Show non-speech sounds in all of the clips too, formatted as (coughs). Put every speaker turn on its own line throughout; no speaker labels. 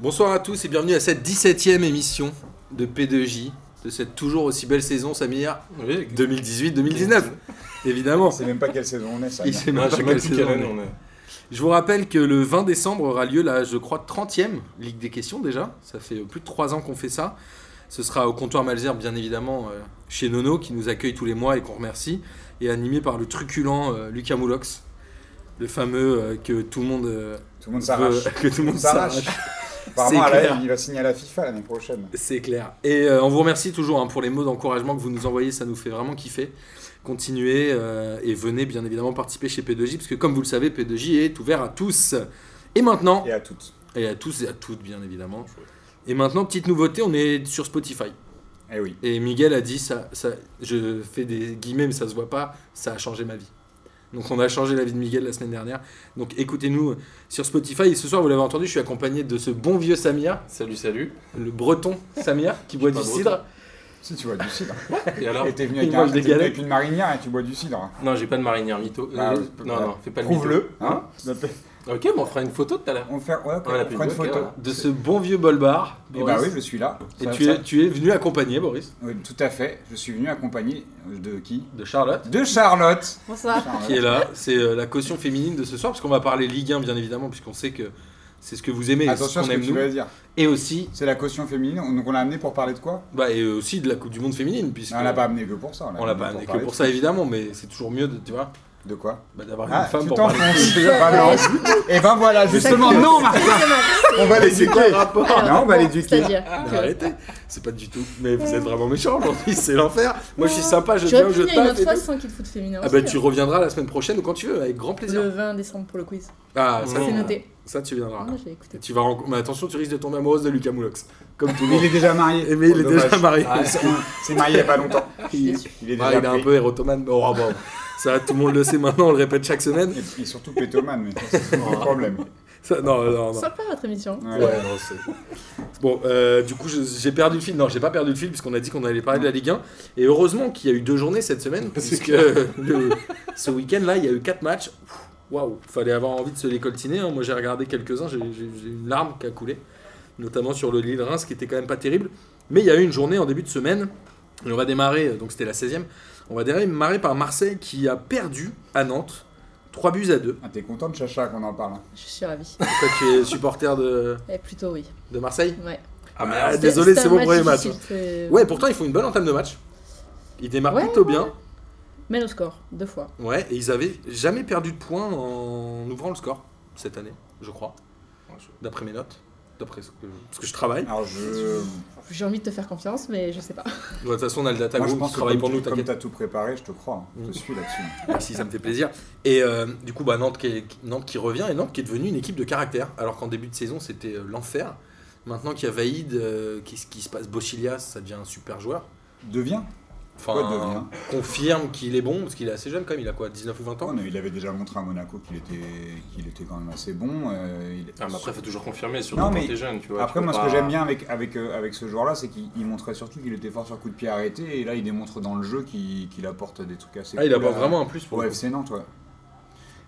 Bonsoir à tous et bienvenue à cette 17ème émission de P2J, de cette toujours aussi belle saison, Samir, 2018-2019, (laughs) évidemment.
C'est même pas quelle saison on est, ça.
Il
non.
sait même pas quelle saison on est. Je vous rappelle que le 20 décembre aura lieu la, je crois, 30e Ligue des questions déjà. Ça fait euh, plus de 3 ans qu'on fait ça. Ce sera au comptoir Malzer, bien évidemment, euh, chez Nono, qui nous accueille tous les mois et qu'on remercie, et animé par le truculent euh, Lucas Moulox, le fameux euh, que tout le monde euh,
Tout le monde
veut, (laughs)
s'arrache.
que tout le monde s'arrache.
Apparemment,
C'est
à la
clair.
haine, il va signer à la FIFA l'année prochaine.
C'est clair. Et euh, on vous remercie toujours hein, pour les mots d'encouragement que vous nous envoyez, ça nous fait vraiment kiffer. Continuez euh, et venez bien évidemment participer chez P2J, parce que comme vous le savez, P2J est ouvert à tous. Et maintenant,
Et à toutes.
et à tous et à toutes bien évidemment. Et maintenant, petite nouveauté, on est sur Spotify.
Eh oui.
Et Miguel a dit, ça, ça, je fais des guillemets mais ça se voit pas, ça a changé ma vie. Donc on a changé la vie de Miguel la semaine dernière. Donc écoutez-nous sur Spotify. Et ce soir, vous l'avez entendu, je suis accompagné de ce bon vieux Samir,
Salut, salut.
le breton Samir, qui boit
suis
du
pas
cidre.
Si tu bois du cidre.
Et alors
Et t'es venu
Il
avec,
mange
un,
des
t'es venu
galettes.
avec une marinière et tu bois du cidre.
Non, j'ai pas de marinière mytho. Euh,
Bah,
non,
bah,
non, fais pas le mytho.
Prouve-le.
Hein Ok, mais on fera une photo tout à l'heure.
On fait. Ouais, ok,
On l'a
on
plus
fera une
de bois,
photo.
ok,
de ce bon vieux bolbar.
Et bah oui, je suis là.
Et
Ça-
tu
ça-
es, tu es venu accompagné, Boris,
Oui, tout à fait. Je suis venu accompagné de qui
de Charlotte,
De Charlotte.
Bonsoir.
Charlotte.
qui est là. C'est euh, la caution féminine de ce soir, parce qu'on va parler Ligue 1, bien évidemment, puisqu'on sait que c'est ce que vous aimez et ce
Attention à
qu'on
ce que
aime
tu
nous.
vas dire.
Et aussi,
C'est la caution féminine. On- Donc on l'a amené pour parler de quoi
bah, et aussi de la Coupe du Monde féminine, puisque
Non, On l'a pas amené que pour ça.
on l'a pas amené que
parler
pour
de-
ça, évidemment, mais c'est toujours mieux de, tu vois,
De quoi
bah, d'avoir
Ah,
une femme
tu
pour parler. (laughs)
t'enfonces. Balance. Et ben voilà, justement,
Ça-
non, Martin. On va les éduquer.
Alors,
Non, on va
bon,
l'éduquer.
C'est-à-dire
Ah,
que-
arrêtez, c'est pas du tout. Mais vous êtes vraiment méchant aujourd'hui, c'est l'enfer. Moi je suis sympa, je
Tu
viens,
aurais pu
je
venir une
tape.
autre
et
fois
tout.
sans qu'il te foute féminin. hein.
Ah bah tu reviendras la semaine prochaine ou quand tu veux, avec grand plaisir.
Le 20 décembre pour le quiz.
Ah, ça,
Non.
C'est noté. Ah,
ça tu viendras.
Moi, j'ai écouté.
Tu vas renco- mais attention, tu risques de tomber amoureuse de Lucas Moulox. Comme tout le
Mais il
monde. Oh,
est déjà marié. Oh,
Mais il est
Dommage.
déjà marié.
Ah,
C'est marié il y a pas longtemps.
Je suis
Il est
Ah, (laughs)
déjà
il est un
pris.
peu érotomane. mais oh, ah, bon. Ça, tout le monde le sait maintenant, on le répète chaque semaine.
Et, et surtout pétomane, mais ça, c'est souvent un problème.
Ça, non, non, non.
Sympa votre émission.
Ouais.
Ouais, non, c'est- bon, euh, du coup, je- j'ai perdu le fil. Non, j'ai pas perdu le fil puisqu'on a dit qu'on allait parler de la Ligue 1. Et heureusement qu'il y a eu deux journées cette semaine. Parce que (laughs) ce week-end-là, il y a eu quatre matchs. Waouh, fallait avoir envie de se les coltiner. hein. Moi, j'ai regardé quelques-uns, j'ai j'ai- j'ai une larme qui a coulé. Notamment sur le Lille-Reims, qui était quand même pas terrible. Mais il y a eu une journée en début de semaine. Et on va démarrer, euh, donc c'était la 16e. On va démarrer par Marseille qui a perdu à Nantes 3 buts à 2.
Ah, T'es content de Chacha qu'on en parle. hein
Je suis ravie.
Toi, tu es supporter de,
Eh, plutôt oui.
de Marseille
Ouais.
Ah,
Ah,
merde.
désolé,
un
c'est mon premier
difficile,
match.
c'est-
Ouais, pourtant ils font une bonne entame de match. Ils démarrent
Ouais,
plutôt bien.
Mène au score, deux fois.
Ouais, et ils avaient jamais perdu de points en ouvrant le score cette année, je crois, d'après mes notes, d'après ce que, parce que je travaille.
Alors, je.
J'ai envie de te faire confiance, mais je sais pas.
De toute façon, on a le data
Moi, je
group
pense
qui
que
travaille
comme
pour
tu-
nous,
comme
t'inquiète. Mm.
t'as tout préparé, je te crois. hein. Je te suis là-dessus.
Merci, ça me fait plaisir. Et euh, du coup, bah, Nantes, qui est- Nantes qui revient et Nantes qui est devenue une équipe de caractère, alors qu'en début de saison c'était euh, l'enfer. Maintenant qu'il y a Vaïd, euh, qu'est-ce qui se passe Bochilias, ça devient un super joueur.
Deviens.
Enfin,
Ouais, hein. devient.
confirme qu'il est bon, parce qu'il est assez jeune quand même, il a quoi, 19 ou 20 ans
Non, mais il avait déjà montré à Monaco qu'il était, qu'il était quand même assez bon. euh, il-
Ah, mais après, faut toujours confirmer, surtout
Non,
quand
mais
t'es jeune, tu vois.
Après,
tu
moi,
peux
ce que
pas-
j'aime bien avec, avec, euh, avec ce joueur-là, c'est qu'il il montrait surtout qu'il était fort sur coup de pied arrêté. Et là, il démontre dans le jeu qu'il qu'il apporte des trucs assez.
Ah, il
cool euh,
apporte
à-
vraiment un plus pour
Au
le coup.
FC Nantes, ouais.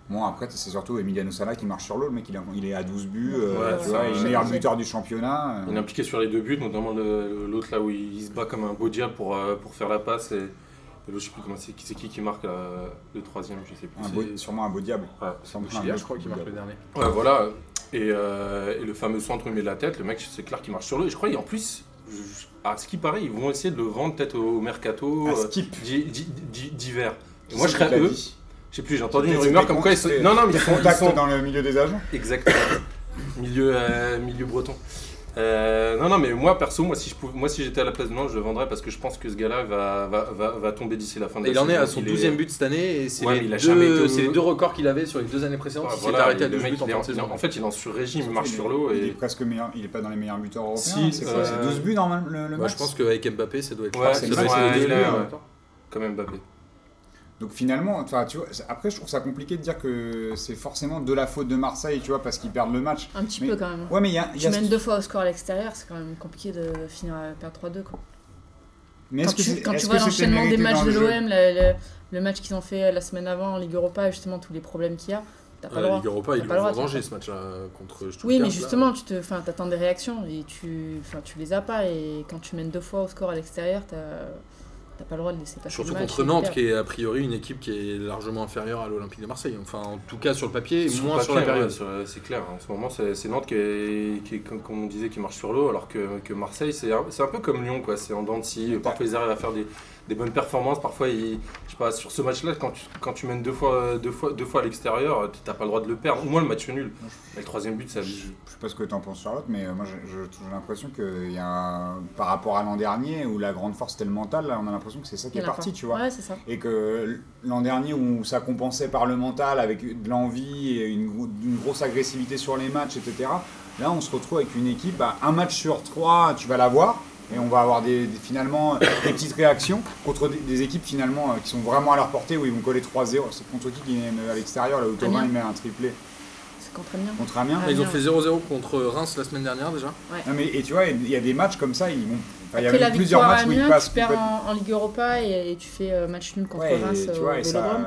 Bon, après, c'est surtout Emiliano Sala qui marche sur l'eau. Le mec, il, a- il est à 12 buts. euh,
Ouais,
tu
ça,
vois, il est
ouais.
meilleur buteur du championnat. euh.
Il est impliqué sur les deux buts, notamment le- l'autre là où il, il se bat comme un beau diable pour, euh, pour faire la passe. Et, et l'autre, je sais plus comment c'est, qui- c'est qui qui marque là, le troisième, je sais plus.
Un
c'est-
beau- sûrement un beau diable.
ouais.
Sans doute un
Bouchilias,
beau
je crois, qui
diable.
marque le dernier.
Ouais, voilà. Et, euh, et le fameux centre, il met la tête. Le mec, c'est clair qu'il marche sur l'eau. Et je crois, et en plus, je- je- à ce qui paraît, ils vont essayer de le vendre peut-être au mercato
Ah,
euh,
skip.
d'hi- d'hi- d'hi- d'hiver. Et
Qui
moi, je
c'est
serais
qui l'a
eux.
dit
Je sais plus, j'ai entendu une
C'était
rumeur
des
comme
cons,
quoi ils sont.
c'était
Non, non, mais ils
des
sont. ils
contacts
sont-
dans le milieu des agents.
Exactement. milieu, euh, milieu breton. Euh, non, non, mais moi, perso, moi, si je pouvais- moi, si j'étais à la place de Nantes, je le vendrais parce que je pense que ce gars-là va, va, va, va tomber d'ici la fin de la
il en est
saison.
à son 12 e but cette année et c'est
Ouais,
les,
mais il a jamais
deux-
été au-
c'est les deux records qu'il avait sur les deux années
Ouais,
précédentes. il s'est
Ah, voilà,
arrêté à
et le
12
mec,
buts en
il est
fin
en,
de saison.
il est en- en fait, il est en sur-régime, il
Surtout,
marche
il est-
sur l'eau.
Il est
Et...
presque meilleur. Il est pas dans les meilleurs buteurs européens. hein,
Si,
c'est quoi
euh, bah,
C'est 12 buts normalement le, le
Moi, je
match
pense qu'avec Mbappé, ça doit être.
Ouais,
ça
c'est
doit
vrai,
être
ouais,
les deux
il
là,
est là,
en
ouais.
même temps.
Quand même, Mbappé.
Donc finalement, enfin, tu vois, c'est- après je trouve ça compliqué de dire que c'est forcément de la faute de Marseille, tu vois, parce qu'ils perdent le match.
Un petit
Mais-
peu quand même.
Ouais, mais il y a, il y
Tu
a-
mènes deux fois au score à l'extérieur, c'est quand même compliqué de finir à perdre 3-2. quoi.
mais
Quand
est-ce que
tu,
c'est-
quand tu
est-ce
vois
que c'était
l'enchaînement des
mérité
matchs
dans
de
le jeu
l'OM, le, le- le match qu'ils ont fait la semaine avant en Ligue Europa, justement tous les problèmes qu'il y a, T'as pas
Euh,
le droit.
Ligue Europa, ils
T'as
lui
pas le
ont
droit,
vengé
t'as
ce match-là euh, contre Stuttgart.
Oui, mais
là.
euh,
justement, tu te, enfin, t'attends des réactions et tu, enfin, tu les as pas. Et quand tu mènes deux fois au score à l'extérieur, t'as t'as pas le droit de laisser passer.
Surtout
le match
contre
et de
Nantes,
perdre.
qui est a priori une équipe qui est largement inférieure à l'Olympique de Marseille. Enfin, en tout cas sur le papier, et
Sur
moins
le
sur la
papier,
période.
ouais, sur la- c'est clair. hein. En ce moment, c'est c'est Nantes qui, est- qui est, comme comme on disait, qui marche sur l'eau, alors que, que Marseille, c'est un, c'est un peu comme Lyon, quoi. C'est en dents de scie. Parfois, ils arrivent à faire des, des bonnes performances. Parfois, ils, je sais pas, sur ce match-là, quand tu, quand tu mènes deux fois, deux fois, deux fois à l'extérieur, euh, t'as pas le droit de le perdre. Au moins, le match nul. Mais le troisième but, ça.
Je je sais pas ce que t'en penses Charlotte, mais euh, moi j'ai- je- j'ai l'impression que y a un- par rapport à l'an dernier où la grande force c'était le mental, là on a l'impression que c'est ça qui
Il y
est
en a
parti,
pas.
tu vois.
Ouais, c'est ça.
Et que l'an dernier où ça compensait par le mental avec de l'envie et une, gro- une grosse agressivité sur les matchs, etc. Là on se retrouve avec une équipe, bah, un match sur trois, tu vas l'avoir. Et on va avoir des, des- finalement euh, des petites réactions contre des, des équipes finalement euh, qui sont vraiment à leur portée où ils vont coller 3-0. C'est contre qui qui est à l'extérieur là où Thomas
Amiens.
il met un triplé
C'est contre Amiens.
contre Amiens.
Ils ont
Amiens.
fait 0-0 contre Reims la semaine dernière déjà.
Non, mais, et tu vois, il y a des matchs comme ça, ils vont. enfin, il y
Après
a
la
eu plusieurs
victoire à
matchs où ils
Amiens,
passent.
tu perds
complètement-
en, en Ligue Europa et, et tu fais euh, match nul contre
Ouais,
Reims
et, tu
euh,
vois,
au
et ça.
Vélodrome.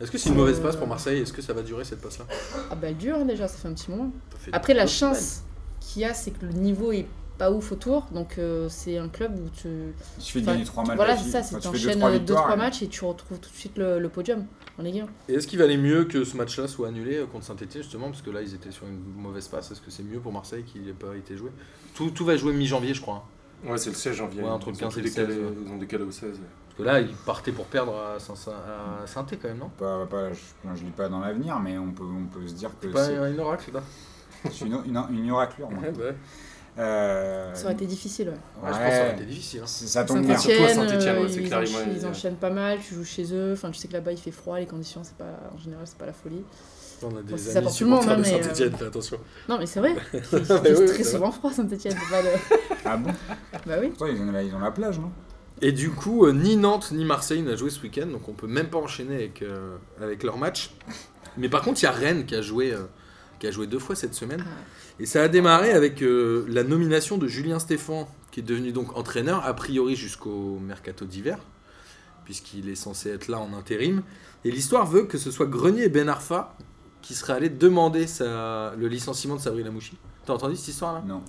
Est-ce que c'est une mauvaise passe pour Marseille Est-ce que ça va durer cette passe-là
Ah bah elle dure hein, déjà, ça fait un petit moment.
Ça fait
Après la
deux semaines.
chance qu'il y a, c'est que le niveau est pas ouf autour, donc euh, c'est un club où tu...
Il suffit de
Enfin,
gagner 3 matchs.
voilà,
aussi.
c'est ça,
Enfin,
c'est
tu fais deux,
t'enchaînes
trois
2-3
victoires, et-
matchs et tu retrouves tout de suite le, le podium en Ligue 1.
Et est-ce qu'il valait mieux que ce match-là soit annulé euh, contre Saint-Etienne justement Parce que là, ils étaient sur une mauvaise passe. Est-ce que c'est mieux pour Marseille qu'il n'ait pas été joué tout, tout va jouer mi-janvier, je crois. hein.
Ouais, c'est le 16 janvier.
Ouais, entre le
Ils ont
15 et le
décalé- euh,
16, ouais.
Ils ont décalé au 16.
Parce que là, ils partaient pour perdre à saint à Saint-Étienne, quand même, non
Pas, pas- je, moi, je lis pas dans l'avenir, mais on peut, on peut se dire que
C'est pas
c'est
une oracle, là
c'est une, une, une oraclure. moi.
Ouais, bah ouais.
Euh,
Ça aurait été difficile, ouais.
Ouais, Je pense que ça aurait
ouais,
été difficile. hein.
c'est- ça tombe bien.
Saint-Étienne. surtout à
Saint-Etienne,
Saint-Étienne, ouais, c'est
ils,
clair,
enchaînent,
ils-
ils enchaînent pas mal, tu joues chez eux, enfin tu sais que là-bas il fait froid, les conditions c'est pas, en général c'est pas la folie.
On a des
c'est ça
amis
pour tout le monde,
supporters de
hein, mais, euh,
Saint-Etienne, fais attention.
Non mais
(laughs)
c'est vrai, il
oui,
fait
oui,
très
c'est
souvent froid Saint-Etienne, c'est pas le-
Ah bon
Bah oui.
Pourtant, ils ont, la, ils ont la plage, non
Et du coup, euh, ni Nantes ni Marseille n'a joué ce week-end, donc on peut même pas enchaîner avec, euh, avec leur match. Mais par contre, il y a Rennes qui a joué, euh, qui a joué deux fois cette semaine.
Ah.
Et ça a démarré avec euh, la nomination de Julien Stéphan, qui est devenu donc entraîneur, a priori jusqu'au mercato d'hiver, puisqu'il est censé être là en intérim. Et l'histoire veut que ce soit Grenier et Ben Arfa qui seraient allés demander sa- le licenciement de Sabrina Mouchi. T'as entendu cette histoire-là
Non.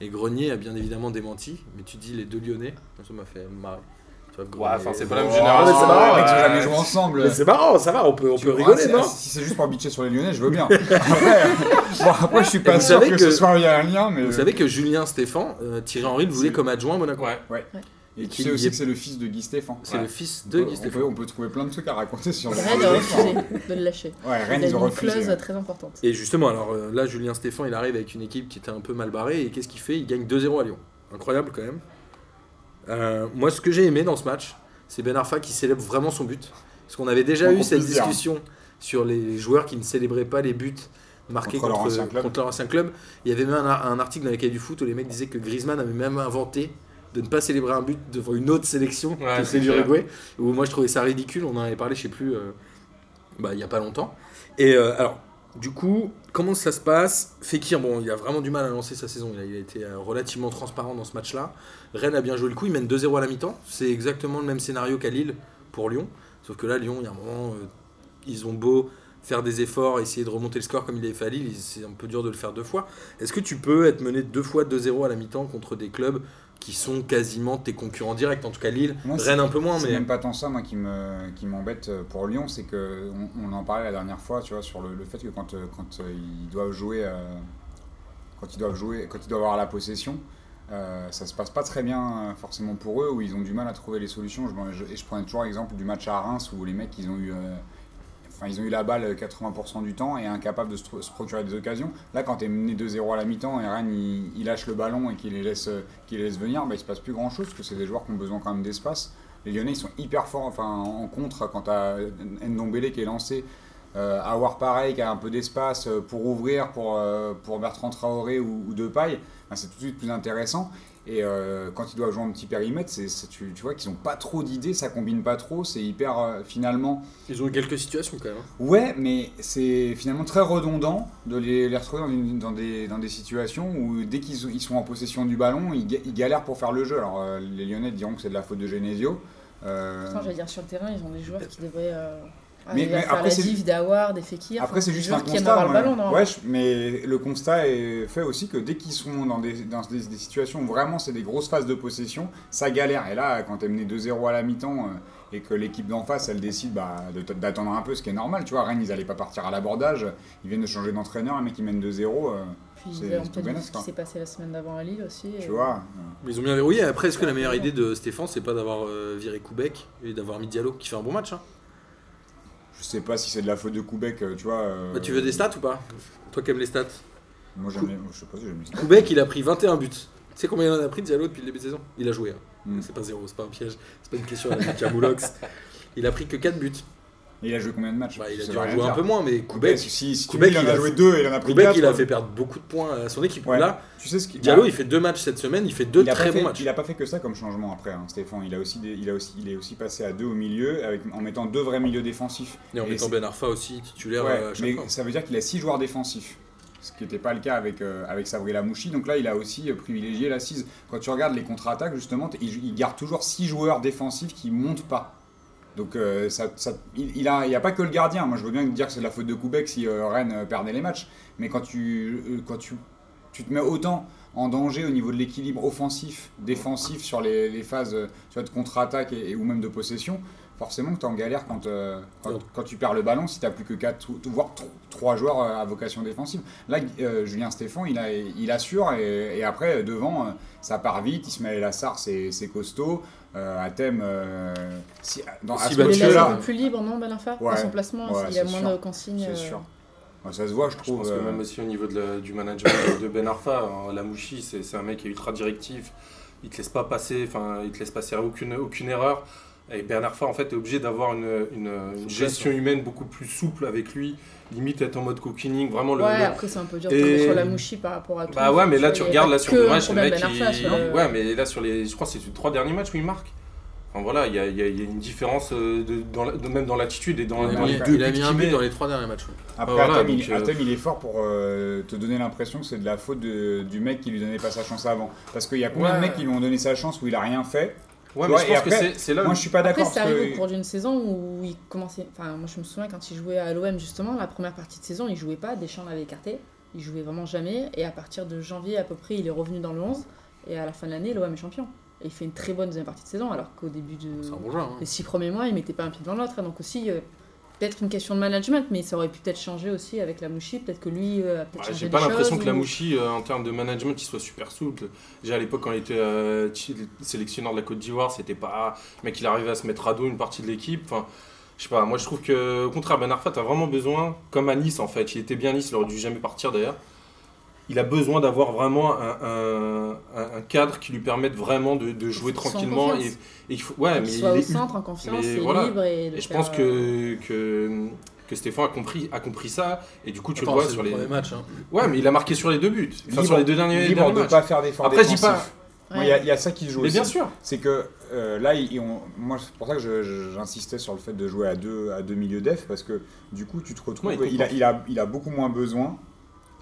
et Grenier a bien évidemment démenti, mais tu dis les deux Lyonnais, ça m'a fait marrer. Tu vois, Grenier- euh,
Ouais, enfin, c'est pas la
Oh,
même
mais c'est
génération.
marrant,
les mecs, ils ont
ouais.
jamais joué ensemble.
Mais c'est marrant, ça va, on peut, on
Tu
peut
vois,
rigoler,
c'est-
non
Si c'est juste pour bitcher sur les Lyonnais, je
(laughs)
veux bien. Après, bon, après je suis
Et
pas
vous
sûr que,
savez que-
ce soit il y a un lien, mais.
Vous savez que Julien Stéphan, euh, Thierry Henry le voulait comme adjoint à Monaco.
Ouais.
Et tu
qu'il
sais
y
aussi
ait-
que c'est le fils de Guy Stéphane. Euh,
C'est
Ouais.
le fils de
on,
Guy
peut-
Stéphane.
on peut trouver plein de trucs à raconter sur le
Rennes a refusé de le lâcher.
Ouais, Rennes,
il a
Ah, ils ont
une
refusé.
clause très importante.
Et justement, alors euh, là, Julien Stéphan, il arrive avec une équipe qui était un peu mal barrée, et qu'est-ce qu'il fait Il gagne 2-0 à Lyon. Incroyable quand même. Euh, moi, ce que j'ai aimé dans ce match, c'est Ben Arfa qui célèbre vraiment son but. Parce qu'on avait déjà
Bon,
eu
qu'on
cette
puisse dire.
discussion sur les joueurs qui ne célébraient pas les buts marqués
Contre
contre,
leur ancien club.
contre leur ancien club. Il y avait même un, un article dans lequel du foot où les mecs disaient que Griezmann avait même inventé de ne pas célébrer un but devant une autre sélection
Ouais,
que
c'est
celle du
clair.
Uruguay. Où moi, je trouvais ça ridicule. On en avait parlé, je sais plus, euh, bah, il y a pas longtemps. Et euh, alors, du coup, comment ça se passe Fekir, bon, il a vraiment du mal à lancer sa saison. Il a, il a été euh, relativement transparent dans ce match-là. Rennes a bien joué le coup. Il mène 2-0 à la mi-temps. C'est exactement le même scénario qu'à Lille pour Lyon. Sauf que là, Lyon, il y a un moment, euh, ils ont beau faire des efforts, essayer de remonter le score comme il avait fait à Lille, ils- c'est un peu dur de le faire deux fois. Est-ce que tu peux être mené deux fois 2-0 à la mi-temps contre des clubs qui sont quasiment tes concurrents directs En tout cas, Lille,
Moi, c'est-
Rennes un peu moins,
C'est
mais
même pas tant ça, moi, qui me qui m'embête euh, pour Lyon, c'est que on, on en parlait la dernière fois, tu vois, sur le, le fait que quand euh, quand euh, ils doivent jouer, euh, quand ils doivent jouer, quand ils doivent avoir la possession, euh, ça se passe pas très bien euh, forcément pour eux, où ils ont du mal à trouver les solutions. Je, je- et je prenais toujours l'exemple du match à Reims où les mecs, ils ont eu euh, Enfin, ils ont eu la balle euh, 80% du temps et incapables de se, tr- se procurer des occasions. Là, quand t'es mené 2-0 à la mi-temps et Rennes il, il lâche le ballon et qu'il les laisse, euh, qu'il les laisse venir, bah, il se passe plus grand chose parce que c'est des joueurs qui ont besoin quand même d'espace. Les Lyonnais ils sont hyper forts enfin, en contre quand t'as Ndombele qui est lancé. Euh, avoir pareil, qui a un peu d'espace euh, pour ouvrir pour, euh, pour Bertrand Traoré ou, ou Depay, ben, c'est tout de suite plus intéressant. Et euh, quand ils doivent jouer en petit périmètre, c'est c'est- tu, tu vois qu'ils n'ont pas trop d'idées, ça combine pas trop, c'est hyper euh, finalement
ils ont eu quelques situations quand même. hein.
Ouais, mais c'est finalement très redondant de les, les retrouver dans, une- dans des, dans des situations où dès qu'ils sont- ils sont en possession du ballon, ils, ga- ils galèrent pour faire le jeu. Alors euh, les Lyonnais diront que c'est de la faute de Genesio. Euh,
Pourtant, j'allais dire sur le terrain, ils ont des joueurs qui devraient euh, mais,
mais
faire
après,
la
c'est-
div d'Awar, des Fekir.
Après, c'est juste un
qui aiment
constat.
avoir le
moi.
ballon, hein. non
Ouais, je- mais le constat est fait aussi que dès qu'ils sont dans des, dans des, des situations où vraiment c'est des grosses phases de possession, ça galère. Et là, quand t'es mené 2-0 à la mi-temps euh, et que l'équipe d'en face, elle décide bah, de- d'attendre un peu, ce qui est normal, tu vois. Rennes, ils allaient pas partir à l'abordage. Ils viennent de changer d'entraîneur, un mec qui mène 2-0, euh,
Puis
c'est-
on
c'est
peut
bien,
dire ce qui
ça.
s'est passé la semaine d'avant à Lille aussi. euh,
tu
et-
vois.
Mais ils ont bien verrouillé. Après, est-ce que la meilleure idée de Stéphane, c'est pas d'avoir euh, viré Koubek et d'avoir mis Diallo qui fait un bon match hein
Je sais pas si c'est de la faute de Koubek, euh, tu vois. euh,
Bah, Tu veux des stats ou pas Toi qui aimes les stats.
Moi, j'aime les- je sais pas si j'aime les stats.
Koubek, il a pris 21 buts. Tu sais combien il en a pris Diallo depuis le début de saison Il a joué. hein.
Mm.
C'est pas zéro, c'est pas un piège. C'est pas une question à la Lucas Moulox. Il a pris que 4 buts.
Et Il a joué combien de matchs
Bah, il a
Ça
dû
veut
en
rien
jouer un
dire.
peu moins, mais
Koubek,
Koubek,
si, si tu
Koubek,
dis, il en
il
a
a
joué
fait-
deux et il en a pris
Koubek,
quatre,
il a
quoi.
fait perdre beaucoup de points à son équipe.
Ouais.
Là,
Tu sais ce qui.
Diallo,
bah,
il fait deux matchs cette semaine, il fait deux
il a
très
pas
bons
fait-
matchs.
Il a pas fait que ça comme changement après, hein, Stéphane. Il a aussi, des- il a aussi, il est aussi passé à deux au milieu avec, en mettant deux vrais milieux défensifs.
Et en
Et
mettant
c'est-
Ben Arfa aussi titulaire
Ouais,
euh, à chaque
mais
fois.
ça veut dire qu'il a six joueurs défensifs. Ce qui n'était pas le cas avec, euh, avec Sabri Lamouchi. Donc là, il a aussi euh, privilégié l'assise. Quand tu regardes les contre-attaques, justement, t- il, il garde toujours six joueurs défensifs qui montent pas. Donc euh, ça, ça- il n'y a, il y a pas que le gardien. Moi, je veux bien dire que c'est de la faute de Koubek si euh, Rennes euh, perdait les matchs. Mais quand tu, euh, quand tu, tu te mets autant en danger au niveau de l'équilibre offensif, défensif sur les, les phases euh, tu vois, de contre-attaque et, et- ou même de possession, forcément que tu en galères quand, euh, quand,
Ouais.
quand tu perds le ballon si tu plus que 4 voire 3 joueurs euh, à vocation défensive. Là, euh, Julien Stéphane, il, a, il assure et, et après, euh, devant, euh, ça part vite. Ismaël Assar, c'est c'est costaud. Euh, à thème, si, dans, à
Si
ce
battu,
Il est
match-là,
là, plus libre, non, Balinfa
Ouais.
Dans son placement,
Ouais,
il y a
c'est
moins
sûr.
de consignes.
c'est
euh,
sûr. Ouais, ça se voit, je
Je
trouve.
pense que
euh,
même aussi au niveau de la- du manager de Ben Arfa, hein, Lamouchi, c'est c'est un mec qui est ultra directif. Il te laisse pas passer, enfin, il te laisse passer à aucune, aucune erreur. Et Ben Arfa, en fait, est obligé d'avoir une, une- une
Souplesse,
gestion humaine beaucoup plus souple avec lui. Limite être en mode cocooning, vraiment le.
Ouais,
le-
après c'est un peu dur de
Et-
tomber sur la mouchie par rapport à tout.
Bah ouais, mais là tu
Il y a
regardes
pas
là sur
que
le
un
match, le
problème
mec
Ben
il...
Arfa, sur le-
Ouais, mais là sur les, je crois que c'est les trois derniers matchs où il marque. Enfin voilà, il y a, il y a- il y a une différence euh, de, dans la- de- même dans l'attitude et dans,
Il a
dans
mis-
les
marqué-
deux
il a
buts
mis
qu'il
un but
met.
dans les trois derniers matchs. ouais.
Après,
Voilà,
Atem,
donc,
il,
euh,
Atem, il est fort pour euh, te donner l'impression que c'est de la faute de- du mec qui lui donnait pas sa chance avant. Parce qu'il y a combien de
Ouais. Ah,
mecs qui lui ont donné sa chance où il a rien fait
Ouais,
Tu
mais
vois,
je pense
et
que
après,
c'est- c'est là où-
Moi, je suis pas
Après,
Ah, d'accord.
ça
parce
arrive
que-
au cours d'une saison où il commençait. Enfin, moi je me souviens quand il jouait à l'OM justement, la première partie de saison, il jouait pas, Deschamps l'avait écarté, il jouait vraiment jamais. Et à partir de janvier à peu près, il est revenu dans le 11. Et à la fin de l'année, l'OM est champion. Et il fait une très bonne deuxième partie de saison, alors qu'au début de,
C'est un bon joueur. hein.
les six premiers mois, il mettait pas un pied dans l'autre. hein. Donc aussi, euh, peut-être une question de management, mais ça aurait pu peut-être changer aussi avec la mouchie. Peut-être que lui euh, a peut-être
Ouais,
changé
J'ai
des
pas l'impression
choses,
que la
ou-
Mouchi, euh, en termes de management, il soit super souple. Déjà à l'époque, quand il était euh, chi- sélectionneur de la Côte d'Ivoire, c'était pas. Le mec, il arrivait à se mettre à dos une partie de l'équipe. Enfin, je sais pas, moi je trouve que, au contraire, Ben Arfa, t'as vraiment besoin, comme à Nice en fait, il était bien à Nice, il aurait dû jamais partir d'ailleurs. Il a besoin d'avoir vraiment un, un- un- un cadre qui lui permette vraiment de, de jouer
Qu'il soit en
tranquillement. Et,
confiance.
et il faut- ouais, Ah, mais
qu'il
il
soit au
est
centre en confiance
mais
et
voilà.
libre. Et, de
et je
faire,
pense
euh,
que, que, que Stéphane a compris, a compris ça. Et du coup, tu
Attends,
le vois
c'est
sur
le
les.
premier match. hein.
Ouais, mais il a marqué sur les deux buts. Enfin,
Libre-
sur les deux derniers,
libre
derniers
de
matchs.
pas faire d'efforts
Après, je dis
défensifs.
pas-
Moi, il y a- il y, a ça qui joue
Mais
aussi.
bien sûr.
C'est que euh, là, ils ont- moi, c'est pour ça que je- je- j'insistais sur le fait de jouer à deux, à deux milieux def, parce que du coup, tu te retrouves,
Ouais, il
il, a, il, a, il a beaucoup moins besoin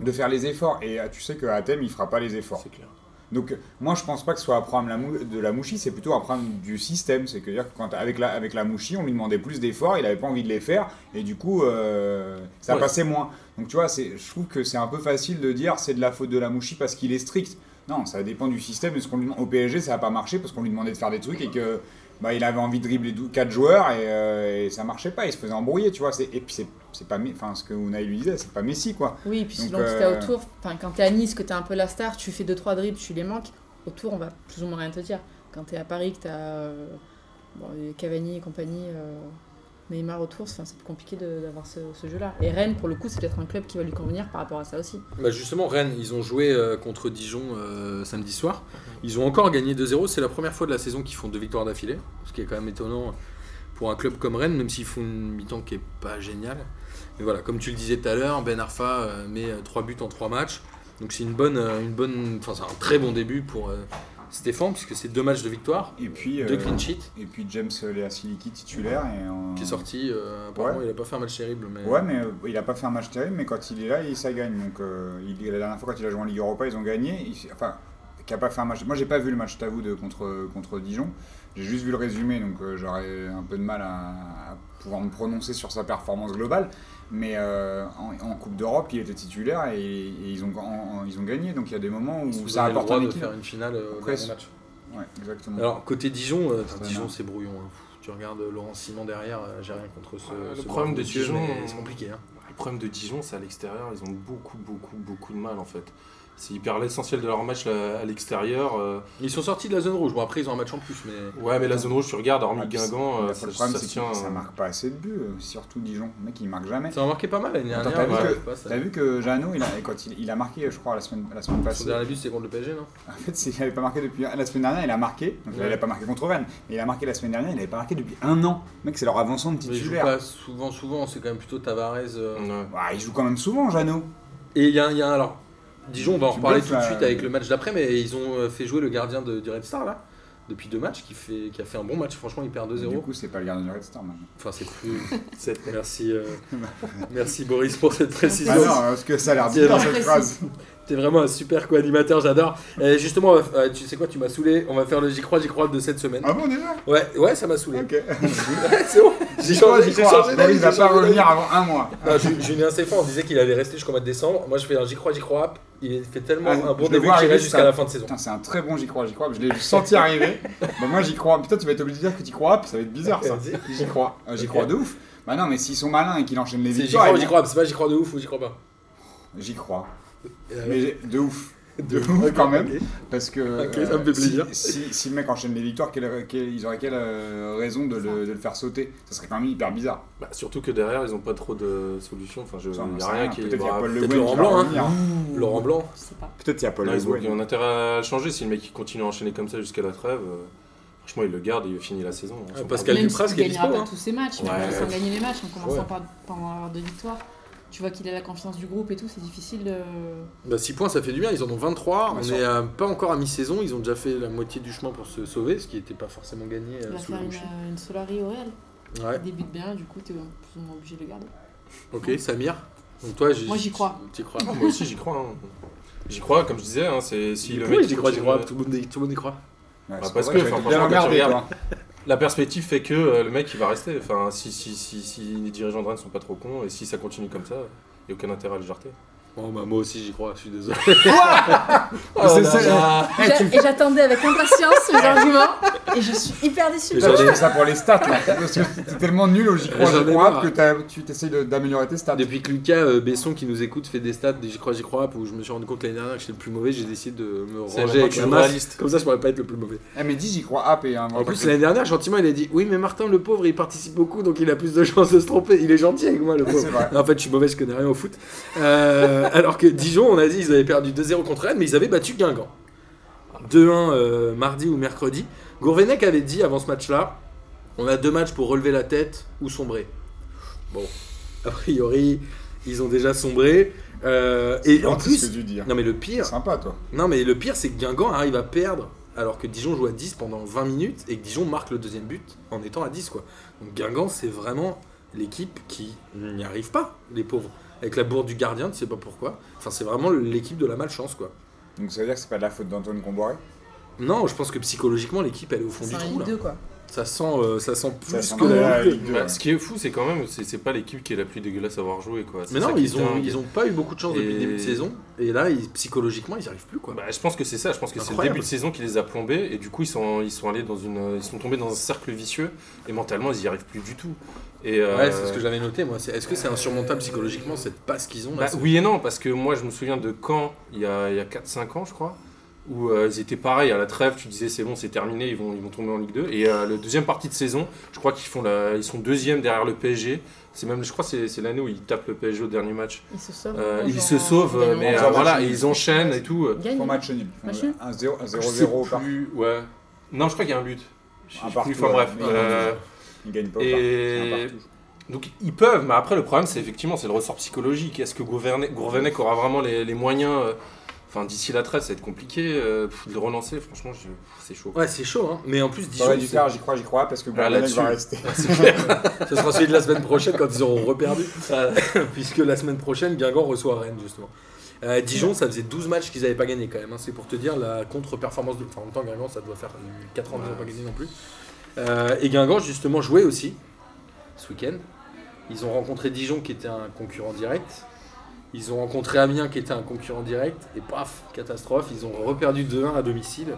de faire les efforts. Et euh, tu sais qu'à Athènes, il fera pas les efforts.
C'est clair.
Donc moi je pense pas que ce soit un problème la mou- de la mouchie, c'est plutôt un problème du système. C'est que dire que quand avec la avec la mouchie, on lui demandait plus d'efforts, il avait pas envie de les faire et du coup euh, ça
Ouais.
passait moins. Donc tu vois, c'est je trouve que c'est un peu facile de dire c'est de la faute de la mouchie parce qu'il est strict. Non, ça dépend du système. Est-ce qu'on lui demande- au PSG ça a pas marché parce qu'on lui demandait de faire des trucs et que bah, il avait envie de dribbler 4 joueurs et, euh, et ça marchait pas, il se faisait embrouiller, tu vois. C'est- Et puis c'est- c'est pas Me- enfin ce que Unai lui disait, c'est pas Messi quoi.
Oui, et puis
Donc,
selon que
euh,
t'as autour, enfin, quand t'es à Nice, que t'es un peu la star, tu fais 2-3 dribbles, tu les manques, autour on va plus ou moins rien te dire. Quand t'es à Paris, que t'as euh, bon, les Cavani et compagnie, euh, Neymar autour, c'est enfin, c'est compliqué de- d'avoir ce, ce jeu-là. Et Rennes, pour le coup, c'est peut-être un club qui va lui convenir par rapport à ça aussi.
Bah justement, Rennes, ils ont joué euh, contre Dijon euh, samedi soir. Ils ont encore gagné 2-0. C'est la première fois de la saison qu'ils font deux victoires d'affilée, ce qui est quand même étonnant pour un club comme Rennes, même s'ils font une mi-temps qui est pas géniale. Mais voilà, comme tu le disais tout à l'heure, Ben Arfa euh, met 3 buts en 3 matchs. Donc c'est une bonne, euh, une bonne, enfin c'est un très bon début pour euh, Stéphane puisque c'est deux matchs de victoire,
Et puis
deux
euh,
clean sheets
et puis James Leasiliki titulaire et en-
qui est sorti. euh, apparemment, il a pas fait un match terrible, mais
Ouais, mais euh, il a pas fait un match terrible, mais quand il est là, il, ça gagne. Donc, euh, il- la dernière fois, quand il a joué en Ligue Europa, ils ont gagné. Il- enfin, qui a pas fait un match. Moi, j'ai pas vu le match, je t'avoue, de contre, contre Dijon. J'ai juste vu le résumé, donc euh, j'aurais un peu de mal à, à pouvoir me prononcer sur sa performance globale. Mais euh, en, en Coupe d'Europe, il était titulaire et, et ils, ont, en- en- ils ont gagné. Donc il y a des moments où ça
le
apporte
droit
un
de
équilibre.
faire une finale euh, au
Après,
dernier match.
Ouais, exactement.
Alors, côté Dijon, euh, putain,
Ça
Dijon
va.
c'est brouillon. hein. Pff, Tu regardes euh, Laurent Simon derrière, euh, j'ai rien contre ce.
Ouais, le
ce
problème
Barreau
de Dijon,
mais c'est compliqué. hein.
Le problème de Dijon, c'est à l'extérieur, ils ont beaucoup, beaucoup, beaucoup de mal en fait. S'ils perdent l'essentiel de leur match là, à l'extérieur, euh,
Ils sont sortis de la zone rouge. Bon, après, ils ont un match en plus, mais.
ouais, mais la zone rouge, tu regardes, hormis
Ah, puis
Guingamp, euh,
Après,
ça,
le problème,
ça
c'est
tient,
que ça
euh,
marque pas assez de buts, euh, surtout Dijon. Le mec, il marque jamais.
Ça a marqué pas mal l'année
Attends,
dernière. ouais, hein.
t'as vu que-
je sais pas, ça-
T'as vu que Jeannot, il a, quand il, il a marqué, je crois, la semaine, la semaine
Son
passée.
dernier but, c'est contre le PSG, non
En fait, s'il n'avait pas marqué depuis. La semaine dernière, il a marqué. Donc,
Ouais.
Il n'a pas marqué contre Rennes. Mais il a marqué la semaine dernière, il n'avait pas marqué depuis un an. Mec, c'est leur avancement de
Mais il joue
titulaire.
pas souvent, souvent, c'est quand même plutôt Tavares. euh.
ouais.
Bah, il joue quand même souvent, Jeannot.
Et il y a, un- il y a un. Alors, Dijon, on va en
Tu
reparler
bluffes,
tout de
là. euh.
suite avec le match d'après, mais ils ont euh, fait jouer le gardien de, du Red Star, là, depuis deux matchs, qui, fait, qui a fait un bon match. Franchement, il perd
Du
2-0.
coup, c'est pas le gardien du Red Star maintenant.
Enfin, c'est plus.
(laughs)
c'est- Merci, euh, merci Boris pour cette précision.
Bah non, parce que ça a l'air
C'est
bizarre
vrai.
cette phrase.
T'es vraiment un super co-animateur, j'adore. Euh, justement, on va- euh, tu sais quoi, tu m'as saoulé. On va faire le j'y crois, j'y crois de cette semaine.
Ah bon, déjà
Ouais, ouais, ça m'a saoulé.
Ok.
C'est bon. J'ai changé,
J'y
j'ai
crois,
changé
j'y crois.
d'avis.
Il va
j'ai
pas
changé
revenir avant un mois.
d'avis. Non, Ju- Julien Stéphane, on disait qu'il allait rester jusqu'au mois de décembre. Moi, je fais un j'y crois, j'y crois. Il fait tellement
Ah,
un bon
je le
début
vois
qu'il
arriver,
reste jusqu'à
ça. Ah,
la fin de saison.
Putain, c'est un très bon j'y crois, j'y crois. Je l'ai
(laughs)
senti arriver. Bah, moi, j'y crois. Putain, tu vas être obligé de dire que t'y crois, puis ça va être bizarre ça.
Vas-y.
J'y crois. Euh, J'y
Ok.
crois de ouf. Bah non, mais s'ils sont malins et qu'ils enchaînent les
C'est j'y
victoires.
crois, ou
ils
j'y
vont-
crois. C'est pas j'y crois de ouf ou j'y crois pas.
J'y crois.
Euh,
Mais j'ai- de ouf. De
de-
ouf quand
ok,
même.
ok.
Parce que
Ok, ça me fait
si-
plaisir.
Si, si le mec enchaîne les victoires, quelle- quelle- ils auraient quelle euh, raison de le, de le faire sauter Ça serait quand même hyper bizarre.
Bah, surtout que derrière, ils ont pas trop de solutions. Enfin, je- il
Ça, on
n'y
en
Euh, a
sait
rien
rien.
qui
Peut-être qu'il y a
bah,
Paul Le
Peut-être
Guen
Laurent
qui va
Blanc, hein.
revenir.
Laurent Blanc.
Je sais pas.
Peut-être qu'il y a Paul
Non,
Le
ils ont,
Guen.
ils ont intérêt à le changer si le mec il continue à enchaîner comme ça jusqu'à la trêve. euh, franchement, il le garde et il finit la saison. hein,
Ah,
sans
Pascal
problème.
Même
Dupras
s'il
qui est
gagnera
dispo,
pas
hein.
tous ses matchs, mais
Ouais.
en commençant à gagner les matchs, en commençant
Ouais.
par, par en avoir deux victoires. Tu vois qu'il a la confiance du groupe et tout, c'est difficile de.
Bah, 6 points, ça fait du bien. Ils en ont 23.
Bah,
On
sûr.
est euh, pas encore à mi-saison. Ils ont déjà fait la moitié du chemin pour se sauver, ce qui n'était pas forcément gagné euh,
Il va
sous le
faire euh, une,
boucher.
euh, une Solari au Real.
Ouais,
Il débute bien, du coup, t'es plus ou moins obligé de le garder.
ok, Samir. Donc toi, j'ai-
Moi, j'y crois.
T'y crois.
Ah, moi aussi, j'y crois. hein. J'y crois, comme je disais. hein, c'est si le
Oui,
mec,
j'y
il
crois, j'y
continue-
crois. Tout le monde y- tout le monde y croit.
Bah,
Ouais, c'est
parce
vrai,
que,
j'avais
enfin,
bien
franchement, quand tu
regardé,
regardes- La perspective fait que euh, le mec il va rester. Enfin, si, si, si, si les dirigeants de Rennes sont pas trop cons et si ça continue comme ça, il n'y a aucun intérêt à le jarter.
Bon, bah, moi aussi, j'y crois. Je suis désolé.
toi. C'est ça, eh, tu-
Et j'attendais avec impatience les arguments, et je suis hyper déçue.
J'en
Là, tu
ai-
fais ça pour les stats là. Parce que t'es tellement nul au j'y crois,
J'en ai
j'y crois
marre.
que t'as- tu t'essayes de- d'améliorer tes
(laughs)
stats.
Depuis que Lucas euh, Besson, qui nous écoute, fait des stats, des j'y crois, j'y crois, où je me suis rendu compte l'année dernière que j'étais le plus mauvais, j'ai décidé de me
C'est la
ranger avec
fois
la
que je
masse.
réaliste.
Comme ça, je pourrais pas être le plus mauvais.
Eh mais dis j'y crois app et un
En plus, l'année dernière, gentiment, il a dit Oui, mais Martin, le pauvre, il participe beaucoup, donc il a plus de chances de se tromper. Il est gentil avec moi, le
(laughs) c'est
pauvre.
vrai.
En fait, je suis mauvais, je connais rien au foot. Euh, alors que Dijon, on a dit, ils avaient perdu 2-0 contre Rennes, mais ils avaient battu Guingamp. 2-1 euh, mardi ou mercredi. Gourvenec avait dit avant ce match-là on a deux matchs pour relever la tête ou sombrer. Bon, a priori, ils ont déjà sombré. euh, et en
C'est ce
plus.
que tu dis, hein.
Non, mais le pire,
Sympa toi.
non, mais le pire, c'est que Guingamp arrive à perdre alors que Dijon joue à 10 pendant 20 minutes et que Dijon marque le deuxième but en étant à 10. Quoi. Donc Guingamp, c'est vraiment l'équipe qui n'y arrive pas, les pauvres. Avec la bourre du gardien, tu sais pas pourquoi. Enfin, c'est vraiment l'équipe de la malchance, quoi.
Donc ça veut dire que c'est pas de la faute d'Antoine Comboiré
Non, je pense que psychologiquement, l'équipe, elle est au fond
C'est
du
un
trou,
Ligue
là.
2, quoi.
Ça sent, euh, ça sent plus
Ça sent
que
de
la
la
Ligue.
Ligue deux,
Bah,
ouais.
ce qui est fou, c'est quand même, c'est c'est pas l'équipe qui est la plus dégueulasse à avoir joué. Quoi. C'est
Mais
ça
non,
qui est
ils ont,
dingue.
ils ont pas eu beaucoup de chance depuis le
Et-
début de saison. Et là, ils- psychologiquement, ils n'y arrivent plus, quoi.
Bah, je pense que c'est ça, je pense que c'est le
Incroyable.
début de saison qui les a plombés et du coup ils sont, ils sont allés dans une. Ils sont tombés dans un cercle vicieux et mentalement ils n'y arrivent plus du tout. Et, euh,
ouais, c'est ce que j'avais noté, moi. C'est- Est-ce que c'est insurmontable psychologiquement, cette passe qu'ils ont là
Bah,
c'est-
oui et non, parce que moi je me souviens de quand, il y a, il y a 4-5 ans je crois, où euh, ils étaient pareils à la trêve, tu disais c'est bon, c'est terminé, ils vont, ils vont tomber en Ligue 2. Et euh, le deuxième partie de saison, je crois qu'ils font la, ils sont deuxième derrière le PSG. C'est même, je crois, que c'est c'est l'année où ils tapent le PSG au dernier match.
Ils se sauvent.
Euh,
en
ils
jouant-
se sauvent,
en
euh,
gagnant.
mais
en
euh,
match
voilà,
nul.
et ils enchaînent et tout.
Gagne.
Trois matchs nuls.
Match nul.
Un 0 un 0-0
Je sais
par.
plus, ouais. Non, je crois qu'il y a un but. Je
Un
sais
partout,
plus, enfin
ouais.
bref.
Mais il y a un
euh,
but. Il gagne pas. au partout, c'est un
et
partout.
donc ils peuvent, mais après le problème c'est effectivement c'est le ressort psychologique. Est-ce que Gourvenet Gourvenet aura vraiment les, les moyens euh, Enfin d'ici la trêve ça va être compliqué euh, pff, de le relancer. Franchement je- pff, c'est chaud.
Ouais, c'est chaud, hein. Mais en plus,
J'aurais
Dijon,
dû
c'est-
faire j'y crois, j'y crois parce que
Ah,
Gourvenec va
là-dessus.
rester.
ce sera (laughs) celui de la semaine prochaine quand ils auront reperdu. Puisque la semaine prochaine, Guingamp reçoit Rennes, justement. Euh, Dijon, ça faisait 12 matchs qu'ils n'avaient pas gagné quand même. hein. C'est pour te dire la contre-performance. De... Enfin, en même temps, Guingamp, ça doit faire 4 ans qu'ils n'ont pas gagné non plus. Euh, et Guingamp, justement, jouait aussi ce week-end. Ils ont rencontré Dijon, qui était un concurrent direct. Ils ont rencontré Amiens, qui était un concurrent direct. Et paf, catastrophe. Ils ont reperdu 2-1 à domicile.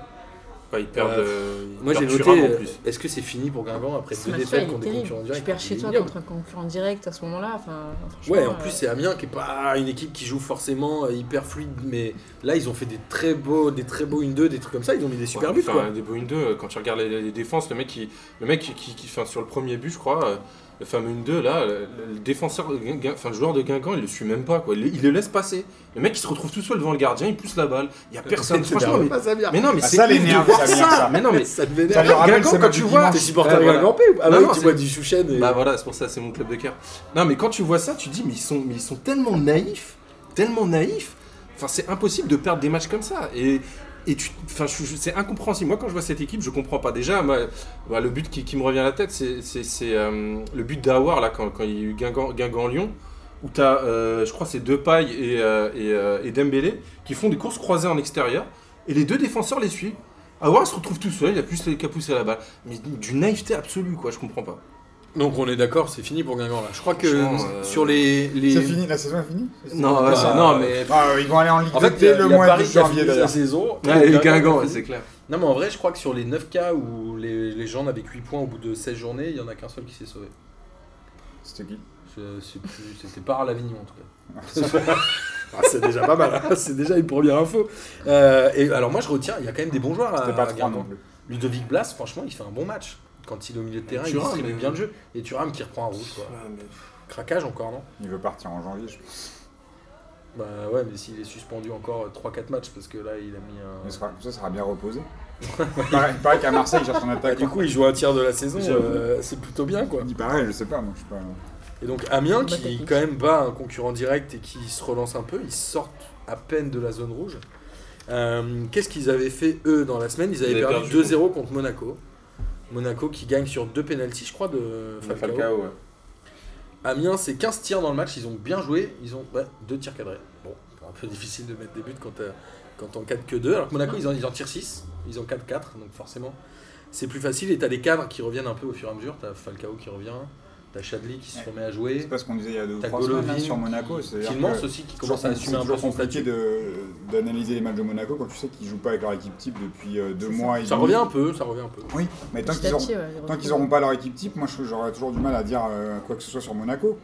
Enfin, ils perdent. euh, ils
Moi, j'ai
perdent
noté,
Thuram, en
euh,
plus.
est-ce que c'est fini pour Guingamp après
Ce
deux
match-là,
défaites
il est
contre des concurrents
terrible.
directs
Tu perds chez
C'est
toi
ignoble.
contre un concurrent direct à ce moment-là. Enfin, franchement,
Ouais, en
euh,
plus c'est Amiens qui est pas une équipe qui joue forcément euh, hyper fluide, mais là ils ont fait des très beaux, des très beaux 1-2, des trucs comme ça, ils ont mis des super
Ouais,
buts
enfin, euh,
quoi.
Des beaux 1-2, quand tu regardes les, les défenses, le mec qui, le mec qui, qui, qui- enfin, sur le premier but, je crois, euh, le fameux 1-2, là, le, le défenseur, de Guingamp- enfin, le joueur de Guingamp, il le suit même pas, quoi. Il, il le laisse passer. Le mec, il se retrouve tout seul devant le gardien, il pousse la balle. Il y a
Euh, (laughs)
personne, franchement. Mais,
pas Samir.
mais non, mais
Ah,
c'est
ça, les
ouf de
nerfs,
voir
ça vient, ça.
Mais non, mais
ça te
Ça
vénère.
me rappelle
Guingamp,
ce
quand
match
tu
du
vois-
dimanche.
T'es supporter
Ouais,
de
voilà.
Guingampé ou Ah
Non,
oui,
non,
tu
c'est-
bois du chouchen et.
Bah voilà, c'est pour ça, c'est mon club de cœur. Non, mais quand tu vois ça, tu dis, mais ils sont, mais ils sont tellement naïfs, tellement naïfs. Enfin, c'est impossible de perdre des matchs comme ça. Et, et tu, enfin, je- je- c'est incompréhensible. Moi, quand je vois cette équipe, je comprends pas. Déjà, ma- bah, le but qui, qui me revient à la tête, c'est c'est- c'est, euh, le but d'Awar, là, quand, quand il y a eu Guingamp- Guingamp-Lyon, où tu as, je crois, c'est Depay et, euh, et, euh, et Dembélé qui font des courses croisées en extérieur, et les deux défenseurs les suivent. Awar se retrouve tout seul, il a plus qu'à pousser la balle. Mais d'une naïveté absolue, quoi, je comprends pas.
Donc on est d'accord, c'est fini pour Guingamp là. Je crois que
Franchement, euh,
sur les. les-
C'est fini, la saison est finie
Non, ouais,
Bah,
non, mais.
Ah, Ils vont aller en Ligue
En
2
fait, il y
dès
a,
le
il y a
mois de
Paris qui a
janvier
fini la
d'ailleurs.
saison.
Ouais,
Guingamp,
Guingamp, ouais,
fini.
c'est clair.
Non, mais en vrai, je crois que sur les 9 cas où les, les gens n'avaient que 8 points au bout de 16 journées, il y en a qu'un seul qui s'est sauvé.
C'était qui
C'est- c'est plus- C'était pas à l'Avignon en tout cas. Ah, c'est déjà pas mal, hein. (laughs) c'est déjà une première info. Euh, et alors moi je retiens, il y a quand même des bons joueurs à,
C'était pas
à
3
Guingamp.
non plus.
Ludovic Blas, franchement, il fait un bon match. Quand il est au milieu de terrain, il
Thuram,
distribue
mais-
bien le jeu. Et Thuram qui reprend un rouge. Quoi. Craquage encore, non
Il veut partir en janvier, je pense.
Bah ouais, mais s'il est suspendu encore 3-4 matchs, parce que là il a mis
Mais ce
un.
sera- comme ça, ça sera bien reposé. Il paraît- il paraît qu'à Marseille, il cherche un
Bah, du
attaquant.
coup, il joue un tiers de la saison,
J'avoue.
euh, c'est plutôt bien quoi.
Il paraît, je sais pas, moi, je suis pas...
Et donc Amiens,
Combat
qui
technique.
quand même bat un concurrent direct et qui se relance un peu, ils sortent à peine de la zone rouge. Euh, Qu'est-ce qu'ils avaient fait eux dans la semaine Ils avaient
avaient
perdu,
perdu,
2-0 contre Monaco. Monaco qui gagne sur deux pénalties, je crois, de Falcao.
ouais.
Amiens, c'est 15 tirs dans le match, ils ont bien joué, ils ont ouais, deux tirs cadrés. Bon, c'est un peu (laughs) difficile de mettre des buts quand, t'as- quand on cadre que deux. Alors que Monaco, ils en, ils en tirent 6, ils en cadrent 4, donc forcément, c'est plus facile. Et t'as les cadres qui reviennent un peu au fur et à mesure, t'as Falcao qui revient, t'as Chadli qui se
Ouais.
remet à jouer.
C'est pas ce qu'on disait il y a deux ou
T'as
trois semaines
Golovin
hein, sur Monaco.
qui,
C'est-à-dire
qui
que
lance aussi, qui
toujours-
commence à assumer
c'est
un peu
toujours
son
compliqué
statut.
de- d'analyser les matchs de Monaco quand tu sais qu'ils jouent pas avec leur équipe type depuis euh, deux
C'est ça.
mois. et
Ça
demi.
revient un peu, ça revient un peu.
Oui, mais tant
euh, petit
qu'ils
à
auront,
petit, ouais, ils
tant qu'ils
retrouvent-
auront pas leur équipe type, moi je- j'aurais toujours du mal à dire euh, quoi que ce soit sur Monaco.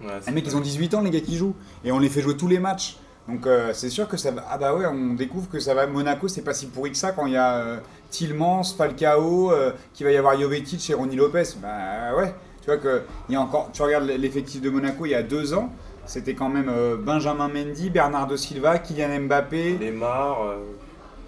Ouais,
Les
c'est-
mecs, ils ont 18 ans, les gars qui jouent. Et on les fait jouer tous les matchs. Donc euh, c'est sûr que ça va. Ah bah ouais, on découvre que ça va. Monaco, c'est pas si pourri que ça quand il y a euh, Tillmans, Falcao, euh, qu'il va y avoir Jovetic et Ronny Lopez. Bah ouais. Tu vois que il y a encore. Tu regardes l'effectif de Monaco il y a deux ans. C'était quand même euh, Benjamin Mendy, Bernardo Silva, Kylian Mbappé.
Neymar. euh,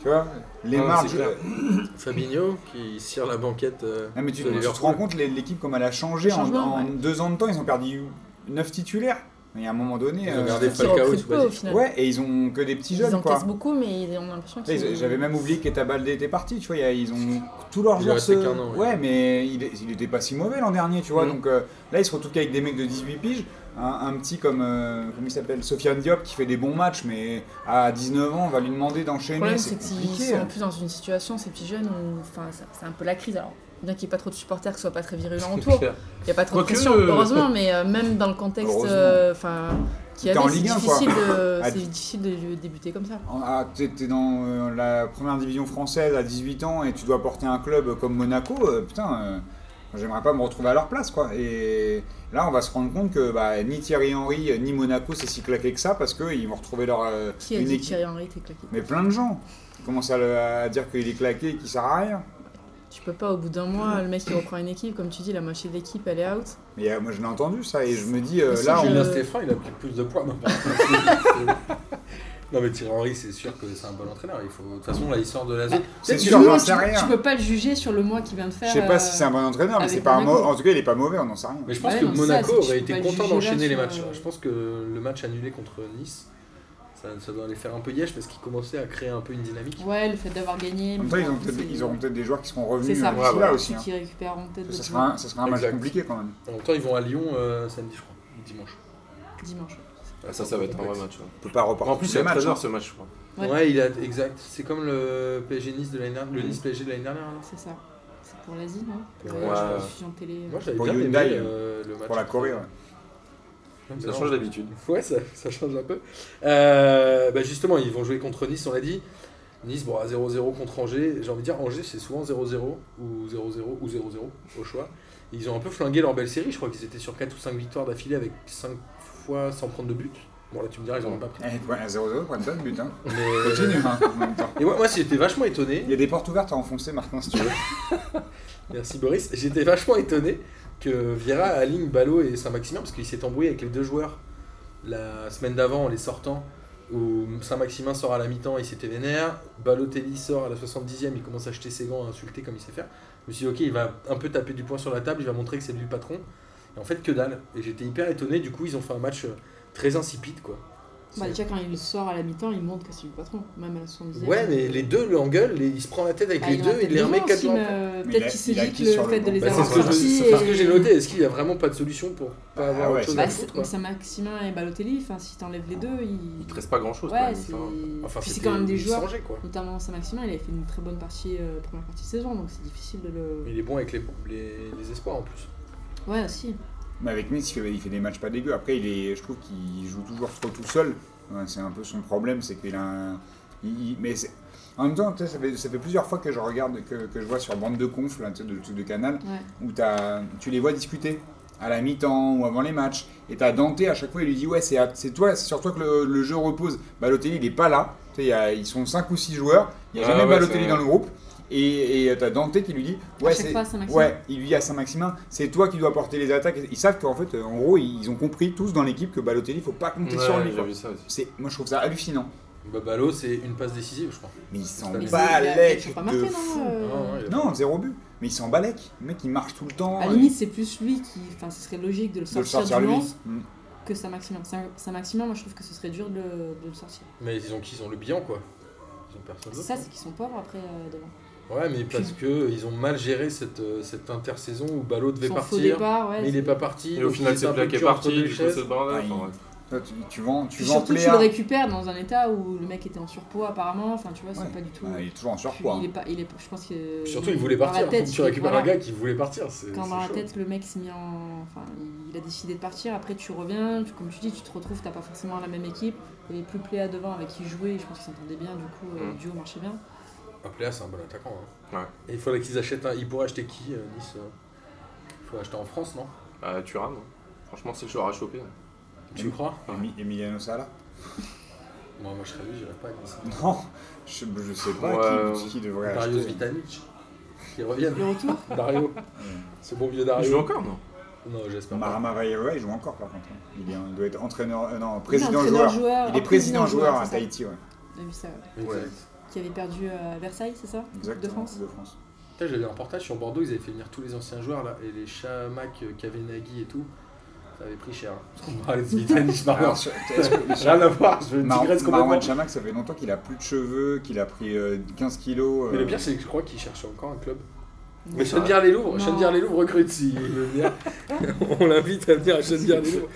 Tu vois, les
Non,
marges.
Ah, c'est clair.
Fabinho qui cire la banquette. euh,
Non, mais tu,
de
tu te
Liverpool.
rends compte, les- l'équipe, comme elle a changé
Le
en,
changement,
en
ouais.
deux ans de temps, ils ont perdu 9 titulaires. Il y a un moment donné.
Ils ont
euh,
gardé
Ils
Falcao,
recrutent
tout
peu
basique.
au final.
ouais, et ils ont que des petits
Ils
jeunes. quoi.
encaissent beaucoup, mais ils- on a l'impression
Tu sais,
qu'ils.
J'avais même oublié qu'Etabaldé était parti, tu vois, il y a- ils ont tous leurs
Il est
joueurs
resté
se-
qu'un an, ouais. Mm.
ouais. mais il, est- il était pas si mauvais l'an dernier, tu vois.
Mhm.
Donc euh, là, ils se retrouvent qu'avec des mecs de 18 piges, un, un petit comme euh, comment il s'appelle, Sofiane Diop qui fait des bons matchs mais à 19 ans, on va lui demander
Le
d'enchaîner,
problème,
c'est
c'est qu'ils
compliqué. hein.
sont en plus dans une situation, ces petits jeunes, où enfin, ça- c'est un peu la crise. Alors, bien qu'il n'y ait pas trop de supporters, que ce soit pas très virulent autour,
Claire.
il n'y a pas trop
Quoique-
de pression, heureusement, mais euh, même dans le contexte
Heureusement.
euh, enfin, qu'il y
T'es en
avait, c'est
Ligue 1,
difficile, de,
(laughs) Ah,
c'est
tu-
difficile de le débuter comme ça.
En- ah, t'es t'es dans euh, la première division française à 18 ans et tu dois porter un club comme Monaco, euh, putain, euh, j'aimerais pas me retrouver à leur place quoi. Et là, on va se rendre compte que bah, ni Thierry Henry euh, ni Monaco c'est si claqué que ça parce qu'ils vont retrouver leur euh,
Qui a
une
dit que
équipe.
Thierry Henry t'es claqué
Mais plein de gens Ils commencent à, le- à dire qu'il est claqué et qu'il sert à rien.
Tu peux pas, au bout d'un mois, le mec il reprend une équipe, comme tu dis, la moitié de l'équipe elle est out.
Mais euh, moi je l'ai entendu ça et je me dis euh, là
Mais c'est
on-
Julien
Euh,
Stéphane, il a pris plus de poids. Non,
(laughs)
par contre. non mais Thierry Henry, c'est sûr que c'est un bon entraîneur. Il faut... De toute façon, là, il sort de la
Bah,
zone.
c'est
Peut-être
sûr,
que-
j'en sais rien.
tu peux pas le juger sur le mois qu'il vient de
Je
faire. euh,
sais pas si c'est un bon entraîneur, mais
avec
c'est pas un mau-
Monaco.
en tout cas il est pas mauvais, on n'en sait rien.
Mais je pense
Ouais,
que
non, ça,
Monaco
c'est que tu
aurait
peux
été
pas le
content
juger là
d'enchaîner les
sur,
matchs.
euh,
Je pense que le match annulé contre Nice, ça, ça doit les faire un peu yèche parce qu'ils commençaient à créer un peu une dynamique.
euh, Ouais, le fait d'avoir gagné.
En même temps, ils, ont peut-être- ils auront peut-être des joueurs qui seront revenus
ça,
euh,
ouais,
d'ici là
voilà.
aussi. hein.
qui récupéreront peut-être
Ça
d'autres
sera un, ça sera un match
Exact.
compliqué quand même.
En même temps, ils vont à Lyon euh, samedi, je crois, ou dimanche.
dimanche.
Ah, Ça, ça va être un vrai match. ouais.
On peut pas reporter.
En plus,
tous
il y
les
a
matchs,
13 heures
hein.
ce match, je crois.
Ouais.
Ouais. il a exact. C'est comme le PSG Nice de l'année dernière, le Nice PSG de l'année dernière. alors.
C'est ça. C'est pour l'Asie, non Pour
Ouais.
la je sais pas, diffusion de télé.
Moi, j'avais
Pour
bien aimé
Hyundai,
euh, le match.
Pour la Corée, ouais.
Ouais,
Ça
mais
change d'habitude.
Ouais, ça, ça change un peu. Euh, bah justement, ils vont jouer contre Nice, on l'a dit. Nice, bon, à 0-0 contre Angers. J'ai envie de dire, Angers, c'est souvent 0-0 ou 0-0 ou 0-0 au choix. Et ils ont un peu flingué leur belle série. Je crois qu'ils étaient sur 4 ou 5 victoires d'affilée avec 5 fois sans prendre de but. Bon, là, tu me diras, ils en ont pas pris.
Eh, ouais, à 0-0, pour une bonne but. Hein.
Mais- euh,
Continue, hein, en même temps.
Et moi, moi j'étais vachement étonné.
Il y a des portes ouvertes à enfoncer, Martin, si tu veux.
Merci Boris. J'étais vachement étonné que Vieira aligne Ballot et Saint-Maximin parce qu'il s'est embrouillé avec les deux joueurs la semaine d'avant en les sortant. Où Saint-Maximin sort à la mi-temps, il s'était vénère. Balotelli sort à la 70e, il commence à jeter ses gants, à insulter comme il sait faire. Je me suis dit, ok, il va un peu taper du poing sur la table, il va montrer que c'est lui le patron. Et en fait, que dalle. Et j'étais hyper étonné, du coup, ils ont fait un match euh, très insipide quoi.
Bah,
C'est-
déjà, quand il sort à la mi-temps, il montre que c'est le patron, même à la 70
Ouais, mais les deux l'engueulent, les- il se prend la tête avec
Ah,
les
il en a
deux, il les
tellement
remet quatre
aussi,
jours
mais,
après.
euh,
Mais il a-
Peut-être qu'il se
il a
dit
acquis
que
sur
le
le
fait de
banc.
les
Bah, c'est
avoir
ce que je-
sortis.
c'est ce que
et-
j'ai noté. Est-ce qu'il n'y a vraiment pas de solution pour pas
Ah
avoir
ouais,
autre chose
c'est-
à
Bah,
foutre
c'est
quoi.
c'est Maximin et Balotelli, enfin, si t'enlèves les deux, ils.
Il te reste pas grand chose.
Ouais, c'est.
Enfin,
Puis c'est
c'était
quand même des
Luis
joueurs,
Angers, quoi.
notamment Saint-Maximin, il avait fait une très bonne partie, euh, première partie de saison, donc c'est difficile de le.
Il est bon avec les, les, les espoirs en plus.
Ouais, aussi.
Mais avec Nice, il fait, il fait des matchs pas dégueux. Après, il est, je trouve qu'il joue toujours trop tout seul. Ouais, c'est un peu son problème, c'est qu'il a un... il- il- mais c'est- en même temps, tu sais, ça fait, ça fait plusieurs fois que je regarde, que, que je vois sur bande de conf, là, tu sais, de, de, de Canal,
Ouais.
où t'as- tu les vois discuter à la mi-temps ou avant les matchs. Et t'as Dante à chaque fois, il lui dit Ouais, c'est à- c'est toi, c'est sur toi que le, le jeu repose. Balotelli, il est pas là. Tu sais, il y a- ils sont 5 ou 6 joueurs, il n'y a
Ah
jamais
ouais,
Balotelli
c'est-
dans le groupe. Et et t'as Dante qui lui dit Ouais,
chaque
c'est-
fois, Saint-Maximin.
ouais, il lui dit à Saint-Maximin C'est toi qui dois porter les attaques. Ils savent qu'en fait, euh, en gros, ils ont compris tous dans l'équipe que Balotelli, faut pas compter sur lui.
j'ai
quoi.
vu ça aussi.
C'est- Moi, je trouve ça hallucinant.
Bah, Ballot, c'est une passe décisive, je crois.
Mais ils s'en
Mais
Mais
c'est-
c'est- il a-
balèquent
ils ont pas
de
marqué,
fou.
non euh,
Non, Ah, ouais, il a-
Non, zéro but. Mais ils s'en balèquent. Le mec, il marche tout le temps.
À la
euh,
limite, c'est plus lui qui. Enfin, ce serait logique de le
de le
sortir,
sortir
du
lui.
lance
Mm.
que Saint-Maximin. Saint- Saint-Maximin, moi je trouve que ce serait dur de le, de le sortir.
Mais ils ont qui Ils ont le bilan, quoi. Ils ont personne
C'est
d'autre.
ça, c'est qu'ils sont pauvres après euh, devant.
Ouais, mais parce que ils ont mal géré cette, euh, cette intersaison où Ballot devait
Son faux
partir.
départ, ouais.
mais il
c'est-
n'est pas parti.
Et au
donc
final,
il
c'est
s'est un peu
Black qui est
cul entre
parti,
deux
du coup,
chaises.
c'est le bordel. enfin,
Ouais,
bref.
Toi, tu, tu vends, tu
Puis
vends
surtout, tu
Pléa.
le récupères dans un état où le mec était en surpoids apparemment. Enfin, tu vois, c'est
Ouais.
pas du tout.
Ouais, il est toujours en
Puis
surpoids. hein.
il est pas, il est, je pense que.
Puis Surtout, il voulait
dans la
partir.
tête,
Donc, tu
il-
récupères
voilà.
un gars qui voulait partir. c'est-
Quand
c'est
dans la
chaud.
tête, le mec s'est mis en. Enfin, il a décidé de partir. Après, tu reviens. tu- comme tu dis, tu te retrouves, t'as pas forcément la même équipe. Il n'y avait plus Pléa devant avec qui jouer. Je pense qu'ils s'entendaient bien. Du coup, euh, le
Mm.
duo marchait bien.
Ah, Pléa, c'est un bon attaquant. hein.
Ouais.
Et il faudrait qu'ils achètent un. Ils pourraient acheter qui, euh, Nice euh Il faut acheter en France, non
Euh, Thuram, hein. franchement, c'est le joueur à choper.
Tu crois
Emi- Emiliano Sala (laughs)
Moi, moi, je serais lui, j'irais pas comme ça.
Non, je, je sais pas
Ouais.
qui, qui devrait
Dario
acheter.
Zvitanic, qui revient.
(laughs) Le retour
Dario, ce bon vieux Dario.
Il joue encore, non
Non, j'espère pas.
Marama Vaieva, il joue encore par contre. hein. Il, est- il doit être entraîneur, euh, non,
Oui,
président
entraîneur
joueur.
joueur.
Il est
Ah,
président joueur à
c'est ça.
Tahiti, ouais.
On a vu ça, ouais.
Ouais.
Qui avait perdu à Versailles, c'est ça
Exactement.
De France.
De France.
Putain, j'avais un reportage sur Bordeaux, ils avaient fait venir tous les anciens joueurs là, et les Chamac, euh, Kavenaghi et tout. Ça avait pris cher. (laughs) hein. Parce qu'on parlait de Zvitanic, Marwan.
Alors, sur- est-ce que-
Rien à voir, je
Ah. Mar-
digresse complètement.
Marwan Chamak, ça fait longtemps qu'il a plus de cheveux, qu'il a pris euh, 15 kilos.
Mais le
euh,
pire, c'est que je crois qu'ils cherchent encore un club.
Non.
Mais Chenvière les Louvres,
Non.
Chenvière les Louvres recrute si il veut venir. On l'invite à venir à Chenvière les Louvres.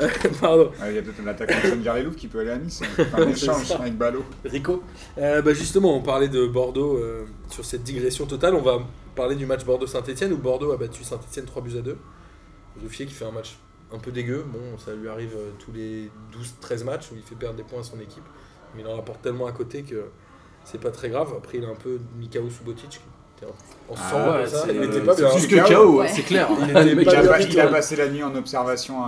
Euh, Pardon.
ah, Il y a peut-être un attaquant de Garelou qui peut aller à Nice. hein. Enfin, un échange avec Ballot.
Rico Euh, bah Justement, on parlait de Bordeaux euh, sur cette digression totale. On va parler du match Bordeaux-Saint-Etienne où Bordeaux a battu Saint-Etienne 3 buts à 2. Zoufier qui fait un match un peu dégueu. Bon, ça lui arrive euh, tous les 12-13 matchs où il fait perdre des points à son équipe. Mais il en rapporte tellement à côté que c'est pas très grave. Après, il a un peu Mikao Subotic qui était en en sang.
Ah
comme ça.
c'est-
Il était
euh,
pas bien.
c'est
hein.
Juste que KO, ouais,
Ouais.
c'est clair.
Il était
Le mec
pas
Il a,
bien
pas-
du
il
tout,
a
hein.
passé la nuit en observation à,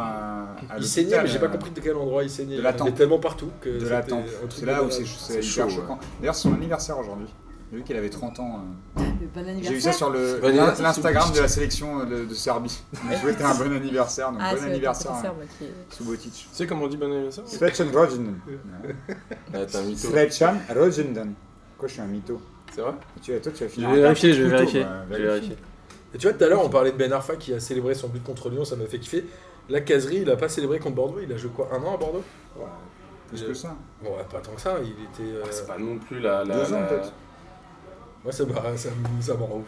à
Il saignait,
l'hôpital,
mais j'ai pas
euh,
compris de quel endroit il saignait.
de
il
la
y en avait
tempe.
tellement partout que
de
c'était
la
un
tempe.
truc
C'est là
de
où c'est
malade.
c'est
C'est
hyper
chaud,
choquant. D'ailleurs, c'est son anniversaire aujourd'hui. J'ai vu qu'il avait 30 ans. euh.
Le bon
J'ai vu ça
anniversaire.
sur le-
Bon
l'in-
anniversaire,
l'Instagram de la sélection euh, de, de Serbie. Je souhaitais un bon anniversaire, donc
Ah,
bon
c'est le
anniversaire
professeur,
hein,
moi, qui est-
Subotic.
Tu sais comment on dit bon anniversaire
Srećan rođendan.
Ah, t'es un mytho.
Srećan rođendan. Quoi, je suis un mytho.
C'est vrai
Tu, toi, tu as fini.
Je vais vérifier, je vais vérifier.
Bah,
Je vais vérifier.
Et tu vois, tout à l'heure, on parlait de Ben Arfa qui a célébré son but contre Lyon, ça m'a fait kiffer. La caserie, il a pas célébré contre Bordeaux, il a joué quoi Un an à Bordeaux
Ouais, Plus que ça.
Bon, ouais, pas tant que ça, il était. euh,
Ah, C'est pas non plus la. la-
Deux ans
la-
peut-être.
Moi, ça m'a ça me- ça me rend ouf.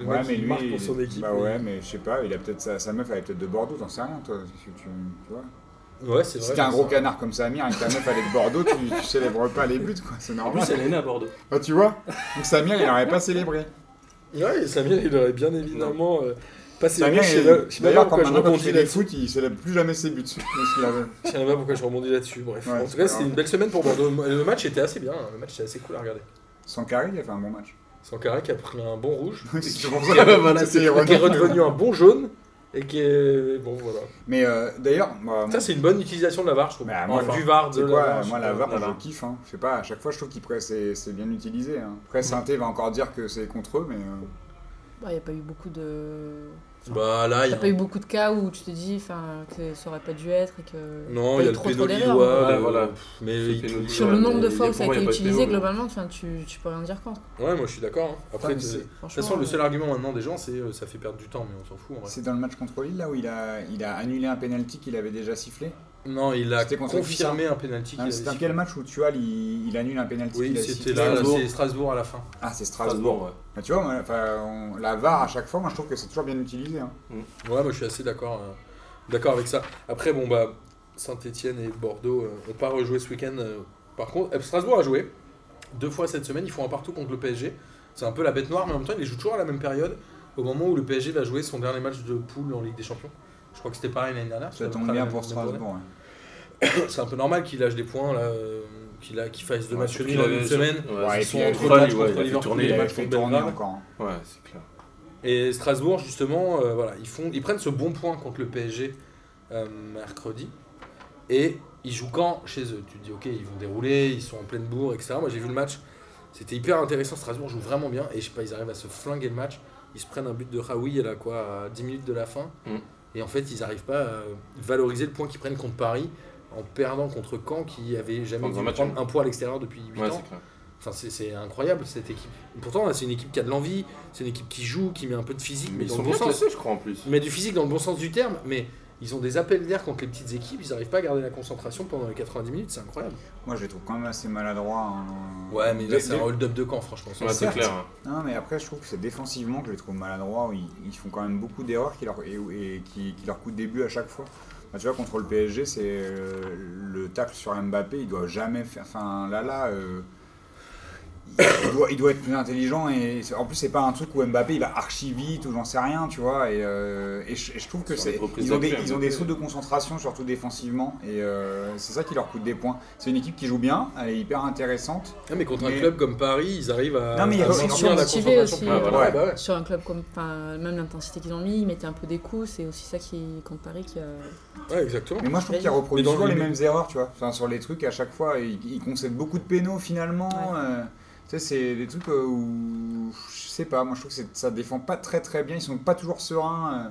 Le
Ouais,
mec,
mais
il
lui.
marque pour son équipe.
Bah
mais-
ouais, mais je sais pas, il a peut-être sa, sa meuf, elle est peut-être de Bordeaux, t'en sais rien, toi. parce que tu, tu vois.
Ouais, c'est vrai.
Si t'es un
mais
gros
ça-
canard comme Samir et que ta meuf elle est de Bordeaux, tu, tu célèbres pas les buts, quoi. C'est
En
normal.
plus, elle est née à Bordeaux.
Bah, tu vois Donc Samir, il n'aurait pas
(laughs)
célébré.
Ouais, Samir, il aurait bien évidemment euh, passé le
Samir,
match. Je sais
il-
pas- je sais pas
d'ailleurs, quand
pourquoi je
maintenant, quand il
rebondis
fait des
là-dessus.
foot, il célèbre plus jamais ses buts. (laughs) parce qu'il avait-
Je sais pas pourquoi je rebondis là-dessus. Bref,
Ouais,
en tout
c'est pas
cas, c'était
grave.
une belle semaine pour Bordeaux. Le match était assez bien. hein. Le match était assez cool à regarder.
Sankari, il a fait un
(laughs)
bon match.
Sankara qui a pris un bon rouge,
C'est toujours
(laughs)
ça,
Voilà,
c'était
Ah, qui est
ironique.
redevenu un bon jaune et qui est bon voilà.
Mais euh, d'ailleurs, moi,
Ah, Ça c'est une bonne utilisation de la VAR, je trouve.
Bah, moi,
Enfin,
la-
du VAR, de
C'est quoi
la
euh,
VAR,
Moi,
je
la
sais pas.
VAR,
la
je
VAR.
kiffe. Hein. Je sais pas, à chaque fois, je trouve qu'il c'est c'est bien utilisé. Hein.
Mm.
Après, Sainté va encore dire que c'est contre eux, mais. euh,
Ah, Il n'y a pas eu beaucoup de.
Bah là, il y
T'as
a-
pas eu beaucoup de cas où tu te dis enfin, que ça aurait pas dû être et que.
non,
T'as
il y
eu
a le
trop, trop
pénalty
d'erreurs, hein.
ouais,
Ouais,
euh,
voilà.
Mais
Ce
il-
pénalty,
Sur le
ouais,
nombre de
mais
fois où
pour
ça a
moi, y
été
pas de
utilisé,
péno, mais-
globalement, enfin, tu, tu peux rien dire contre. euh,
ouais, moi je suis d'accord. hein. Après,
Putain,
de
mais c'est- hein.
de toute façon, le seul argument maintenant des gens, c'est euh, ça fait perdre du temps, mais on s'en fout. en vrai.
C'est dans le match contre Lille, là où il a, il a annulé un penalty qu'il avait déjà sifflé.
Non, il a
C'était contre qui,
confirmé un penalty.
Non,
qu'il
mais
avait
C'est dans
sifflé.
quel match où tu vois, il, il annule un penalty
Oui,
qu'il a
c'était
sifflé
là, là,
Strasbourg.
c'est Strasbourg à la fin.
Ah, c'est Strasbourg.
Strasbourg, ouais.
Bah, tu vois, moi, enfin, on- la VAR à chaque fois, moi je trouve que c'est toujours bien utilisé. hein.
Ouais, moi je suis assez d'accord euh, d'accord avec ça. Après, bon, bah, Saint-Etienne et Bordeaux euh, ont pas rejoué ce week-end. euh, par contre, Euh, Strasbourg a joué deux fois cette semaine. Ils font un partout contre le PSG. C'est un peu la bête noire, mais en même temps, ils les jouent toujours à la même période, au moment où le PSG va jouer son dernier match de poule en Ligue des Champions. Je crois que c'était pareil l'année dernière. c'était
Ça
à peu
tombe
près la
bien
même-
pour
même journée.
Strasbourg. ouais.
C'est un peu normal qu'il lâche des points, là, euh, qu'il a- qu'il fasse deux
Ouais,
matchs
Surtout
nuls
qu'il
en une
avait-
semaine.
Ouais,
Ouais,
ils
et
sont entre
puis il avait
fait
balles,
matchs
ouais,
contre
il a fait
Liverpool,
tourner.
les
Il a
matchs
fait
contre
tourner
Belgrade.
encore. hein.
Ouais, c'est clair.
Et Strasbourg, justement, euh, voilà, ils, font, ils prennent ce bon point contre le PSG euh, mercredi. Et ils jouent quand chez eux Tu te dis, ok, ils vont dérouler, ils sont en pleine bourre, etc. Moi, j'ai vu le match. C'était hyper intéressant. Strasbourg joue vraiment bien. Et je sais pas, ils arrivent à se flinguer le match. Ils se prennent un but de Raoui, elle a quoi, à 10 minutes de la fin.
Mm.
Et en fait, ils arrivent pas à valoriser le point qu'ils prennent contre Paris en perdant contre Caen, qui avait jamais
Dans un
dû
match,
prendre
ouais.
un point à l'extérieur depuis 8
Ouais,
ans.
c'est clair.
Enfin, c'est- c'est incroyable cette équipe. Pourtant, là, c'est une équipe qui a de l'envie, c'est une équipe qui joue, qui met un peu de physique, mais,
Mais ils
dans
sont
le bon
bien
sens.
classés, je crois, en plus.
Mais du physique dans le bon sens du terme, mais ils ont des appels d'air contre les petites équipes, ils n'arrivent pas à garder la concentration pendant les 90 minutes, c'est incroyable.
Moi je les trouve quand même assez maladroits. hein.
Ouais, mais là,
Dès-
c'est un
dès-
hold-up de camp, franchement.
Ouais, c'est
certes.
clair. hein.
Non, mais après, je trouve que c'est défensivement que je les trouve maladroits. où Ils, ils font quand même beaucoup d'erreurs qui leur, et, et qui, qui leur coûtent des buts à chaque fois. Bah, tu vois, contre le PSG, c'est euh, le tacle sur Mbappé. Il doit jamais faire. Enfin, là, là. euh, il, doit, il doit être plus intelligent. Et c'est- en plus, c'est pas un truc où Mbappé il va archi vite ou j'en sais rien, tu vois. Et, euh, et je, et je trouve que
Sur
c'est.
les reprises hein.
Ils ont
d'appui,
des, ils ont des
Mbappé,
sauts de concentration, surtout défensivement. Et euh, c'est ça qui leur coûte des points. C'est une équipe qui joue bien. Elle est hyper intéressante.
Non, Ah, mais contre un
Mais-
club comme Paris, ils arrivent à,
Non, mais il y a
à
aussi-
maintenir la
ils sont motivés
concentration.
aussi,
Ouais,
euh,
voilà,
ouais.
bah ouais.
Sur un club comme. Enfin, même l'intensité qu'ils ont mis, ils mettaient un peu des coups, c'est aussi ça qui compte Paris qui a.
Ouais, exactement.
Mais moi, je trouve qu'ils
Mais
reproduisent
dans
toujours
le-
les mêmes erreurs, tu vois. Enfin, sur les trucs, à chaque fois, ils, ils concèdent beaucoup de pénaux finalement.
Ouais.
euh, tu sais, c'est des trucs euh, où. Je sais pas, moi, je trouve que c'est- ça défend pas très très bien. Ils sont pas toujours sereins. euh,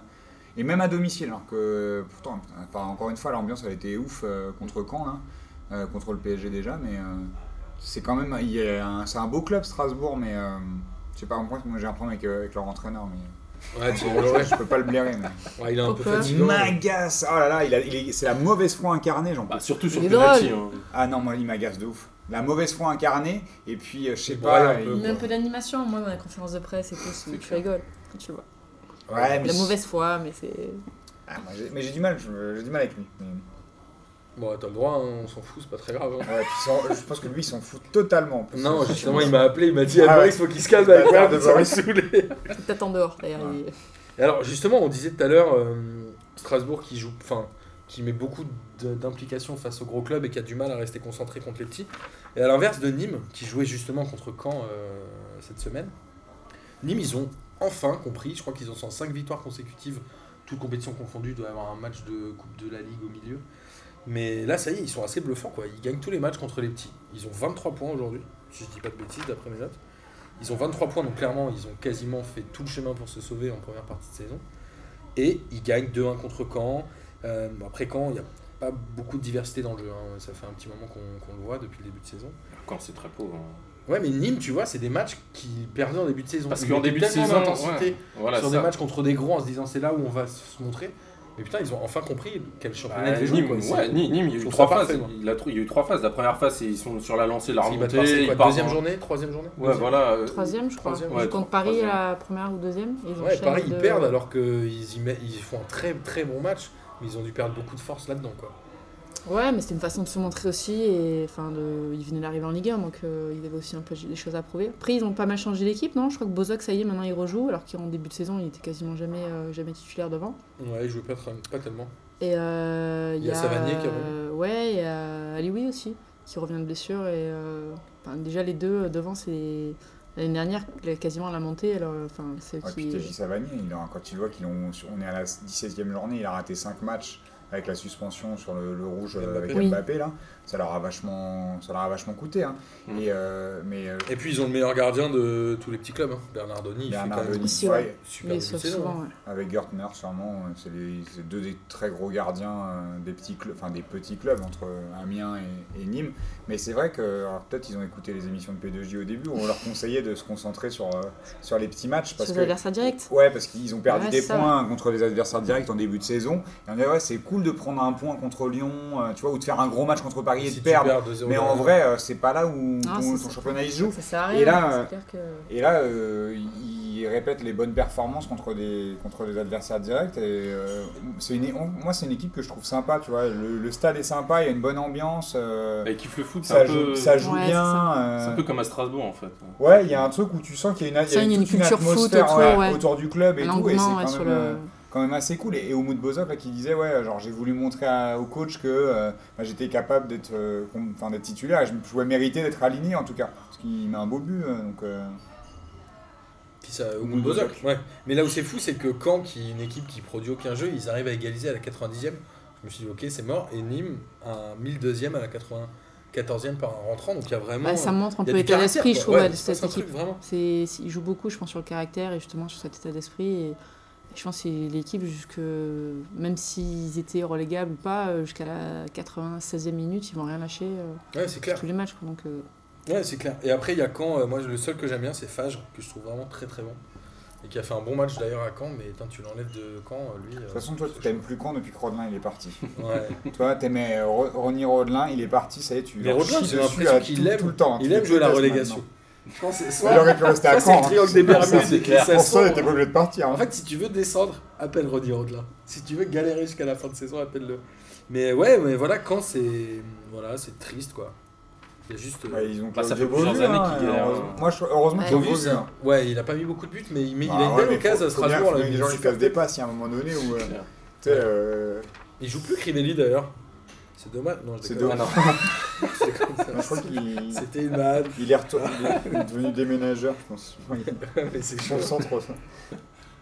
et même à domicile, alors que. Pourtant, enfin, encore une fois, l'ambiance, elle était ouf euh, contre Caen, là. euh, contre le PSG déjà, mais. euh, c'est quand même. il y a un- C'est un beau club, Strasbourg, mais. euh, je sais pas, moi, j'ai un problème avec, euh, avec leur entraîneur, mais.
Ouais, tu-
Ouais,
ouais,
je peux pas le blairer,
(laughs)
mais.
ouais, il est un peu
Pourquoi
fatiguant.
M'agace Oh là là, il a- il est- c'est la mauvaise foi incarnée, j'en
Bah, surtout sur
Il est
penalty. hein.
ah non, moi, il m'agace de ouf. La mauvaise foi incarnée, et puis, euh, je sais
Il
pas.
braille un peu,
il-
Même un peu d'animation, moi, dans la conférence de presse et tout, c'est- tu
clair.
rigoles quand tu le vois.
euh, Ouais, mais.
La mauvaise foi, mais c'est.
Ah, moi, j'ai- mais j'ai du mal, je- j'ai du mal avec lui. Mais-
Bon, t'as le droit, hein, on s'en fout, c'est pas très grave. hein.
Ouais, puis sans- je pense que lui, il s'en fout totalement. en plus.
Non,
C'est-
justement,
c'est-
il m'a appelé, il m'a dit,
Ah
ah,
ouais.
Boris, faut qu'il se calme
Ce
avec moi,
bâtard de
ça va me
Boris.
saouler.
Il t'attend dehors d'ailleurs.
Ouais.
il-
Et Alors justement, on disait tout à l'heure euh, Strasbourg qui joue, enfin qui met beaucoup de- d'implication face aux gros clubs et qui a du mal à rester concentré contre les petits. Et à l'inverse de Nîmes, qui jouait justement contre Caen euh, cette semaine, Nîmes ils ont enfin compris. Je crois qu'ils ont 5 victoires consécutives, toutes compétitions confondues. Il doit y avoir un match de Coupe de la Ligue au milieu. Mais là, ça y est, ils sont assez bluffants quoi. Ils gagnent tous les matchs contre les petits. Ils ont 23 points aujourd'hui, si je dis pas de bêtises d'après mes notes. Ils ont 23 points, donc clairement, ils ont quasiment fait tout le chemin pour se sauver en première partie de saison et ils gagnent 2-1 contre Caen. Euh, bon, après Caen, il n'y a pas beaucoup de diversité dans le jeu. hein. Ça fait un petit moment qu'on qu'on le voit depuis le début de saison.
Quand c'est très pauvre. hein.
Ouais, mais Nîmes, tu vois, c'est des matchs qui perdaient en début de saison.
Parce
Ils
qu'en
mettaient
début de
tellement
saison,
d'intensité
ouais, voilà,
sur
ça.
des matchs contre des gros en se disant c'est là où on va se montrer. Mais putain, ils ont enfin compris quel championnat
Bah,
ils
Nîmes,
jouent. quoi.
ouais,
C'est-
Nîmes, Nîmes, il y
Je
a eu
trouve
trois
ça
phases.
parfait, moi.
Il a trou- il y a eu trois phases. La première phase, c'est- ils sont sur la lancée, la
Ils battent
remontée.
Marseille,
ils
quoi,
partent
deuxième
en-
journée, troisième journée.
Ouais, voilà. euh,
Troisième, je crois.
Troisième,
Je
ouais,
compte
troisième.
Paris à la première ou deuxième. et Ils
Ouais,
enchaînent
Paris,
de-
ils perdent alors qu'ils ils y met- ils font un très très bon match, mais ils ont dû perdre beaucoup de force là-dedans. quoi.
Ouais, mais c'était une façon de se montrer aussi. Et, enfin, de... Ils venaient d'arriver en Ligue 1, donc euh, ils avaient aussi un peu des choses à prouver. Après, ils ont pas mal changé l'équipe, non Je crois que Bozoc, ça y est, maintenant il rejoue, alors qu'en début de saison, il était quasiment jamais, euh, jamais titulaire devant.
Ouais, il jouait pas, tra- pas tellement.
Et euh,
Il y a Savanier qui revient.
euh, Ouais, il y a Alioui aussi, qui revient de blessure. Et, euh, enfin, déjà, les deux euh, devant, c'est l'année dernière, la- quasiment la montée. Alors, euh, enfin, c'est
Ouais, puis
qui...
TJ Savanier, il a- quand il voit qu'on on est à la 17e journée, il a raté 5 matchs avec la suspension sur le, le rouge euh, avec
Mbappé.
Mbappé, là, ça leur a vachement, ça leur a vachement coûté. hein.
Mm.
Et, euh, mais euh,
Et puis ils ont le meilleur gardien de tous les petits clubs. hein. Bernardoni,
Bernard
il fait quand même
Denis,
Aussi,
ouais,
ouais.
super
Il les
début de
sauve
saison,
souvent,
hein.
ouais.
avec Gertner sûrement, euh, c'est les- c'est deux des très gros gardiens euh, des petits clubs, enfin des petits clubs entre euh, Amiens et, et Nîmes. Mais c'est vrai que alors, peut-être ils ont écouté les émissions de P2J au début, où on leur conseillait de se concentrer sur, euh, sur les petits matchs parce
Sur
que
les adversaires directs.
Ouais, parce qu'ils ont perdu
Ouais,
des
ça.
points contre les adversaires directs en début de saison. Et on dit, ouais, c'est cool de prendre un point contre Lyon, euh, tu vois, ou de faire un gros match contre Paris et
Si
de
tu
perdre.
perds 2-0,
Mais en vrai, euh, c'est pas là où
Ah,
ton,
c'est
ton
ça.
championnat il se joue.
Ça sert à rien.
Et là,
c'est
euh,
clair que...
Et là, euh, ils répètent les bonnes performances contre des, contre des adversaires directs. Et euh, c'est une, on- moi, c'est une équipe que je trouve sympa, tu vois. Le, le stade est sympa, il y a une bonne ambiance, euh,
Bah, Ils kiffent le foot, c'est
ça,
un
joue,
peu.
ça joue
Ouais, c'est
bien.
ça.
euh,
C'est un peu comme à Strasbourg en fait.
Ouais, il y a un truc où tu sens qu'il y a une, il y a
Ça, il y a une
toute une
culture foot
atmosphère
autour,
ouais,
ouais.
autour du club et tout. Et c'est
L'engouement
quand
ouais, sur
même, euh,
le.
quand même assez cool. Et, et au mot de Bozok, là, qui disait, ouais, genre, j'ai voulu montrer à- au coach que euh, bah, j'étais capable d'être euh, com- enfin, d'être titulaire. et Je, je pouvais mériter d'être aligné, en tout cas. Parce qu'il met un beau but. euh, donc, euh,
Puis ça, au bout de Bozoc, ouais. Mais là où c'est fou, c'est que Caen, qui est une équipe qui produit aucun jeu, ils arrivent à égaliser à la 90e. Je me suis dit, ok, c'est mort. Et Nîmes, un 1200e à la 94e par un rentrant. Donc il y a vraiment.
Bah, ça montre un
il y a
peu
du
l'état
caractère,
d'esprit, je
quoi.
trouve,
Ouais,
ouais, de
il se passe
cette
un truc,
équipe.
vraiment.
C'est, c'est- il joue beaucoup, je pense, sur le caractère et justement sur cet état d'esprit. Et, et je pense que c'est l'équipe, jusque, même s'ils étaient relégables ou pas, euh, jusqu'à la 96e minute, ils vont rien lâcher euh,
Ouais, c'est clair.
tous les matchs. quoi. Donc, euh,
Ouais, c'est clair. Et après, il y a Caen, euh, moi le seul que j'aime bien, c'est Fage, que je trouve vraiment très très bon. Et qui a fait un bon match d'ailleurs à Caen, mais putain, tu l'enlèves de Caen, euh, lui.
de toute façon, toi, tu t'aimes plus quand depuis que Rodelin, il est parti. (laughs)
Ouais.
toi, t'aimais euh, Ro- Ronny Rodelin, il est parti, ça y est, tu
Mais
leur
Rodelin,
chies
j'ai
dessus,
l'impression
euh,
qu'il
tout-
aime-
tout le temps.
Il
Tu
aime jouer la
détestes
relégation.
maintenant.
Je pense que c'est
Il aurait
soit-
pu rester à
soit c'est le
Caen.
triangle des
Ça,
Bermudes
c'est
et puis
clair.
ça
Pour ça, il
sombre.
était pas obligé de partir. hein.
En fait, si tu veux descendre, appelle Ronny Rodelin. Si tu veux galérer jusqu'à la fin de saison, appelle-le. Mais ouais, mais voilà, Caen, c'est. Voilà, c'est triste quoi. Il y a juste. euh,
Ouais, ils ont
Bah, ça fait
Claudio
plusieurs
Beaulieu,
années
hein,
qu'il galère,
heureusement.
hein.
Moi, je- heureusement
Ouais.
qu'il
Beaulieu,
y a
Ouais, il a pas mis beaucoup de buts, mais il, met- il
hein. Bah
a une
ouais,
belle
mais
occasion
faut-
à
faut bien
Strasbourg.
que
là,
les
il
gens
est
lui
super
fassent des passes, il y a un moment donné où. euh,
clair.
tu sais,
(laughs)
euh,
Il joue plus Crivelli d'ailleurs. C'est dommage. Non, je
C'est
déconne.
Ah, non.
C'est comme
moi, je
ça.
crois qu'il
C'était une
(laughs)
vanne.
il est, retour- il est- il est devenu déménageur, je
(laughs)
pense. Il
Mais c'est chaud.
concentre ça.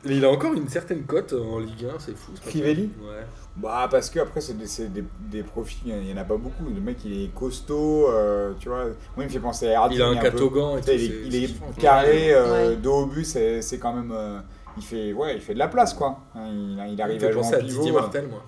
Mais il a encore une certaine cote en Ligue 1, c'est fou. ce mec.
Crivelli
Ouais.
Bah, parce que après, c'est des, c'est des, des profils, il n'y en a pas beaucoup. Le mec, il est costaud, euh, tu vois. Moi, il me fait penser à Harding.
Il a un
Ah, un peu.
catogan et
Tu
tout.
sais, Il
c'est-
est, il est
c'est franchement-
carré, euh,
Ouais.
dos au but, c'est c'est quand même. euh, il fait, ouais, il fait de la place quoi. Hein, Il, il
Il
arrive
fait
à jouer en
penser à Didier
pivot.
Martel, moi.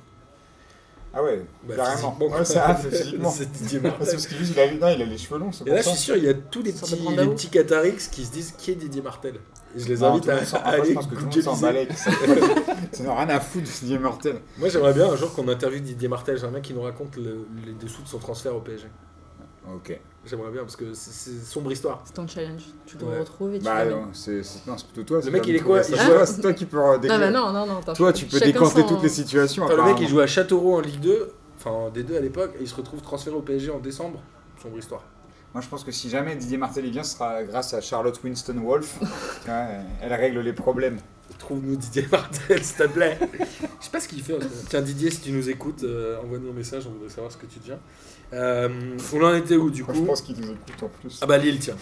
Ah ouais,
Bah,
carrément.
physiquement, (laughs)
Ouais, ça, physiquement.
c'est Didier
Ouais, C'est
Martel.
parce que lui, il a, bah, non, il a les cheveux longs, c'est
Et
pour
là, je
ça.
suis sûr, il y a tous les
Sur
petits,
le prendre
les
là-haut.
petits Catarix qui se disent qui est Didier Martel. Et je les
Non,
invite
Ah, tout le
à,
monde s'en-
à
après,
aller
je pense que tout le monde s'en
googleiser.
balait. que (laughs) Ça ça n'a rien à foutre de Didier Martel.
Moi, j'aimerais bien un jour qu'on interviewe Didier Martel. J'aimerais qu'il nous raconte le- les dessous de son transfert au PSG.
Ok.
J'aimerais bien, parce que c'est- c'est sombre histoire.
c'est ton challenge. Tu te
Ouais.
retrouves et tu
Bah
l'amènes.
non, c'est c'est- non, c'est plutôt toi. c'est
mec,
toi
il est
qui
quoi
trouves
Il
ça.
joue
Toi, C'est toi qui peux. euh,
Non, bah
décanter-
non, non, non. attends.
Toi, tu peux
Chacun
décanter
son-
toutes les situations.
Enfin, le mec, il
apparemment.
joue à Châteauroux en Ligue 2, enfin en D2 à l'époque, et il se retrouve transféré au PSG en décembre. Sombre histoire.
Moi, je pense que si jamais Didier Martel il vient, ce sera grâce à Charlotte Winston
(laughs)
Wolf. elle règle les problèmes.
Trouve-nous Didier Martel, s'il te plaît. (laughs) Je sais pas ce qu'il fait. en ce moment. Tiens, Didier, si tu nous écoutes, euh, envoie-nous un message, on voudrait savoir ce que tu deviens. Euh, on en était où du
Moi, je
coup
pense qu'il nous écoute en plus.
Ah bah Lille, tiens.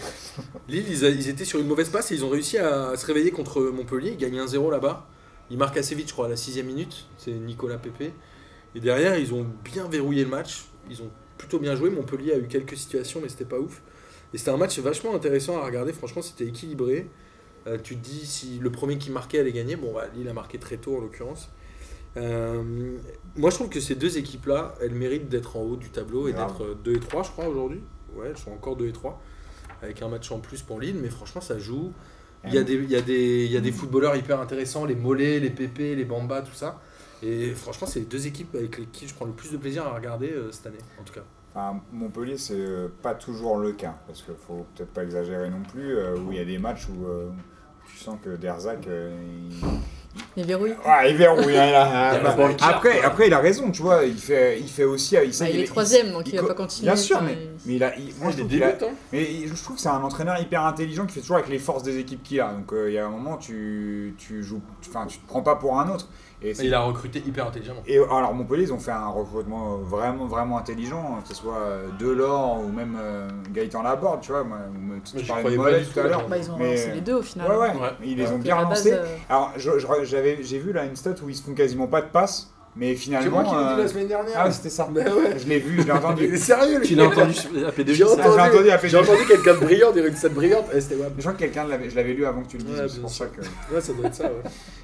Lille, ils, a- ils étaient sur une mauvaise passe et ils ont réussi à se réveiller contre Montpellier. Ils gagnent 1-0 là-bas. Ils marquent assez vite, je crois, à la sixième minute. C'est Nicolas Pépé. Et derrière, ils ont bien verrouillé le match. Ils ont plutôt bien joué. Montpellier a eu quelques situations, mais c'était pas ouf. Et c'était un match vachement intéressant à regarder. Franchement, c'était équilibré. Euh, tu te dis, si le premier qui marquait allait gagner, bon, bah, Lille a marqué très tôt en l'occurrence. Euh, moi, je trouve que ces deux équipes-là, elles méritent d'être en haut du tableau et
Grave.
d'être 2 et 3, je crois, aujourd'hui. Ouais, elles sont encore 2 et 3, avec un match en plus pour Lille, mais franchement, ça joue. Il y a des, il y a des, il y a des footballeurs hyper intéressants, les Mollet, les Pépé, les Bamba, tout ça. Et franchement, c'est les deux équipes avec lesquelles je prends le plus de plaisir à regarder euh, cette année, en tout cas.
Enfin, Montpellier, c'est euh, pas toujours le cas, parce qu'il faut peut-être pas exagérer non plus, euh, où il y a des matchs où, euh, où tu sens que Derzac, euh, il-
Les verrouilles.
Ouais, il verrouille, hein, là.
Il y a
bah,
vraiment le killer,
après,
quoi.
après, il a raison, tu vois. Il fait, il fait aussi. Il, sait
Bah, il
qu'il
est troisième, donc il va pas continuer,
Bien sûr,
enfin,
mais,
il-
mais il a. il- moi, je
Ah, il est hein.
trouve qu'il a-
dégoûtant.
mais il- je trouve que c'est un entraîneur hyper intelligent qui fait toujours avec les forces des équipes qu'il a. Donc, euh, il y a un moment, tu, tu joues. Enfin, tu te prends pas pour un autre. Et c'est
Il a recruté hyper intelligemment.
Et alors Montpellier, ils ont fait un recrutement euh, vraiment vraiment intelligent, que ce soit euh, Delors ou même euh, Gaëtan Laborde, tu vois. Moi, moi, tu
Moi, j'y
parlais
croyais
de
pas
Mollet
du
tout
tout,
à
là,
l'heure.
j'en
Bah, ils ont
Mais-
relancé les deux au final.
Ouais, ouais,
Ouais.
ils les
Ouais.
ont
Donc,
bien
à la base,
lancés.
euh,
Alors je- je- j'avais j'ai vu là une stat où ils se font quasiment pas de passes, mais
C'est moi qui
finalement.
l'ai dit
euh,
la semaine dernière.
Ah c'était ça.
Bah ouais.
Je l'ai vu,
(laughs)
je l'ai
Il est
entendu.
sérieux, le
Tu l'as
gars.
entendu à P2J
J'ai
ça
entendu,
entendu à
j'ai entendu quelqu'un de brillant dire une scène brillante. Eh, c'était ouais.
Je crois que quelqu'un l'avait, je l'avais lu avant que tu le dises,
Ouais,
c'est
bien
pour
sûr.
ça que.
Ouais, ça doit être ça. Ouais.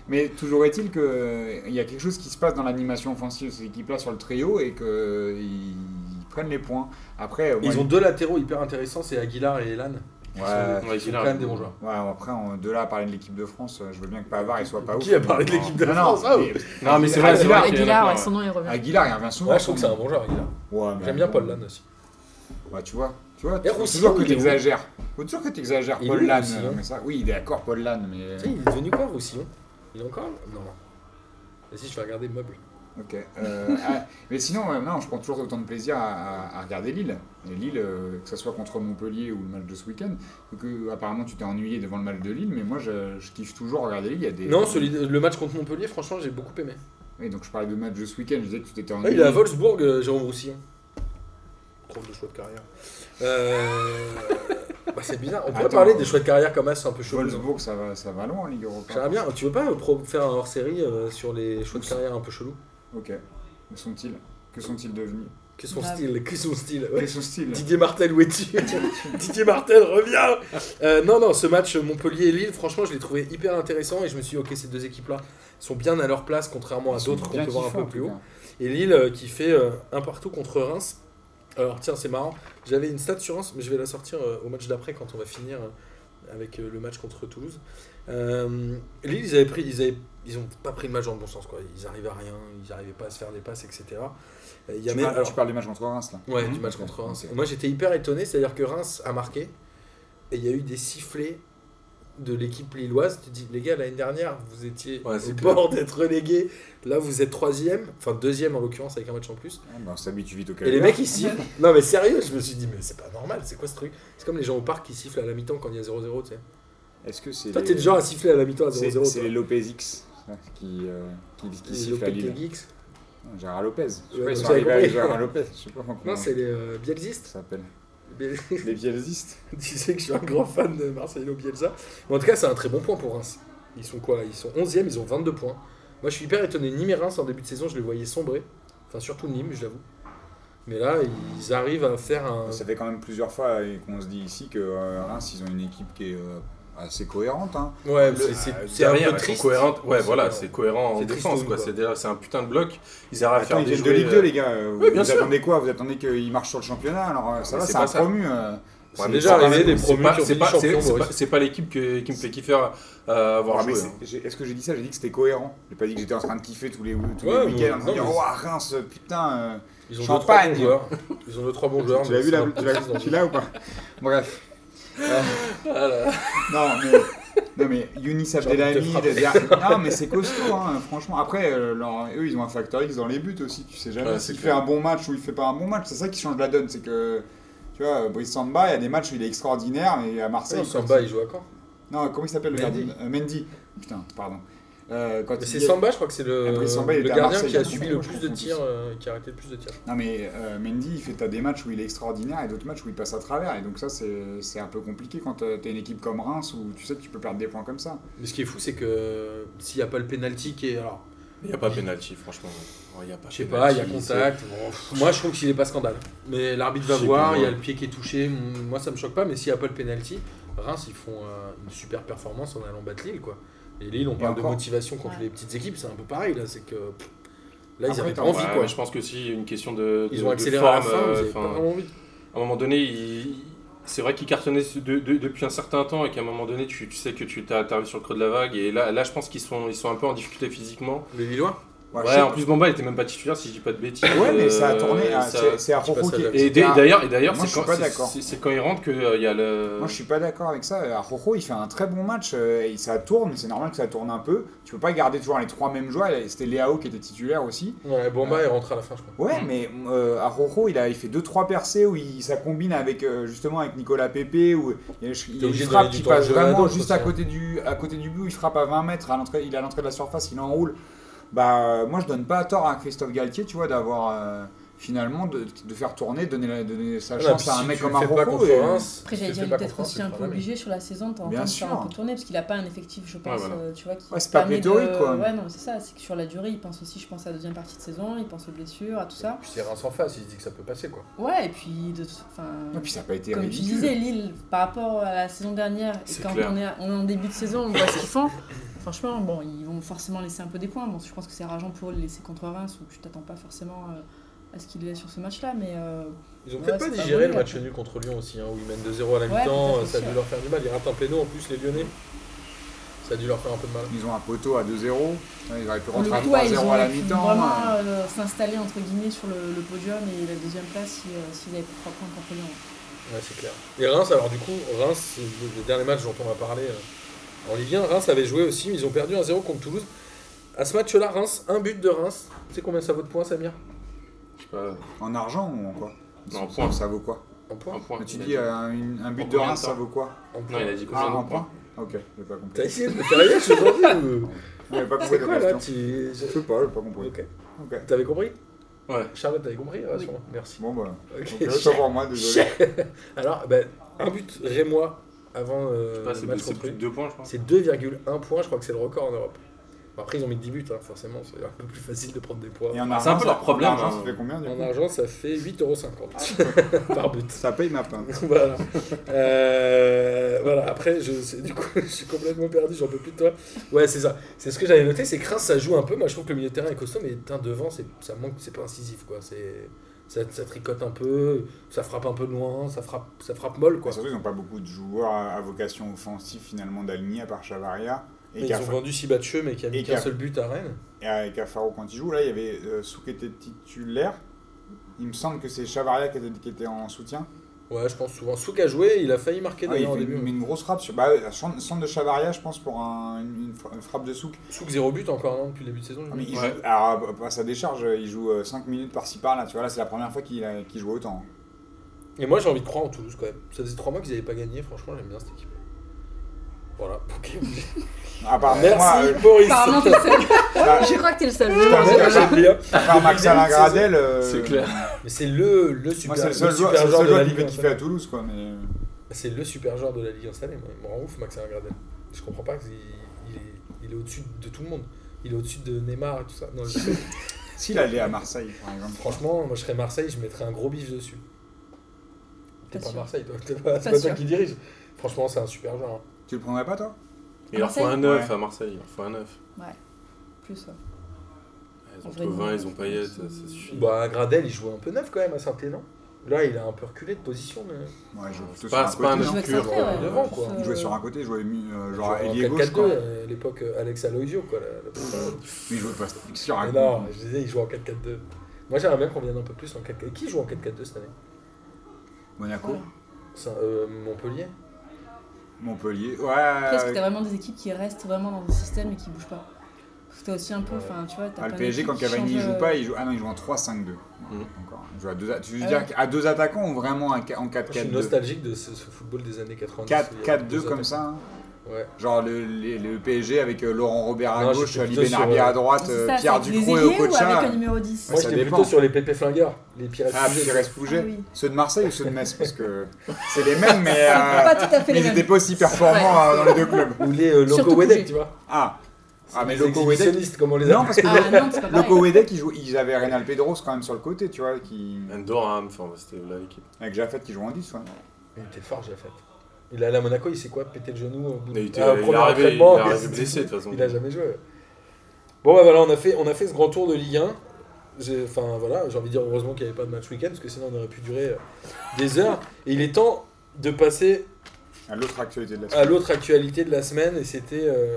Mais toujours est-il qu'il y a quelque chose qui se passe dans l'animation offensive de ces équipes-là sur le trio et que ils prennent les points. Après, euh,
Ils
ouais,
ont deux latéraux hyper intéressants, c'est Aguilar et Elan.
ouais,
Ouais,
Ils sont
Gillard.
quand même des bons joueurs.
Ouais, bon, après, on, de là à parler de l'équipe de France, euh, je veux bien que Pavard il soit pas ouf.
Qui a parlé de l'équipe de
Non,
France
non,
Ah,
mais-
ouais.
Non, mais c'est
Ah,
vrai, c'est
Aguilar,
vrai. qu'il y en a
Aguilar,
plein,
ouais, son nom il revient.
Aguilar, il revient souvent.
Ouais, je trouve que c'est un bon joueur, Aguilar.
Ouais, mais-
J'aime bien Paul Lann aussi.
Ouais, tu vois, tu vois,
Et
faut
Roussillon,
toujours que
il est où
t'exagères. Faut toujours que t'exagères,
Il est
Paul
où,
Lann.
Roussillon
euh, mais ça- Oui, il est d'accord, Paul Lann, mais.
Tu sais, il est devenu quoi, Roussillon Il est encore là Non. Vas-y, je vais regarder le meuble.
Ok. euh, ah, mais sinon, ouais, non, je prends toujours autant de plaisir à, à- à regarder Lille. Et Lille, euh, que ce soit contre Montpellier ou le match de ce week-end, que apparemment tu t'es ennuyé devant le match de Lille, mais moi je, je kiffe toujours regarder Lille. Il y a des.
Non, celui- le match contre Montpellier, franchement, j'ai beaucoup aimé.
Et donc je parlais de match de ce week-end, je disais que tu t'étais
Ah,
ennuyé.
il est à Wolfsburg, euh, Jérôme Roussillon. Prof de choix de carrière. Euh... bah, c'est bizarre. On pourrait
Attends.
parler des choix de carrière comme ça, c'est un peu chelou. non
Wolfsburg, ça va, ça va loin, Ligue Europa.
J'aimerais bien. Tu veux pas euh, pro- faire un hors-série euh, sur les choix de carrière un peu chelou
Ok. Que sont-ils Que sont-ils devenus
Que son
Grave.
style Que son style
Que
ouais.
sont-ils
Didier Martel, où es-tu (laughs) Didier Martel, reviens Euh, Non, non, ce match Montpellier-Lille, franchement, je l'ai trouvé hyper intéressant et je me suis dit, ok, ces deux équipes-là sont bien à leur place, contrairement à
Ils sont
d'autres qu'on
bien
peut voir un
kiffants,
peu
en
plus
tout
haut.
cas.
Et Lille euh, qui fait euh, un partout contre Reims. Alors tiens, c'est marrant. J'avais une stat sur Reims, mais je vais la sortir euh, au match d'après quand on va finir euh, avec euh, le match contre Toulouse. Euh, Lille, ils avaient pris, ils avaient, ils ont pas pris le match dans le bon sens quoi. Ils arrivaient à rien, ils n'arrivaient pas à se faire des passes, etc. Euh, Il y
Tu,
avait,
parles,
alors,
tu parles du match contre Reims là.
ouais,
Mhm.
du match contre Reims.
Ok.
Moi, j'étais hyper étonné, c'est-à-dire que Reims a marqué et il y a eu des sifflets de l'équipe lilloise. Tu te dis, les gars, l'année dernière, vous étiez
Ouais, c'est
au
clair.
bord d'être relégué. Là, vous êtes troisième, enfin deuxième en l'occurrence avec un match en plus.
Ah, bah, on s'habitue vite au
Et les
calendrier.
mecs ils sifflent. Non mais sérieux, je me suis dit mais c'est pas normal, c'est quoi ce truc C'est comme les gens au parc qui sifflent à la mi-temps quand il y a 0-0, tu sais.
Est-ce que c'est.
Toi
les-
t'es le genre à siffler à la mi-temps à
C'est
0-0.
c'est
toi.
les Lopez X ouais, qui, euh, qui, qui
Les
sifflent à
Lopetegui
Lille.
Geeks.
Gérard Lopez. Je sais
Ouais,
pas, ils
vous
sont
avez
arrivés avec
compris.
Gérard Lopez. Je sais pas comment
Non,
ça
c'est les euh, Bielzistes.
s'appelle.
Biel-
Les bielsistes.
tu sais que je suis un grand fan de Marcelo Bielsa. Mais en tout cas, c'est un très bon point pour Reims. Ils sont quoi Ils sont 11e, ils ont 22 points. Moi je suis hyper étonné. Nîmes et Reims en début de saison, je les voyais sombrer. Enfin, surtout Nîmes, je l'avoue. Mais là, ils arrivent à faire un.
Ça fait quand même plusieurs fois euh, qu'on se dit ici que euh, Reims, ils ont une équipe qui est euh, assez cohérente. hein.
Ouais,
C'est-
c'est- c'est c'est un
ah, derrière,
peu
elles sont
triste.
cohérentes. Ouais,
C'est
voilà,
cohérent.
c'est cohérent en
C'est triste,
défense, quoi.
quoi.
C'est derrière- c'est un putain de bloc. Ils arrivent à
Attends,
faire
ils
des
viennent de
jouets.
Ligue 2,
euh,
les gars. euh,
oui,
vous
bien sûr.
attendez quoi Vous attendez qu'ils marchent sur le championnat Alors, euh, ça
Mais
va,
c'est
c'est
pas
un
ça.
promu. euh,
C'est
mais
déjà
c'est
arrivé
pas-
des
c'est
promus
pas-
qui ont
c'est
fini
pas-
champion,
c'est- c'est
Boris.
pas- C'est pas l'équipe que- qui me fait kiffer à à avoir
Ah, mais
joué.
c'est-
hein.
j'ai- Est-ce que j'ai dit ça J'ai dit que c'était cohérent. J'ai pas dit que j'étais en train de kiffer tous les, tous
Ouais,
les
mais-
week-ends en train de
non,
dire
mais-
Ouah, Reims, putain. euh,
Ils ont deux trois
Champagne.
bons joueurs. Ils ont deux trois bons joueurs.
tu l'as
mais
vu la,
c'est un
tu l'as-
triste dans
tu l'as ou pas Bref. Euh,
Ah là là.
non, mais, non, mais Younis
envie de te
Abdelhamid,
frapper.
Zer- non, mais c'est costaud, hein, franchement. Après, euh, leur- eux, ils ont un facteur X dans les buts aussi. Tu sais jamais
Ouais, c'est
s'il fait
clair.
un bon match ou il fait pas un bon match. C'est ça qui change la donne. C'est que, tu vois, euh, Brice Samba, il y a des matchs où il est extraordinaire, mais à Marseille.
Ils sont
quand
bas,
il-
ils jouent à quand
Non, comment il s'appelle le
Mendy.
gardien Euh, Mendy. Putain, pardon. Euh, quand
Mais
il
C'est
y est-
Samba, je crois que c'est le,
Après, Samba,
le
il était à
gardien
Marseille,
qui a
il y a
subi
longtemps,
le
je
plus
pense,
de
en
tirs,
plus.
euh, qui a arrêté le plus de tirs.
Non mais euh, Mendy, il fait t'as des matchs où il est extraordinaire et d'autres matchs où il passe à travers. Et donc ça, c'est c'est un peu compliqué quand t'as t'as une équipe comme Reims où tu sais que tu peux perdre des points comme ça.
Mais ce qui est fou, c'est que s'il n'y a pas le penalty qui est. Alors,
Il n'y a pas penalty, franchement. Il y a pas
je sais pas, il y a
penalty,
contact. bon, pff, moi, je trouve qu'il n'est pas scandale. Mais l'arbitre va
Je sais
voir,
pas,
il y a
ouais.
le pied qui est touché. m- Moi, ça me choque pas, mais s'il n'y a pas le penalty, Reims, ils font euh, une super performance en allant battre Lille, quoi. Et Lille, on parle de
encore.
motivation contre
Ouais.
les petites équipes, c'est un peu pareil, là. C'est que. pff, Là, ils
Après,
n'avaient pas
t'as-
c'est-
envie,
Ouais,
quoi.
mais Je pense que si, une question de. de-
Ils ont
de
accéléré à la
forme,
fin, ils
euh,
n'avaient pas
enfin,
vraiment envie.
à un moment donné, il- c'est vrai qu'ils cartonnaient de- de- depuis un certain temps et qu'à un moment donné, tu, tu sais que tu t'as- t'arrives sur le creux de la vague. Et là, là je pense qu'ils sont, ils sont un peu en difficulté physiquement.
Les Lillois
Voilà, je
Ouais,
sais
en plus Bamba il était même pas titulaire si je dis pas de bêtises.
Ouais, mais ça a
Euh,
tourné.
hein,
à-
ça-
c'est- C'est à propos
passage
qui.
à
Et
c'était
d'a-
un-
d'ailleurs, et d'ailleurs,
Moi,
c'est
je suis
quand,
pas
c'est-
d'accord.
c'est- c'est quand il rentre qu'il il y a le.
Moi, je suis pas d'accord avec ça. Arrojo, il fait un très bon match. euh, et ça tourne, c'est normal que ça tourne un peu. Tu peux pas garder toujours les trois mêmes joueurs. et C'était Léao qui était titulaire aussi.
Ouais, Bamba
Ouais.
il rentre à la fin, je crois.
Ouais,
Mm.
mais euh, Arrojo, il, a, il fait deux trois percées où il, ça combine avec euh, justement avec Nicolas Pepe. Où il y a- il y a une
obligé de
frappe
donner du
qui
temps à
passe vraiment
Jonathan,
juste
quoi,
à
ça.
côté, du, à côté du but. où Il frappe à 20 mètres. À l'entrée, il est à l'entrée de la surface, il enroule. Bah, euh, moi, je donne pas tort à Christophe Galtier, tu vois, d'avoir. euh, Finalement, de, de faire tourner, donner, la- donner
Bah,
sa
Voilà, Ah,
chance
puis
à un
si
mec
tu
comme
le fais pas
Arrojo.
contre
et-
hein,
Reims,
Après,
si
j'allais
tu le fais
dire, il est
pas contre
peut-être
Reims,
aussi
c'est
un
pas
peu
la même.
obligé sur la saison de temps en
Bien
temps de faire
sûr.
un peu tourner, parce qu'il a pas un effectif, je pense,
voilà.
euh, tu vois, qui
Ouais, c'est pas
permet
pléthorique,
de-
quoi.
Ouais, non, c'est ça, c'est que sur la durée, il pense aussi, je pense, à la deuxième partie de saison, il pense aux blessures, à tout ça.
Puis c'est Reims en face, il se dit que ça peut passer quoi.
Ouais, et puis, de... enfin,
euh, Et puis ça n'a pas été
comme tu
ridicule.
disais, Lille, par rapport à la saison dernière, et
C'est
quand
clair.
on est, à- on est en début de saison, on voit ce qu'ils font. Franchement, bon, ils vont forcément laisser un peu des points. Bon, je pense que c'est rageant pour eux de laisser contre Reims, où tu t'attends pas forcément euh, à ce qu'ils aient sur ce match-là, mais euh,
Ils ont
Ouais,
peut-être pas
c'est pas
digéré
bon,
le
là.
match nul contre Lyon aussi, hein, où ils mènent 2-0 à la
Ouais,
mi-temps,
tout à
euh,
fait
ça a dû
sûr.
leur faire du mal. Ils ratent un péno en plus, les Lyonnais. Ça a dû leur faire un peu de mal.
Ils ont un poteau à 2-0. Putain, Ils auraient pu
Pour le
rentrer à
coup, ouais, ils
3-0 à la
auraient pu
mi-temps. hein.
vraiment euh, s'installer entre guillemets sur le, le podium et la deuxième place si, euh, s'ils avaient pris trois points contre Lyon.
Ouais, c'est clair. Et Reims, alors du coup, Reims, c'est le le dernier match dont on va parler euh, en Ligue 1. Reims avait joué aussi, mais ils ont perdu 1-0 contre Toulouse. À ce match-là, Reims, un but de Reims. Tu sais combien ça vaut de points, Samir
Je sais pas,
En argent ou en quoi
Non, en
Ça-
point.
Ça vaut quoi
En
un
points
point.
Mais Tu
il a
dis
dit.
euh, un, une- un
En
but de
combien de
Reims, ça
temps
vaut quoi
En points.
Non, il a dit
Ah,
combien de
un
points
point Ok, j'ai pas
T'as
compris.
essayé de me faire rire, je aujourd'hui ou...
J'ai pas
(laughs)
compris
C'est
la
quoi là
question.
tu...
Je sais pas, j'ai pas compris.
Ok.
Ok.
T'avais compris
Ouais.
Charlotte, t'avais compris Ah,
Oui.
sûrement. Merci.
Bon bah,
Ok.
donc, autant pour moi, désolé.
(laughs) Alors, ben, un but Rémois avant euh,
Je sais pas,
le
Ah, c'est
match
c'est
contre
plus
lui.
de 2 points, je pense.
C'est 2,1 points, je crois que c'est le record en Europe. Bon, Après, ils ont mis 10 buts, hein, forcément, c'est un peu plus facile de prendre des points.
Et en
Ah, c'est
argent,
un peu leur
ça- en
problème,
argent,
hein.
ça fait combien du
En
coup
argent, ça fait 8,50€ (laughs)
Ah.
par but.
Ça paye ma pinte.
voilà. Euh, voilà, après, je, c'est- du coup, (laughs) je suis complètement perdu, j'en peux plus de toi. Ouais, c'est ça. C'est ce que j'avais noté, c'est que Reims, ça joue un peu. Moi, je trouve que le milieu de terrain est costaud, mais putain, devant, c'est, ça manque, c'est pas incisif, quoi. C'est, ça, ça tricote un peu, ça frappe un peu de loin, ça frappe, ça frappe molle, quoi.
Quoi, surtout, ils n'ont pas beaucoup de joueurs à, à vocation offensive finalement d'aligner à part Chavaria.
Mais
Et
ils ont
Caf-
vendu Sibatcheux, mais qui a mis
et
qu'un
Caf-
seul but à Rennes.
et avec Cafaro quand il joue, là il y avait euh, Souk qui était titulaire. Il me semble que c'est Chavaria qui était- qui était en soutien.
Ouais, je pense souvent. Souk a joué, il a failli marquer
Ah, il
d'ailleurs au
fait
début.
une, mais une grosse frappe sur. Bah, euh, centre centre de Chavaria, je pense, pour un- une, une fra- une frappe de souk.
Souk, zéro but encore, non, depuis le début de saison.
Ah, mais il
Ouais.
joue- alors, euh, bah, ça décharge, euh, il joue 5 minutes par-ci par-là. Tu vois, là, c'est la première fois qu'il a- qu'il joue autant.
Et moi j'ai envie de croire en Toulouse quand même. Ça faisait 3 mois qu'ils n'avaient pas gagné, franchement j'aime bien cette équipe. Voilà. Ok.
À
(laughs)
part moi,
Merci
euh,
Boris.
Apparemment, t'es le seul.
Ah.
je crois que t'es le seul.
je t'avoue que
J'aime bien.
à part Max Alain Gradel, euh,
C'est clair.
Mais c'est le, le super,
Moi, c'est le seul joueur,
super
c'est le
joueur
seul
de la
joueur qui
Ligue
fait kiffer
installée.
à Toulouse, quoi. Mais... euh,
C'est le super joueur de la Ligue installée. Moi. Il me rend ouf Max Gradel. Je comprends pas qu'il il est, il est au-dessus de tout le monde. Il est au-dessus de Neymar et tout ça.
(laughs)
Non, je-
S'il allait à Marseille, par exemple.
franchement, moi je serais Marseille, je mettrais un gros bif dessus. T'es
Pas
pas
sûr.
Marseille, toi. (laughs) T'es pas, c'est pas
Pas
toi
sûr.
qui dirige. Franchement, c'est un super joueur. hein.
Tu le prendrais pas, toi
Il leur faut un
Marseille
9
Ouais.
à Marseille, il leur faut un 9.
Plus, ouais.
Ah, Ils ont
En vrai,
Tovin,
non.
ils ont Payet, ça ça suffit.
Bah, Gradel, il joue un peu neuf quand même à saint étienne Là, il a un peu reculé de position. Mais...
Ouais, je joue plutôt
C'est pas- c'est
sur
pas
un
un
côté.
mec
Je
non
vois que ça
pur,
fait,
euh,
ouais.
devant, quoi.
Plus,
Il jouait sur
euh,
un côté, il jouait euh, genre
Genre
ailier
en
gauche,
4-4-2,
quoi.
euh, à l'époque euh, Alex Aloisio, quoi. la- la-
Mais il jouait pas sur un
Mais non, je disais, il joue en 4-4-2. Moi, j'aimerais bien qu'on vienne un peu plus en 4-4-2. Qui joue en 4-4-2 cette année
Monaco,
C'est, euh, Montpellier
Montpellier.
Après, est-ce que
Ouais, euh,
t'as vraiment des équipes qui restent vraiment dans un système et qui bougent pas Parce que t'as aussi un peu, enfin, tu vois, t'as
Ah, le
plein
PSG, quand
d'équipes qui
Cavani
changent,
joue
euh,
pas, il joue. Ah non, il joue en 3-5-2.
Mhm.
Encore. Il joue à deux a- Tu veux
Ah
dire
ouais.
à deux attaquants ou vraiment un ca- en
Je suis
4-4-2
nostalgique de ce, ce football des années 90. où il y avait deux
4-4-2 comme
attaques.
ça. hein.
Ouais.
Genre le, les- le PSG avec euh, Laurent Robert à
Non,
gauche,
j'étais
Ali
plutôt sur,
Benarbia
euh,
à droite,
Ah, c'est
euh,
ça,
Pierre
c'est avec des
Ducrot et
ailiers ou
Okocha.
avec un numéro 10
Moi,
ça
j'étais
dépend.
plutôt sur les pépés flingueurs, les pirates.
Ah,
fusées.
puis reste
Ah
Pouget.
oui.
Ceux de Marseille ou ceux de Metz Parce
(laughs)
que c'est les mêmes, mais, euh,
Pas tout à fait
mais
les
ils n'étaient
mêmes.
pas aussi performants euh, dans les deux clubs.
Ou les euh, Loco
Surtout
Wedek,
Pouget.
tu vois.
Ah, ah mais
Les
Loco Wedek.
exhibitionnistes, comme on les
Non,
appelle.
parce que
Ah non, c'est pas
Loco
pareil.
Wedek, ils, jouent- ils avaient Reynal Pedros quand même sur le côté, tu vois, qui...
Endoram, enfin, bah, c'était là l'équipe.
avec Jaffet qui joue en 10. Ouais.
Il était fort, j'ai fait. Il est allé à Monaco, il s'est quoi Pété le genou au bout
Il était-
Ah,
il est
premier
arrivé- il est
entraînement,
arrivé
il- (laughs)
blessé, de toute façon.
Il a jamais joué. ouais. Bon, bah voilà, on a fait, on a fait ce grand tour de Ligue 1. J'ai- Enfin voilà, j'ai envie de dire heureusement qu'il n'y avait pas de match week-end, parce que sinon on aurait pu durer euh, des heures. Et il est temps de passer
À l'autre actualité de la
à l'autre actualité de la semaine, et c'était euh,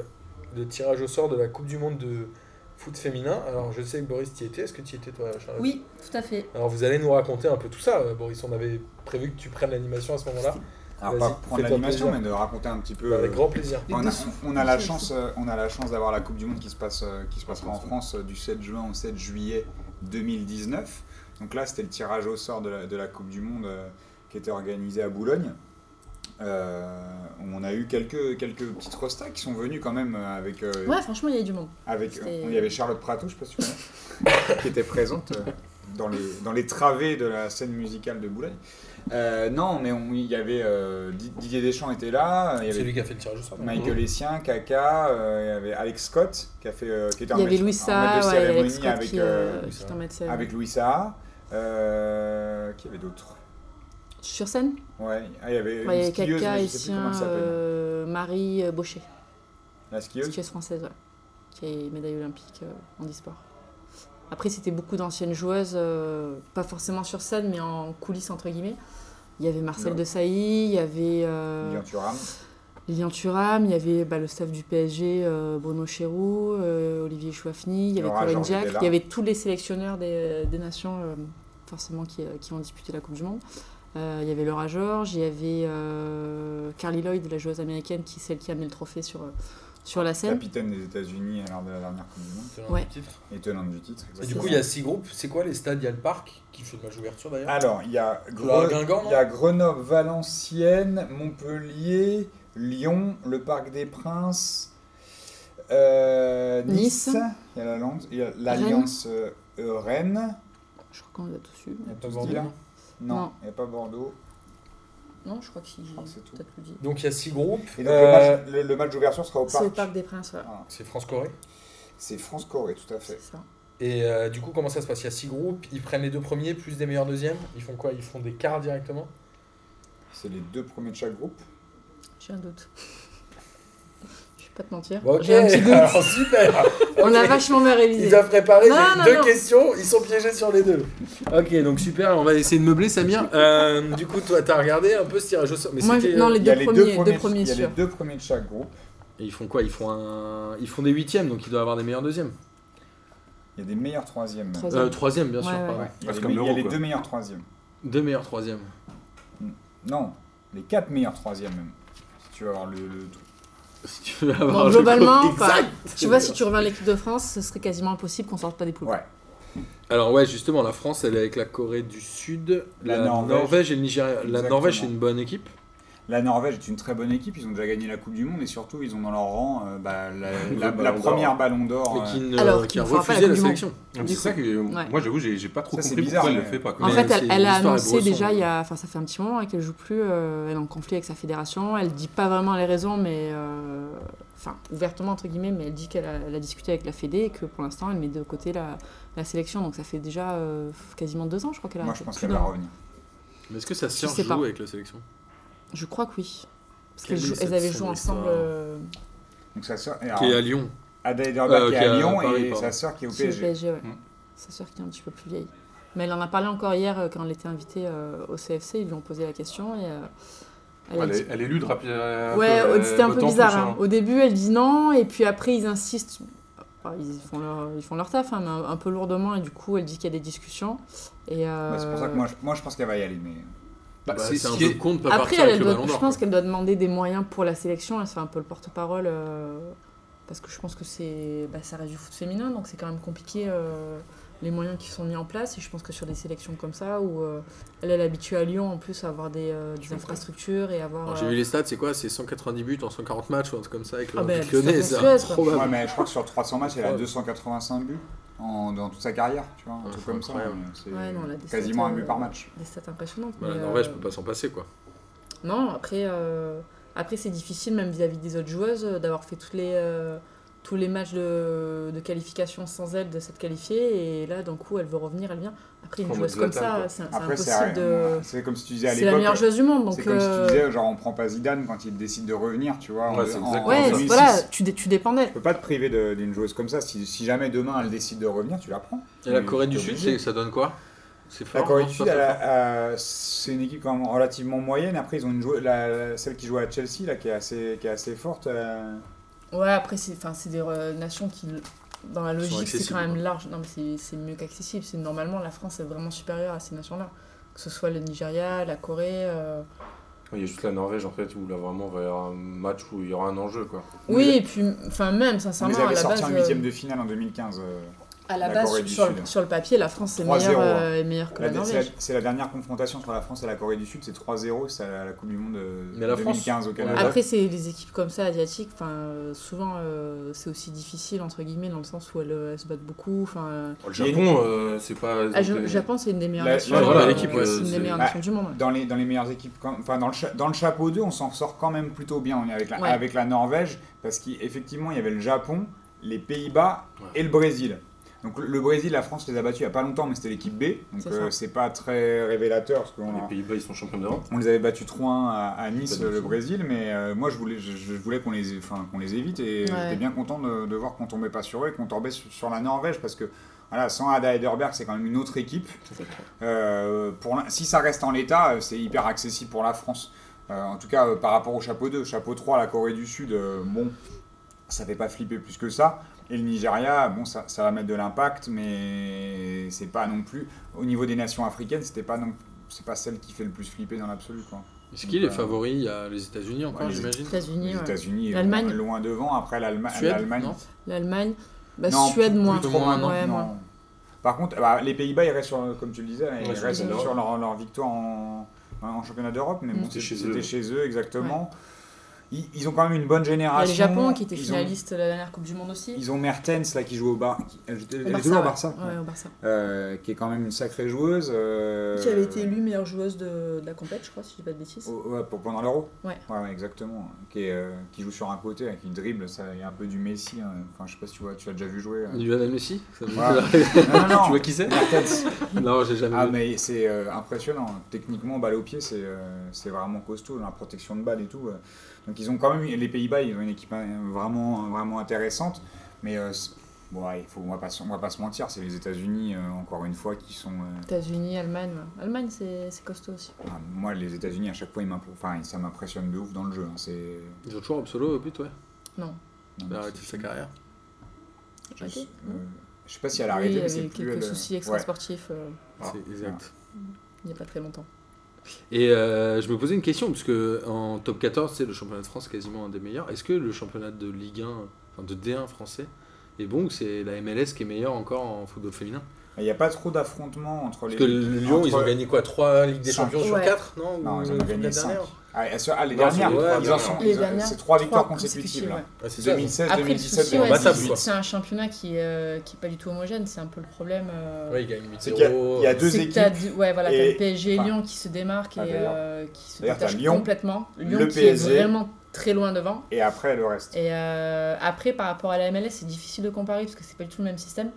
le tirage au sort de la Coupe du Monde de foot féminin. Alors, je sais que Boris, t'y étais. Est-ce que t'y étais, toi, Charlotte
Oui, tout à fait.
Alors, vous allez nous raconter un peu tout ça, euh, Boris. On avait prévu que tu prennes l'animation à ce moment-là.
Alors
Vas-y,
pas prendre
fais-toi
l'animation,
plaisir.
mais de raconter un petit peu. euh,
Avec grand plaisir.
on, a, on a la chance, euh, on a la chance d'avoir la Coupe du Monde qui se passe, euh, qui se passera en France euh, du 7 juin au 7 juillet 2019. Donc là, c'était le tirage au sort de la, de la Coupe du Monde euh, qui était organisée à Boulogne. Euh, on a eu quelques quelques petites rostas qui sont venues quand même euh, avec euh,
Ouais, franchement, il y a du monde.
avec euh,
C'était-
il y avait Charlotte Pratou, je sais pas si tu connais, (laughs) qui était présente euh, dans les dans les travées de la scène musicale de Boulogne. Euh, non, mais on- il y avait euh, Di- Didier Deschamps était là, il y avait
Celui qui a fait le tirage au sort.
Michael Essien, Kaka, euh, il y avait Alex Scott qui a fait euh, qui était en
Il y avait
maître-
Louis
en
Sa,
maître de
ouais, il y avait
cérémonie
Scott
avec
qui,
euh,
euh, qui est en maître de cérémonie.
avec Louis Saha. Euh, qui avait d'autres
Sur scène,
Ouais, ah, il y avait
ouais,
une
il y avait
skieuse,
Kaka,
mais je sais plus comment
Essien,
elle s'appelle.
euh, Marie euh, Baucher,
La skieuse
skieuse française, ouais, qui est médaille olympique euh, en e-sport. Après, c'était beaucoup d'anciennes joueuses, euh, pas forcément sur scène, mais en coulisses, entre guillemets. Il y avait Marcel
Ouais.
de Sailly, il y avait euh,
Lilian Thuram.
Lilian Thuram, il y avait bah, le staff du PSG, euh, Bruno Chéroux, euh, Olivier Chouafny, il y avait
Laura
Colin
Georges
Jack,
était là.
il y avait tous les sélectionneurs des, des nations euh, forcément qui, euh, qui ont disputé la Coupe du Monde. Euh, il y avait Laura Georges, il y avait euh, Carly Lloyd, la joueuse américaine, qui est celle qui a mis le trophée sur, euh, sur la scène.
capitaine des États-Unis à l'heure de la dernière Coupe du Monde
Ouais.
et tenante du titre.
Et du
exactement.
coup, il y a six groupes. C'est quoi les stades Il y a le parc qui fait le match d'ouverture d'ailleurs.
Alors, il y a, Gre-
Laura Guingamp, non
Ah, il y a Grenoble, Valenciennes, Montpellier, Lyon, le Parc des Princes, euh, nice.
Nice.
il y a la Lance- il y a l'Alliance euh, euh, Rennes.
Je crois qu'on les a tous eus.
Il y a
Pas
tous
Bordeaux,
dit, là
non
Non,
Non.
il n'y a pas Bordeaux.
Non, je crois qu'ils
crois que c'est tout.
peut-être le dit.
Donc, il y a six groupes.
Et donc,
Euh,
le match, le- le match d'ouverture sera au
C'est au
Parc.
Parc des Princes, voilà.
Voilà.
C'est France-Corée.
C'est France-Corée, tout à fait.
C'est ça.
Et euh, du coup, comment ça se passe Il y a six groupes. Ils prennent les deux premiers, plus des meilleurs deuxièmes. Ils font quoi Ils font des quarts directement
C'est les deux premiers de chaque groupe.
J'ai un doute. (laughs) Je vais pas te mentir.
Bah,
Bon,
J'ai un petit
(laughs)
(laughs)
doute.
Alors, super
On a
Ok.
vachement bien révisé.
Ils ont préparé
Non,
j'ai
non,
deux
non.
questions, ils sont piégés sur les deux. Ok, donc super, on va essayer de meubler Samir. Euh, du coup, toi, t'as regardé un peu ce tirage au sort. Mais
Moi, je-
c'était,
non,
euh,
les
Il y a
deux
les
premiers,
deux premiers,
deux premiers
il y a les
sûrs.
deux premiers de chaque groupe.
et ils font quoi ils font, un... ils font des huitièmes, donc ils doivent avoir des meilleurs deuxièmes.
Il y a des meilleurs troisièmes.
Troisième.
Euh, troisième, bien sûr.
Ouais, ouais.
pardon.
Ouais, Il y a
Parce Ah,
les,
comme
il y a
l'Euro,
les
quoi.
deux meilleurs troisièmes.
Deux meilleurs troisièmes. (laughs)
Non, les quatre meilleurs troisièmes même. Si tu veux avoir le, le truc.
Si tu veux
Bon,
avoir le
globalement,
code
enfin,
exact.
tu vois, si tu reviens à l'équipe de France, ce serait quasiment impossible qu'on sorte pas des poules.
Ouais.
Alors ouais, justement, la France, elle est avec la Corée du Sud, la,
La
Norvège.
Norvège.
et le Nigeria. La
Exactement.
Norvège, c'est une bonne équipe.
La Norvège est une très bonne équipe, ils ont déjà gagné la Coupe du Monde et surtout ils ont dans leur rang euh, bah, la,
Le
la- la
Ballon d'Or.
première ballon d'or.
mais
euh,
qui, ne-
Alors,
qui
qui
a
ne fera pas
refusé la
la Coupe du Monde.
sélection.
C'est
coup.
ça que
Ouais.
moi j'avoue, j'ai j'ai pas trop
Ça, c'est
compris
bizarre,
pourquoi elle le
mais-
fait pas. quoi.
En
Mais
fait,
c'est
elle, elle a
l'histoire est hein.
annoncé
brossante,
déjà,
ouais.
il y a, enfin, ça fait un petit moment hein, qu'elle joue plus. euh, elle est en conflit avec sa fédération. Elle dit pas vraiment les raisons, mais euh, enfin ouvertement entre guillemets, mais elle dit qu'elle a, elle a discuté avec la fédé et que pour l'instant, elle met de côté la, la sélection. Donc ça fait déjà euh, quasiment deux ans, je crois qu'elle a.
Moi je pense
plus
qu'elle
d'un
va
an.
revenir.
Mais est-ce que ça
sais
sert joue
pas.
avec la sélection
Je crois que oui, parce
Quelle
qu'elles
est
jou-
cette
elles avaient joué
sombre
ensemble.
histoire
euh,
Donc sa sœur, et alors,
Qui est à Lyon.
Ada Ederbach
Euh,
qui est
qui est
à
à
Lyon
Paris,
et
pardon.
sa sœur qui est au
Qui est au
PSG.
PSG, ouais.
Mm.
Sa sœur qui est un petit peu plus vieille. Mais elle en a parlé encore hier euh, quand elle était invitée euh, au CFC. Ils lui ont posé la question et euh, elle a
Elle
dit-
est- elle est lude rapide. euh,
Ouais,
peu, euh,
c'était un peu
botte en
bizarre.
touche,
hein.
hein.
Au début, elle dit non, et puis après, ils insistent. Enfin, ils, font leur, ils font leur taf, hein, mais un, un peu lourdement, et du coup, elle dit qu'il y a des discussions. Et, euh,
Bah, c'est pour ça que moi je, moi, je pense qu'elle va y aller. Mais...
Bah,
Bah,
c'est
c'est
ce
un
qui
peu
est-
con de pas
Après,
partir
elle,
avec le
doit-
Ballon
je
d'Or,
pense
quoi.
qu'elle doit demander des moyens pour la sélection. Elle se fait un peu le porte-parole. euh, parce que je pense que c'est, bah, ça reste du foot féminin, donc c'est quand même compliqué euh, les moyens qui sont mis en place. Et je pense que sur des sélections comme ça, où euh, elle elle est habituée à Lyon en plus à avoir des, euh, des infrastructures et avoir.
Alors, J'ai
euh,
vu les stats, c'est quoi C'est 190 buts en 140 matchs ou un truc comme ça avec le
Ah, ben,
Olympique
elle est
Lyonnais, c'est
monstrueuse, quoi.
improbable.
Ouais, mais je crois que sur 300 matchs, elle a
Ouais.
285 buts en, dans toute sa carrière, tu vois, un
Ouais,
truc
c'est
comme ça.
incroyable.
mais C'est
Ouais, non, elle a des
quasiment un
stats,
but
euh,
par match.
Des stats impressionnantes.
Bah, la
mais,
Norvège
euh,
peut pas s'en passer quoi.
Non, après, euh, après c'est difficile, même vis-à-vis des autres joueuses, euh, d'avoir fait toutes les, euh, tous les matchs de, de qualification sans elle de s'être qualifiée. Et là, d'un coup, elle veut revenir, elle vient. Après, une
En mode
joueuse comme
Zlatan,
ça,
quoi.
c'est c'est
Après, c'est
impossible de.
c'est comme si tu disais à
C'est la meilleure
l'époque.
joueuse du monde.
C'est
Donc,
comme si
euh,
tu disais, genre, on prend pas Zidane quand il décide de revenir, tu vois. en-
Ouais, c'est
en-
exactement
en
ouais,
2006.
voilà, tu, dé- tu dépends d'elle.
Tu peux pas te priver de- d'une joueuse comme ça. Si, si jamais demain elle décide de revenir, tu la prends.
Et la
Mais
Corée
t'es
du Sud,
obligé.
c'est- ça donne quoi C'est
La
fort.
Corée
non,
du
c'est pas
Sud, elle
fort.
a- a- c'est une équipe quand même relativement moyenne. Après, ils ont une joue- la- la- celle qui joue à Chelsea, là, qui est assez, qui est assez forte. euh,
Ouais, après, c'est enfin, c'est des euh, nations qui, dans la
sont
logique, c'est
accessibles,
quand même
quoi.
large. Non, mais c'est- c'est mieux qu'accessible. C'est normalement la France est vraiment supérieure à ces nations-là, que ce soit le Nigeria, la Corée. euh,
Il y a juste la Norvège en fait où là vraiment va y avoir un match où il y aura un enjeu quoi.
Vous
Oui,
les-
et puis, enfin même
On les
sincèrement, à
avait
la
sortis
base,
en
euh,
huitième de finale en 2015. euh,
à la
la
base
Corée
sur,
du
sur
Sud.
le, sur le papier, la France est
3-0,
meilleure,
hein.
euh, est meilleure que
la-
la
c'est la-
Norvège.
C'est la dernière confrontation entre la France et la Corée du Sud, c'est 3-0, c'est à la Coupe du Monde euh,
Mais la France,
2015 au Canada.
Après, c'est les équipes comme ça, asiatiques, enfin, euh, souvent euh, c'est aussi difficile, entre guillemets, dans le sens où elles, euh, elles se battent beaucoup. Enfin, euh,
Le Japon, euh, c'est pas.
ah, je- Japon, c'est une des meilleures
La-
nations,
ouais, voilà,
euh,
l'équipe, euh,
c'est une
c'est-
des meilleures
Ah.
nations du monde. ouais.
dans les, dans les meilleures équipes, quand- enfin dans le, cha- dans le chapeau 2, on s'en sort quand même plutôt bien. On est avec la,
Ouais.
avec la Norvège, parce qu'effectivement, il y avait le Japon, les Pays-Bas
Ouais.
et le Brésil. Donc le, le Brésil, la France les a battus il n'y a pas longtemps, mais c'était l'équipe B. Donc
C'est
euh,
ça.
c'est pas très révélateur, parce qu'on
Les
a-
Pays-Bas ils sont champions d'Europe.
on les avait battus 3-1 à, à Nice,
Pas de
euh, le
soucis.
Brésil, mais euh, moi je voulais, je, je voulais qu'on les, enfin, qu'on les évite et
Ouais.
j'étais bien content de, de voir qu'on tombait pas sur eux et qu'on tombait sur, sur la Norvège parce que voilà, sans Ada Ederberg, c'est quand même une autre équipe. Euh, pour l'in- si ça reste en l'état, euh, c'est hyper accessible pour la France. Euh, en tout cas, euh, par rapport au chapeau 2, chapeau 3, la Corée du Sud, euh, bon, ça fait pas flipper plus que ça. Et le Nigeria, bon, ça, ça va mettre de l'impact, mais c'est pas non plus. Au niveau des nations africaines, c'était pas non C'est pas celle qui fait le plus flipper dans l'absolu. quoi.
Est-ce qu'il est favori Il y a les États-Unis encore,
Ouais, les-
j'imagine.
Les États-Unis,
Les
ouais.
États-Unis,
L'Allemagne.
loin, loin devant. Après l'Allema-
Suède
l'Allemagne.
Non
l'Allemagne, bah,
Non,
Suède
plus-
moins.
plus
trop loin,
Ouais,
non,
moins.
Non. Par contre, bah, les Pays-Bas, ils restent sur, comme tu le disais, ils
Ouais, sur
restent
les-
sur leur, leur victoire en, en championnat d'Europe, mais
Mm.
bon,
C'était
c'était
chez
chez,
eux.
eux, exactement. Ils, ils ont quand même une bonne génération.
Il y a le Japon qui était
Ah, Ils ont-
finaliste la dernière Coupe du Monde aussi.
Ils ont Mertens là qui joue au bar, qui, elle était- elle
Au
est
Barça,
toujours au
ouais.
Barça,
Ouais, au Barça.
euh, qui est quand même une sacrée joueuse. euh,
Qui avait été élue meilleure joueuse de, de la compète, je crois, si je dis pas de bêtises.
au- ouais, pour pendant l'Euro.
Ouais.
ouais, exactement. Qui, est, euh, qui joue sur un côté, hein, qui dribble, ça, il y a un peu du Messi. hein. Enfin, je sais pas si tu vois, tu l'as déjà vu jouer. euh.
(laughs) Lionel Messi Ça me-
Voilà. non, non,
(laughs)
non.
Tu vois qui c'est
Mertens.
(laughs) Non, j'ai jamais
Ah
vu.
mais c'est euh, impressionnant, techniquement balle au pied c'est euh, c'est vraiment costaud, la protection de balle et tout. euh. Donc ils ont quand même, eu- les Pays-Bas ils ont une équipe euh, vraiment, vraiment intéressante, mais euh, c'est- bon, ouais, il faut, on, va pas, se- on va pas se mentir, c'est les États-Unis euh, encore une fois qui sont... euh,
États-Unis, Allemagne. ouais. Allemagne, c'est c'est costaud aussi.
ah, moi les États-Unis à chaque fois ils m'impo- enfin, ça m'impressionne de ouf dans le jeu. hein, c'est...
Ils ont toujours Absolo au but, ouais.
Non.
non,
Il a
mais
arrêté sa carrière.
Je,
Ok.
euh, je sais pas si elle a arrêté,
Oui, il y
mais c'est
avait
plus...
quelques
elle, euh,
soucis
ouais.
extrasportifs euh,
Ah.
C'est exact.
il n'y a pas très longtemps.
Et euh, je me posais une question, parce que en top 14, c'est le championnat de France quasiment un des meilleurs. Est-ce que le championnat de Ligue 1, enfin de D1 français, est bon ou c'est la MLS qui est meilleure encore en football féminin
Il n'y a pas trop d'affrontements entre les...
Parce que le Lyon,
entre-
ils ont gagné quoi 3 Ligues des
Cinq.
Champions sur
Ouais.
4 Non,
Non,
Ou
ils en ont
la
gagné cinq.
dernière
Ah, et sur- ah, les
Non,
dernières,
sur les trois
ils en sont,
dernières.
ils-
Les dernières,
c'est trois victoires
trois
consécutives
consécutives,
là.
ouais.
Ah, c'est ça.
2016,
Après, le
2017,
souci,
on
ouais,
va
c'est-
taper, quoi.
c'est un championnat qui euh, qui est pas du tout homogène. C'est un peu le problème. euh,
Ouais, ils gagnent 8
C'est qu'il y a- il y a deux
c'est que t'as
équipes.
du- ouais, voilà, t'as
et-
le PSG et
enfin,
Lyon qui se démarquent et
ah, d'ailleurs.
euh, qui se
D'ailleurs, t'as
détachent
Lyon,
complètement. Lyon
le
qui
PSG.
est vraiment très loin devant.
Et après, le reste.
Et euh, après, par rapport à la MLS, c'est difficile de comparer parce que c'est pas du tout le même système.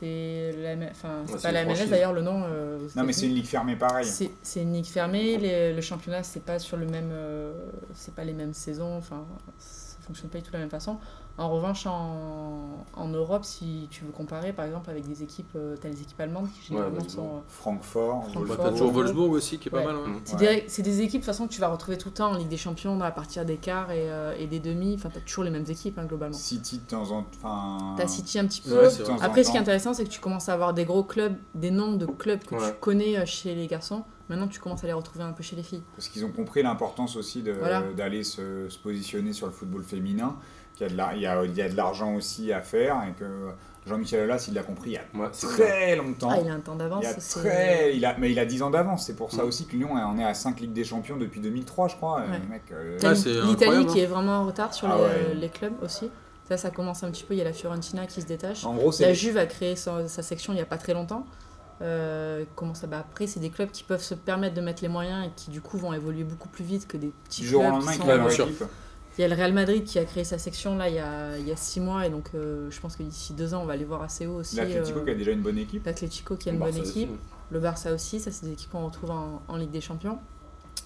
C'est la M- enfin, c'est
Ouais, c'est
pas la
une
MLS
franchise.
d'ailleurs, le nom. euh, aux
Non, mais c'est
États-Unis.
une ligue fermée pareil.
c'est c'est une ligue fermée. les- le championnat, c'est pas sur le même, euh, c'est pas les mêmes saisons. Enfin, ça fonctionne pas du tout de la même façon. En revanche, en, en Europe, si tu veux comparer, par exemple, avec des équipes, euh, t'as les équipes allemandes qui généralement
vas-y,
sont
bon.
euh,
Francfort,
Francfort.
Bah,
Wolfsburg.
t'as toujours Wolfsburg aussi qui est
Ouais.
pas mal. hein. ouais.
Mm.
C'est
Ouais.
des, c'est des équipes, de toute façon, que tu vas retrouver tout le temps en Ligue des Champions, à partir des quarts et, euh, et des demi. Enfin, t'as toujours les mêmes équipes, hein, globalement.
City de temps en temps. enfin,
T'as City un petit peu.
Ouais,
de
c'est
temps en
Après, ce qui est
temps.
intéressant, c'est que tu commences à avoir des gros clubs, des noms de clubs que
Ouais.
tu connais euh, chez les garçons. Maintenant, tu commences à les retrouver un peu chez les filles.
Parce qu'ils ont compris l'importance aussi de-
Voilà.
d'aller se, se positionner sur le football féminin. qu'il y a de la- Il y a, il y a de l'argent aussi à faire. Et que Jean-Michel Aulas, il l'a compris il y a
Ouais, c'est clair.
très longtemps.
Ah, il a un temps d'avance.
Il a
c'est-
très, il a, mais il a 10 ans d'avance. C'est pour ça
Mm.
aussi que Lyon on est à 5 Ligues des Champions depuis 2003, je crois. Euh,
Ouais.
mec, euh,
T'as
Ouais, c'est
L'Italie
incroyable,
qui est vraiment en retard sur
Ah
les,
ouais.
les clubs aussi. Ça, ça commence un petit peu. Il y a la Fiorentina qui se détache.
en gros,
La
c'est
Juve a créé sa, sa section il n'y a pas très longtemps. Euh, comment ça bah, Après, c'est des clubs qui peuvent se permettre de mettre les moyens et qui, du coup, vont évoluer beaucoup plus vite que des petits
du jour au
clubs.
lendemain
qui
ils
sont-
créent leur
bien sûr.
équipe.
Il y a le Real Madrid qui a créé sa section là il y a, il y a six mois et donc euh, je pense que d'ici deux ans on va les voir assez haut aussi.
L'Atlético
euh,
qui a déjà une bonne équipe.
L'Atlético qui a une
Barça
bonne
aussi.
équipe, le Barça aussi, ça c'est des équipes qu'on retrouve en, en Ligue des Champions.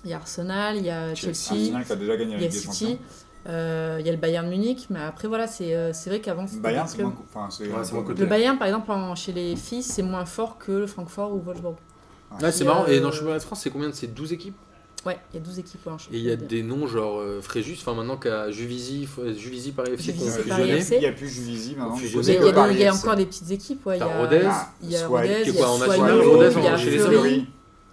Il y a Arsenal, il y a
Chelsea.
Chelsea,
Arsenal qui a déjà gagné la
il y a
Ligue des
City,
Champions.
euh, il y a le Bayern Munich, mais après voilà, c'est euh, c'est vrai qu'avant c'était
Bayern,
des
c'est
clubs-
moins, co- enfin, c'est
Ouais, c'est moins
Le
coté.
Bayern par exemple en- chez les filles c'est moins fort que le Francfort ou Wolfsburg.
Ouais, Ah, c'est
Et,
marrant. Et dans
euh,
le championnat de France, c'est combien de- C'est 12 équipes
Ouais, il y a 12 équipes ouais, en
Et il y a des noms genre euh, Fréjus, enfin maintenant qu'à Juvisy, F- Juvisy Paris FC qu'on
Juvisy,
a
Paris
fusionné.
FC.
Il n'y a plus Juvisy maintenant.
Fusionné,
Mais
José
il y a,
Paris
des- il y a
FC.
encore des petites équipes. Ouais. Il y
T'as
a
Rodez,
Ah,
il y a
Swag,
Rodez,
qui est
il y a
quoi, en
Soigneux,
national,
Rodez,
il y
on
a
chez les
Fleury.
Fleury,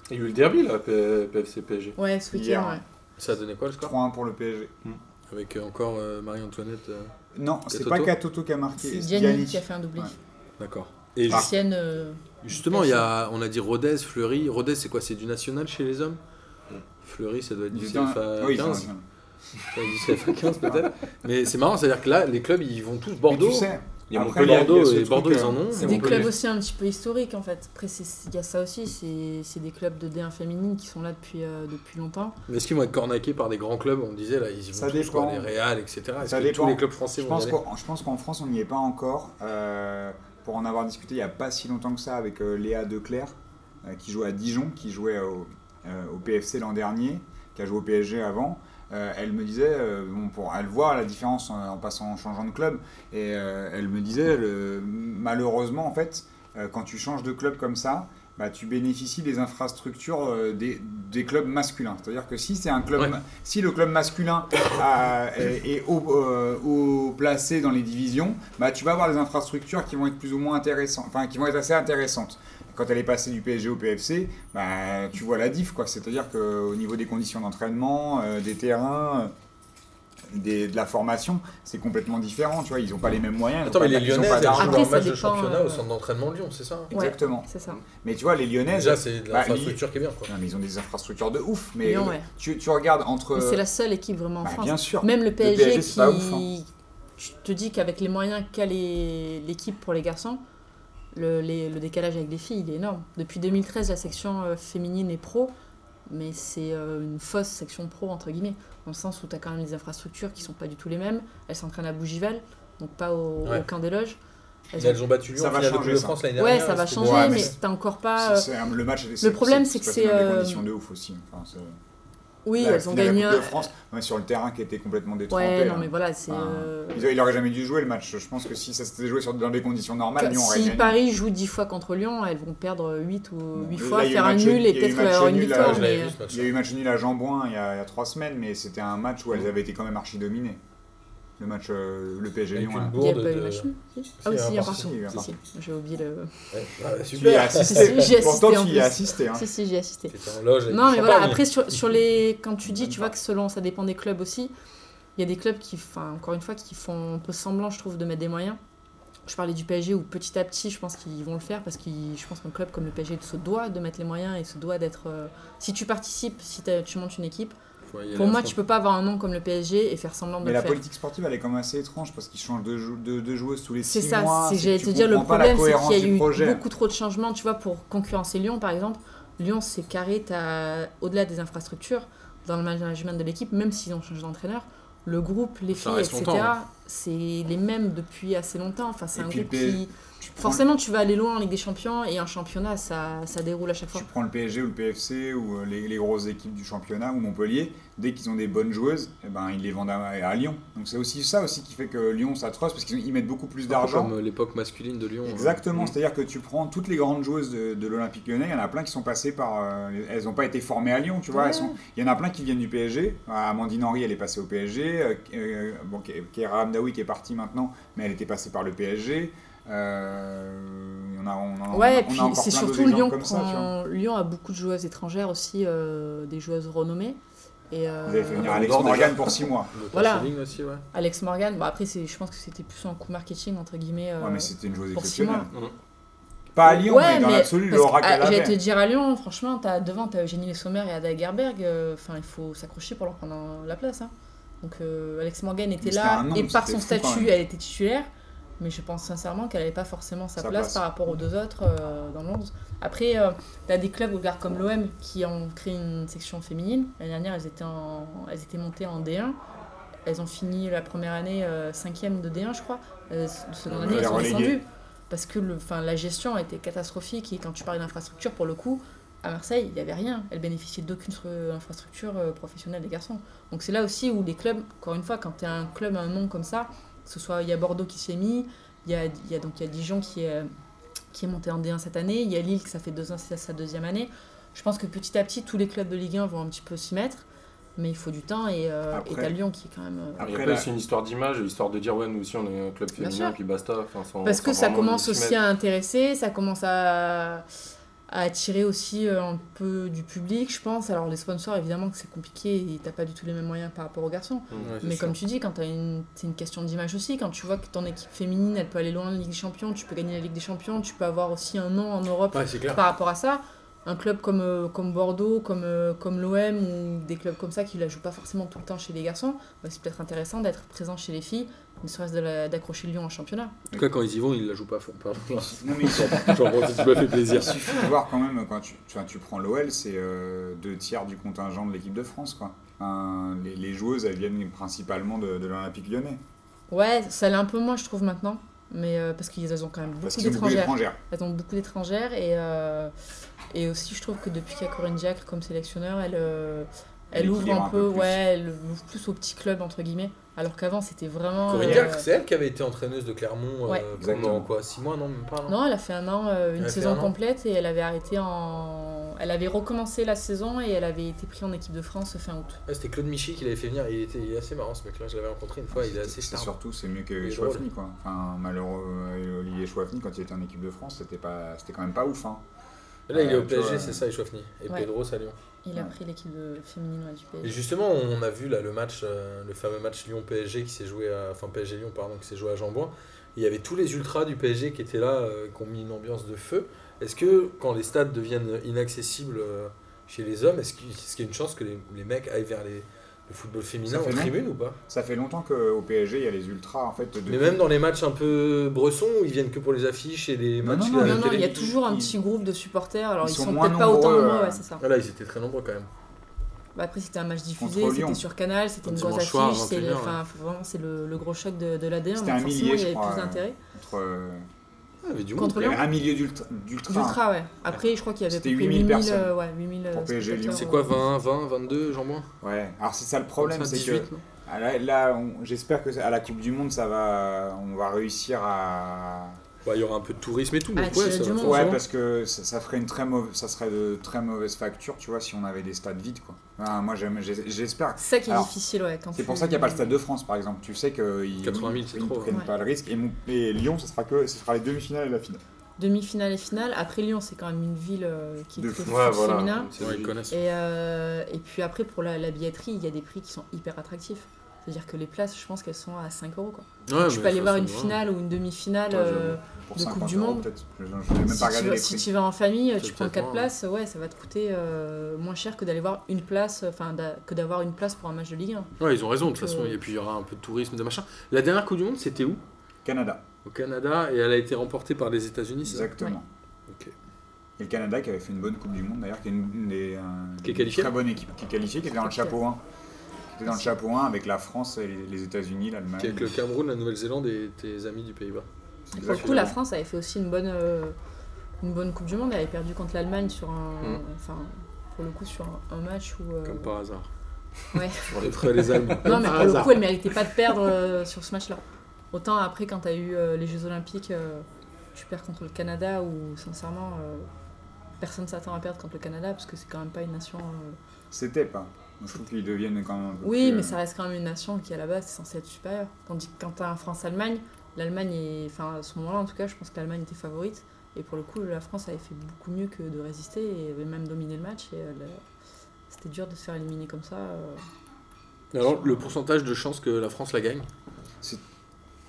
Il y a eu le derby, là, P- PFC PSG.
Ouais, ce
Hier.
week-end, ouais.
Ça a donné quoi le score
3-1 pour le PSG.
Avec euh, encore euh, Marie-Antoinette. euh,
Non, c'est
Katoto.
pas Katoto qui Ah. a marqué.
C'est
c'est
Gianni qui a fait un doublé.
Ouais.
D'accord. Et
Ah.
ju-
Ancienne. euh,
Ah. justement, il y a, on a dit Rodez, Fleury. Rodez, c'est quoi C'est du national chez les hommes Fleury, ça doit être du
Gianni.
CFA 15.
Oui, c'est vrai.
Ça doit être du CFA 15 peut-être. Mais c'est marrant, c'est-à-dire que là, les clubs, ils vont tous Bordeaux.
Mais tu sais,
Il y a
Après,
Montpellier.
Bordeaux,
il y a ce
et
truc,
Bordeaux,
euh,
ils en ont.
C'est
On
des
peut
clubs
les-
aussi un petit peu historiques en fait. Après, c'est- il y a ça aussi, c'est c'est des clubs de D1 féminine qui sont là depuis, euh, depuis longtemps.
Mais est-ce qu'ils vont être cornaqués par des grands clubs On disait là, ils y vont
Ça
tous, quoi,
dépend.
les Real, etc. Est-ce
Ça
que tous
dépend.
les clubs français
Je
vont y
pense,
aller
qu'en, je pense qu'en France, on n'y est pas encore. Euh, pour en avoir discuté il n'y a pas si longtemps que ça avec euh, Léa Declerc, euh, qui joue à Dijon, qui jouait au, euh, au PFC l'an dernier, qui a joué au PSG avant. Euh, elle me disait, euh, bon, pour, elle voit la différence en, en passant, en changeant de club, et euh, elle me disait, le- malheureusement, en fait, euh, quand tu changes de club comme ça, bah, tu bénéficies des infrastructures euh, des, des clubs masculins. C'est-à-dire que si c'est un club,
Ouais.
ma- si le club masculin euh, est, est haut, euh, haut placé dans les divisions, bah, tu vas avoir des infrastructures qui vont être plus ou moins intéressantes, enfin qui vont être assez intéressantes. Quand elle est passée du PSG au PFC, bah, tu vois la diff, quoi. C'est-à-dire qu'au niveau des conditions d'entraînement, euh, des terrains. euh, des- de la formation, c'est complètement différent, tu vois, ils n'ont pas les mêmes moyens. ils ont
Attends,
pas
mais les
ils ont
Lyonnais,
pas
elles jouent
d'argent.
Après,
leur
ça
match de
dépend,
championnat
euh,
au centre d'entraînement de Lyon, c'est ça
Ouais.
Exactement.
C'est ça.
Mais tu vois, les Lyonnaises,
Déjà, c'est de
bah,
l'infrastructure qui est bien. Quoi.
Non, mais ils ont des infrastructures de ouf, mais
Lyon, ouais.
tu, tu regardes entre.
Mais c'est la seule équipe vraiment en
Bah,
France.
bien sûr.
Même le PSG,
PSG, c'est
qui.
pas ouf, hein.
Je te dis qu'avec les moyens qu'a les- l'équipe pour les garçons, le, les- le décalage avec les filles, il est énorme. Depuis 2013, la section euh, féminine est pro, mais c'est euh, une fausse section pro, entre guillemets, dans le sens où tu as quand même des infrastructures qui sont pas du tout les mêmes. Elles s'entraînent à Bougival, donc pas au,
Ouais.
au camp des loges. Elles
Mais
ont-
Elles ont battu Lyon
Ça
en
va
finale de
changer,
Coupe de
ça.
France l'année
Ouais,
dernière.
ça va
c'était-
changer,
Ouais, mais
mais
c'est-
t'as encore pas.
C'est-
euh,
c'est un- le match,
le problème, c'est que c'est,
passé dans des
euh,
conditions de ouf aussi. Enfin, c'est-
Oui,
la
elles ont
finale de la
gagné.
Coupe
un-
de France, ouais, sur le terrain qui était complètement détrempé.
Ouais, non,
hein.
mais voilà, c'est.
Enfin,
euh,
ils- Il aurait jamais dû jouer le match. Je pense que si ça s'était joué sur, dans des conditions normales, Lyon aurait
si
gagné.
Paris joue 10 fois contre Lyon, elles vont perdre 8 ou 8
là,
fois,
il y a eu
faire un
match-
nul et
il y a eu
peut-être
match
avoir une
nul,
victoire.
euh,
Je l'avais
mais...
vu, ce match.
Il y a eu match nul à Jeanboin il y a, il y a trois semaines, mais c'était un match où elles avaient été quand même archi dominées. Le match, euh, le PSG
Avec
Lyon.
une euh,
là.
Il n'y a
Bourde
pas eu
de-
match nul si
il
Ah
y a
oui, si,
un
il y a un
parti.
parti.
Il y a un
Si,
parti.
si, J'ai oublié le.
Ouais, bah,
Tu y as
Super.
Si, si,
assisté.
(laughs) j'ai assisté
Pourtant,
en
tu y as
plus.
assisté. hein.
Si, si, j'y ai assisté.
T'étais en loge avec
Non,
du
mais voilà,
champagne.
après, sur, sur les. Quand tu dis, tu vois
Même
que selon, ça dépend des clubs aussi, il y a des clubs qui, enfin, encore une fois, qui font un peu semblant, je trouve, de mettre des moyens. Je parlais du PSG où petit à petit, je pense qu'ils vont le faire parce que je pense qu'un club comme le PSG se doit de mettre les moyens et se doit d'être. euh, Si tu participes, si t'as- tu montes une équipe,
Faut y aller
Pour
à
moi,
fond.
tu peux pas avoir un nom comme le PSG et faire semblant de
Mais
le
la
faire.
politique sportive, elle est quand même assez étrange parce qu'ils changent de, jou- de, de joueuse tous les
C'est
six
ça,
mois.
c'est
que
j'allais
tu
te dire le
comprends pas la
problème, c'est
cohérence
qu'il y a
du
eu
projet.
beaucoup trop de changements, tu vois, pour concurrencer Lyon par exemple. Lyon, c'est carré, t'as au-delà des infrastructures, dans le management de l'équipe, même s'ils ont changé d'entraîneur, le groupe, les
Ça
filles,
reste
etc.,
longtemps, hein.
c'est les mêmes depuis assez longtemps. Enfin, c'est
Et
un
puis le
groupe
PSG,
qui.
Tu prends-
Forcément, tu vas aller loin en Ligue des Champions et un championnat, ça, ça déroule à chaque fois.
Tu prends le PSG ou le PFC ou euh, les, les grosses équipes du championnat ou Montpellier, dès qu'ils ont des bonnes joueuses, eh ben, ils les vendent à, à Lyon. Donc c'est aussi ça aussi qui fait que Lyon s'atroce parce qu'ils ont- ils mettent beaucoup plus d'argent.
Comme euh, l'époque masculine de Lyon.
Exactement,
Mm.
euh,
c'est-à-dire que tu prends toutes les grandes joueuses de, de l'Olympique lyonnais, il y en a plein qui sont passées par. euh, elles n'ont pas été formées à Lyon, tu vois.
Ouais.
elles sont- il y en a plein qui viennent du PSG. Ah, Amandine Henry, elle est passée au PSG. Euh, euh, bon, Ke- Keira Hamdaoui qui est partie maintenant, mais elle était passée par le PSG. Euh, il y en a, on en- on
Ouais,
a
et puis
encore
c'est
plein d'autres
surtout Lyon
exemples comme ça, tu vois.
prend- euh, Lyon a beaucoup de joueuses étrangères aussi, euh, des joueuses renommées. Et, euh,
Vous avez fait venir
Euh,
Alex
Bordeaux,
Morgan
déjà.
pour 6 mois.
Lothar
Voilà.
Schelling aussi, ouais.
Alex Morgan, bon après c'est, je pense que c'était plus un coup marketing entre guillemets. euh,
Ouais, mais c'était une joueuse
pour six
exceptionnelle.
mois.
Pas à Lyon,
Ouais,
mais dans
mais
l'absolu,
parce que,
Laura
ah, J'allais te
Calabert.
dire à Lyon, franchement, t'as, devant t'as Eugénie Les Sommer et Ada Gerberg, euh, enfin il faut s'accrocher pour leur prendre un- la place. hein. Donc euh, Alex Morgan était
Mais c'était
là
un nom,
et par
c'était
son
fou, quand
statut
même.
elle était titulaire, mais je pense sincèrement qu'elle n'avait pas forcément sa
Sa
place,
place.
par rapport aux deux autres euh, dans le 11. Après, euh, t'as des clubs, regarde comme l'OM, qui ont créé une section féminine. L'année dernière, elles étaient, en- elles étaient montées en D1. Elles ont fini la première année 5ème de D1, je crois. Euh, s- seconde
Ouais,
année,
les
elles sont
reléguées.
descendues. Parce que le, enfin, la gestion était catastrophique. Et quand tu parles d'infrastructure, pour le coup, à Marseille, il n'y avait rien. Elles bénéficiaient d'aucune stru- infrastructure euh, professionnelle des garçons. Donc c'est là aussi où les clubs, encore une fois, quand tu as un club, un nom comme ça, que ce soit il y a Bordeaux qui s'est mis, il y a, il y a donc il y a Dijon qui est, qui est monté en D1 cette année, il y a Lille qui ça fait deux ans, c'est sa deuxième année. Je pense que petit à petit, tous les clubs de Ligue 1 vont un petit peu s'y mettre, mais il faut du temps et euh, et
Après-
t'as Lyon qui est quand même. euh,
Après,
Après,
la-
c'est une histoire d'image, histoire de dire, ouais, nous aussi, on est un club
Bien
féminin,
sûr.
puis basta. Ah, Enfin, sans-
Parce
sans
que ça
vraiment
commence
s'y
aussi
mettre.
à intéresser, ça commence à, à attirer aussi euh, un peu du public, je pense. Alors les sponsors, évidemment que c'est compliqué et t'as pas du tout les mêmes moyens par rapport aux garçons.
Mm.
Mais comme tu dis, quand t'as une... c'est une question d'image aussi. Quand tu vois que ton équipe féminine, elle peut aller loin en Ligue des Champions, tu peux gagner la Ligue des Champions, tu peux avoir aussi un nom en Europe
Ouais, c'est clair.
par rapport à ça. Un club comme, euh, comme Bordeaux, comme, euh, comme l'OM ou des clubs comme ça qui la jouent pas forcément tout le temps chez les garçons, bah, c'est peut-être intéressant d'être présent chez les filles, ne serait-ce de la- d'accrocher Lyon en championnat.
En tout cas, quand ils y vont, ils la jouent pas fond. Pardon. (laughs)
Non, mais
J'en profite, tu m'as fait plaisir.
il suffit de voir quand même, quand tu, tu, vois, tu prends l'OL, c'est euh, deux tiers du contingent de l'équipe de France. Quoi. Enfin, les, les joueuses, elles viennent principalement de, de l'Olympique lyonnais.
Ouais, ça l'est un peu moins, je trouve, maintenant. Mais euh, parce qu'ils ont quand même
Parce
beaucoup
qu'ils ont beaucoup
d'étrangères.
d'étrangères.
Elles ont beaucoup d'étrangères. Et, euh, et aussi, je trouve que depuis qu'il y a Corinne Diacre comme sélectionneur, elle, euh, elle
Elle
ouvre
équilibre
un
un
peu,
peu plus.
ouais, elle ouvre plus aux petits clubs, entre guillemets. Alors qu'avant, c'était vraiment.
Corinne
euh,
Diacre, c'est elle qui avait été entraîneuse de Clermont euh,
Ouais.
pendant
Exactement.
quoi 6 mois, non Même pas. non
Non, elle a fait un an, euh,
Elle a
une
fait
saison
un an.
complète et elle avait arrêté en. Elle avait recommencé la saison et elle avait été prise en équipe de France fin août.
Ouais, C'était Claude Michi qui l'avait fait venir. Il, était, il est assez marrant ce mec-là. Je l'avais rencontré une fois. il est assez
C'est
star.
surtout, c'est mieux
Il
que
est
Chouafny, quoi. Enfin, malheureux, euh, Olivier Chouafny, quand il était en équipe de France, c'était pas, c'était quand même pas ouf. Hein.
Là, il est
Euh,
au
tu
PSG,
vois,
c'est ça, Echouafni. Et
Ouais.
Pedro, ça Lyon.
Il a
Ouais.
pris l'équipe de féminine ouais, du
Et
PSG.
justement, on a vu là le match, euh, le fameux match Lyon PSG qui s'est joué, à, enfin PSG Lyon pardon, qui s'est joué à Jean-Bouin. Il y avait tous les ultras du PSG qui étaient là, euh, qui ont mis une ambiance de feu. Est-ce que quand les stades deviennent inaccessibles euh, chez les hommes, est-ce qu'il est-ce qu'il y a une chance que les, les mecs aillent vers les, le football féminin
Ça fait
en
long.
tribune ou pas
Ça fait longtemps qu'au PSG, il y a les ultras, en fait.
Mais même dans les matchs un peu bressons où ils viennent que pour les affiches et les
Non,
matchs.
non,
à la
Non, non,
télé.
il y a
euh, ils-
toujours un
ils-
petit groupe de supporters. Alors,
ils
ils,
sont
sont,
moins
peut-être pas autant
nombreux,
nombreux,
euh,
ouais, c'est ça.
Ah là, ils étaient très nombreux quand même.
Bah, après, c'était un match diffusé,
Contre Lyon.
c'était sur Canal, c'était une
Dimanche
grosse
soir,
affiche. C'est
21h, ouais.
enfin, faut vraiment, c'est le, le gros choc de, de l'ADN.
C'était un
Donc, forcément,
millier,
il y
je
avait
crois,
plus
euh,
d'intérêt.
Entre, euh,
Ah, il y avait du monde.
il
Contre
y
Lyon
avait un milieu d'ultra- d'ultra.
D'Ultra, ouais. Après, je crois qu'il y avait
C'était
plus de
8000 personnes.
euh, ouais, 8000
Pour
euh,
PSG Lyon.
spectateurs,
C'est
ouais.
quoi 20, 20, 22, Jean-Bouin
Ouais. Alors, c'est ça le problème,
Comme ça,
c'est que.
18, non
Ah, Là, là, on- j'espère que ça- à la Coupe du Monde, ça va, on va réussir à.
Bah, il y aura un peu de tourisme et tout.
Ah,
donc
tu
ouais,
as
ça
du
va
monde.
faire-
Bon,
Ouais,
bon.
parce que ça, ça ferait une très mauvaise, ça serait de très mauvaise facture, tu vois, si on avait des stades vides, quoi. Ah, moi, j'aime- j'es- j'espère.
C'est ça qui est
Alors,
difficile, ouais. quand
C'est
tu-
pour ça qu'il n'y a pas le Stade de France, par exemple. Tu sais qu'ils
80 000, c'est
ils
trop,
prennent
ouais.
pas le risque. Et, mon- et Lyon, ce sera que, ce sera les demi-finales et la finale.
Demi-finale et finale. Après, Lyon, c'est quand même une ville euh, qui
De
est très
fou.
Ouais,
foot
voilà.
féminin.
C'est
Ouais, ils
logique.
connaissent.
Et, euh, et puis après, pour la, la billetterie, il y a des prix qui sont hyper attractifs. C'est-à-dire que les places, je pense qu'elles sont à 5 euros. Quoi.
Ouais,
tu
mais
peux aller
ça,
voir
c'est
une
vrai.
finale ou une demi-finale.
Ouais, j'avoue.
euh,
Pour
De
50
Coupe du
euros,
Monde.
peut-être. Je n'ai même
si,
pas
tu
regardé
vas,
les
si
prix.
tu vas en famille,
C'est
tu prends
peut-être
4
moins,
places, ouais, ça va te coûter euh, moins cher que d'aller voir une place, enfin d'a- que d'avoir une place pour un match de Ligue 1.
Ouais, ils ont raison de toute
Donc,
façon.
euh,
Et puis il y aura un peu de tourisme, de machin. La dernière Coupe du Monde, c'était où
Canada,
Au Canada et elle a été remportée par les États-Unis. c'est ça
exactement.
Ok.
Et le Canada qui avait fait une bonne Coupe du Monde, d'ailleurs, qui est une, une des. un-
Qui est qualifiée.
Très bonne équipe, qui est qualifiée, qui était dans le chapeau 1. Qui était dans le chapeau 1 avec la France, et les les États-Unis, l'Allemagne.
Avec le Cameroun, la Nouvelle-Zélande et tes amis du Pays-Bas.
Pour le coup, la France avait fait aussi une bonne, euh, une bonne Coupe du Monde. Elle avait perdu contre l'Allemagne sur un,
Mm.
enfin pour le coup sur un, un match où. euh,
Comme par hasard. (laughs)
Ouais.
Sur les traits les Allemands.
Non,
Par
mais pour le
hasard.
coup, elle méritait pas de perdre euh, sur ce match-là. Autant après, quand t'as eu euh, les Jeux Olympiques, euh, tu perds contre le Canada où, sincèrement, euh, personne s'attend à perdre contre le Canada parce que c'est quand même pas une nation. euh,
C'était pas. Je trouve qu'ils deviennent quand même. un peu
Oui,
plus,
mais
euh,
ça reste quand même une nation qui à la base est censée être supérieure. Tandis que quand t'as un France-Allemagne, l'Allemagne est. Enfin, à ce moment-là, en tout cas, je pense que l'Allemagne était favorite. Et pour le coup, la France avait fait beaucoup mieux que de résister et avait même dominé le match. Et euh, le- c'était dur de se faire éliminer comme ça. euh.
Alors, le pourcentage de chances que la France la gagne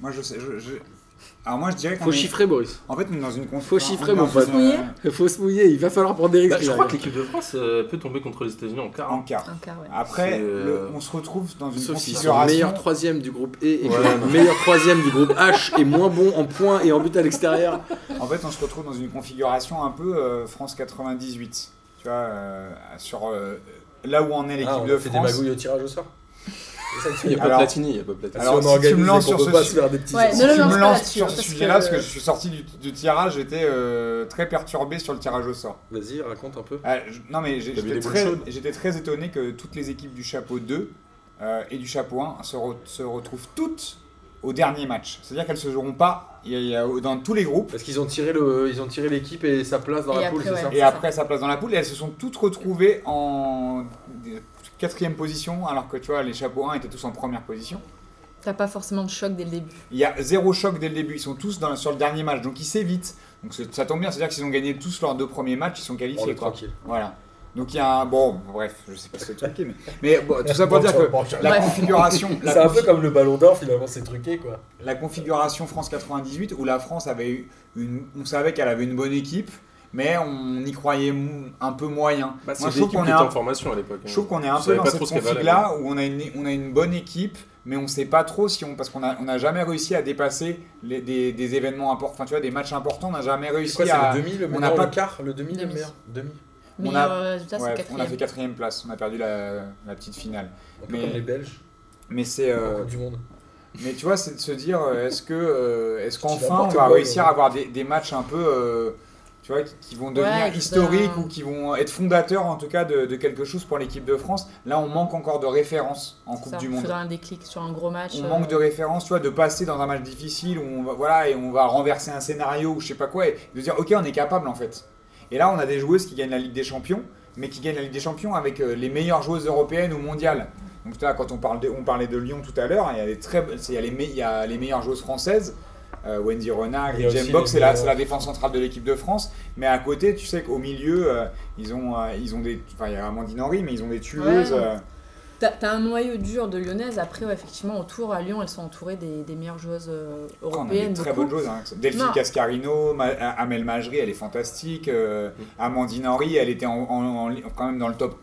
Moi, je sais. je- je- Alors, moi, je
Ah
dirais qu'on
Faut
est-
chiffrer, Boris. (laughs)
En fait, on est dans une conférence.
Faut chiffrer, mon pote. Faut se mouiller, il va falloir prendre des risques.
Bah, je
là.
crois que l'équipe de France euh, peut tomber contre les États-Unis en quart.
En quart.
Un quart, ouais.
Après,
C'est, euh,
le- on se retrouve dans une
Sauf s'ils sont
configuration.
meilleur troisième du groupe E et que
Ouais.
le meilleur troisième du groupe H est moins bon en points et en but à l'extérieur.
En fait, on se retrouve dans une configuration un peu euh, France 98. Tu vois, euh, sur euh, là où en est l'équipe
Ah, on
de
a fait des
France.
magouilles au tirage au (laughs) sort.
Il n'y a pas
Alors-
Platini, il n'y a pas Platini.
Alors,
Ah, si on
si tu me
organise
lances
et qu'on
sur
peut
ce
pas se
sujet-
faire des petits
Ouais,
essais.
Si
Ne le
tu
lance
me
pas
lances
là-dessus,
sur
hein,
ce
parce
sujet-là,
que-
parce que je suis sorti du, du tirage, j'étais euh, très perturbé sur le tirage au sort.
Vas-y, raconte un peu.
Ah, je- non, mais j'ai-
T'as vu
j'étais
des boules
très,
chaudes
j'étais très étonné que toutes les équipes du chapeau 2 euh, et du chapeau 1 se, re- se retrouvent toutes au au dernier match. C'est-à-dire qu'elles se joueront pas il y a- il y a- dans tous les groupes.
Parce qu'ils ont tiré le, ils ont tiré l'équipe et sa place dans
Et
la poule,
après,
c'est
ouais.
ça
Et après, ça place dans la poule. Et elles se sont toutes retrouvées en quatrième position, alors que tu vois, les chapeaux 1 étaient tous en première position.
T'as pas forcément de choc dès le début.
Il y a zéro choc dès le début. Ils sont tous dans, sur le dernier match, donc ils s'évitent. Donc c'est- ça tombe bien, c'est-à-dire qu'ils ont gagné tous leurs deux premiers matchs, ils sont
On
qualifiés.
est
quoi.
tranquille.
Voilà. Donc il y a un. Bon, bref, je sais pas si c'est truqué, mais. Mais bon, tout ça pour
Bon,
dire
tu
que
vois, bon, tu vois.
la
Bref.
configuration.
(laughs)
la
C'est un
confi-
peu comme le ballon d'or, finalement, c'est truqué, quoi.
la configuration France 98 où la France avait eu une, on savait qu'elle avait une bonne équipe, mais on y croyait mou- un peu moyen.
Bah, c'est
Moi, je
des
trouve
équipes
qu'on
qui
est
étaient
un,
en formation à l'époque. hein.
je trouve qu'on est un
Je
peu
savais
dans
pas
cette
trop ce qu'elle
config là où on a une on a une bonne équipe, mais on sait pas trop si on parce qu'on a on n'a jamais réussi à dépasser les- des, des événements importants, enfin tu vois des matchs importants, on n'a jamais
C'est
réussi
quoi, c'est
à
le demi, le
on
meilleur,
n'a pas-
le quart, le demi, le
Demi.
meilleur Demi.
On a-
Meilleur résultat,
Ouais,
euh,
on a fait
c'est quatrième.
quatrième place, on a perdu la, la petite finale.
Un peu
Mais-
comme les Belges,
Mais c'est
en
euh,
Coupe du Monde.
Mais tu vois, c'est de se dire, euh, est-ce que, euh, est-ce qu'enfin on
n'importe
va
quoi,
réussir
ouais.
à avoir des, des matchs un peu, euh, tu vois, qui, qui vont devenir
Ouais, qui
historiques
vont-
ou qui vont être fondateurs en tout cas de, de quelque chose pour l'équipe de France. Là, on manque encore de références en Coupe
Ça,
du Monde.
faudra un déclic sur un gros match.
On
euh,
manque de références, tu vois, de passer dans un match difficile où on va, voilà, et on va renverser un scénario ou je sais pas quoi, et de dire, ok, on est capable en fait. Et là, on a des joueuses qui gagnent la Ligue des Champions, mais qui gagnent la Ligue des Champions avec euh, les meilleures joueuses européennes ou mondiales. Donc tu vois, quand on, parle de- on parlait de Lyon tout à l'heure, il y a des très, c'est- il y a les, me- il y a les meilleures joueuses françaises. euh, Wendy Renard,
Il y a
Jane
aussi
Box,
les
c'est la,
meilleures-
c'est la défense centrale de l'équipe de France. Mais à côté, tu sais qu'au milieu, euh, ils ont, euh, ils ont des, enfin, il y a Amandine Henry, mais ils ont des tueuses.
Ouais.
euh,
T'as t'as un noyau dur de lyonnaises. Après, ouais, effectivement, autour à Lyon, elles sont entourées des, des meilleures joueuses euh,
Oh, on a des
européennes.
très
beaucoup.
bonnes choses. Hein. Delphine
Non.
Cascarino, Ma- A- Amel Majri, elle est fantastique. euh, Amandine Henry, elle était en- en- en- quand même dans le top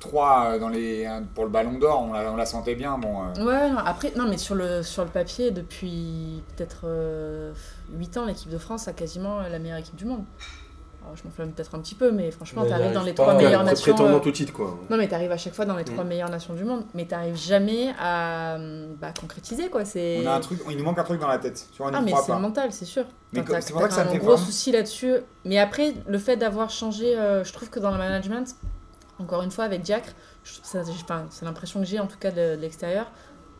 3 euh, dans les, hein, pour le Ballon d'Or. On la, on la sentait bien. Bon, euh,
Ouais, non, après, non, mais sur le, sur le papier, depuis peut-être 8 ans, l'équipe de France a quasiment la meilleure équipe du monde. Alors, je m'enflamme peut-être un petit peu, mais franchement,
Mais elle
t'arrives dans
arrive
les
pas
trois
à-
meilleures
à
nations. euh,
prétendant tout titre, quoi.
Non, mais t'arrives à chaque fois dans les trois
Mm.
meilleures nations du monde, mais t'arrives jamais à euh, bah, concrétiser, quoi. C'est.
on a un truc, il nous manque un truc dans la tête. Tu vois, on y
Ah, mais
croit
c'est
pas.
mental, c'est sûr.
Mais
Enfin,
comme-
t'as-
c'est pour ça que
t'as
ça me
un
fait
gros
vraiment-
souci là-dessus. Mais après, le fait d'avoir changé, euh, je trouve que dans le management, encore une fois, avec Diacre, je- ça- j'ai- enfin, c'est l'impression que j'ai en tout cas de, de l'extérieur.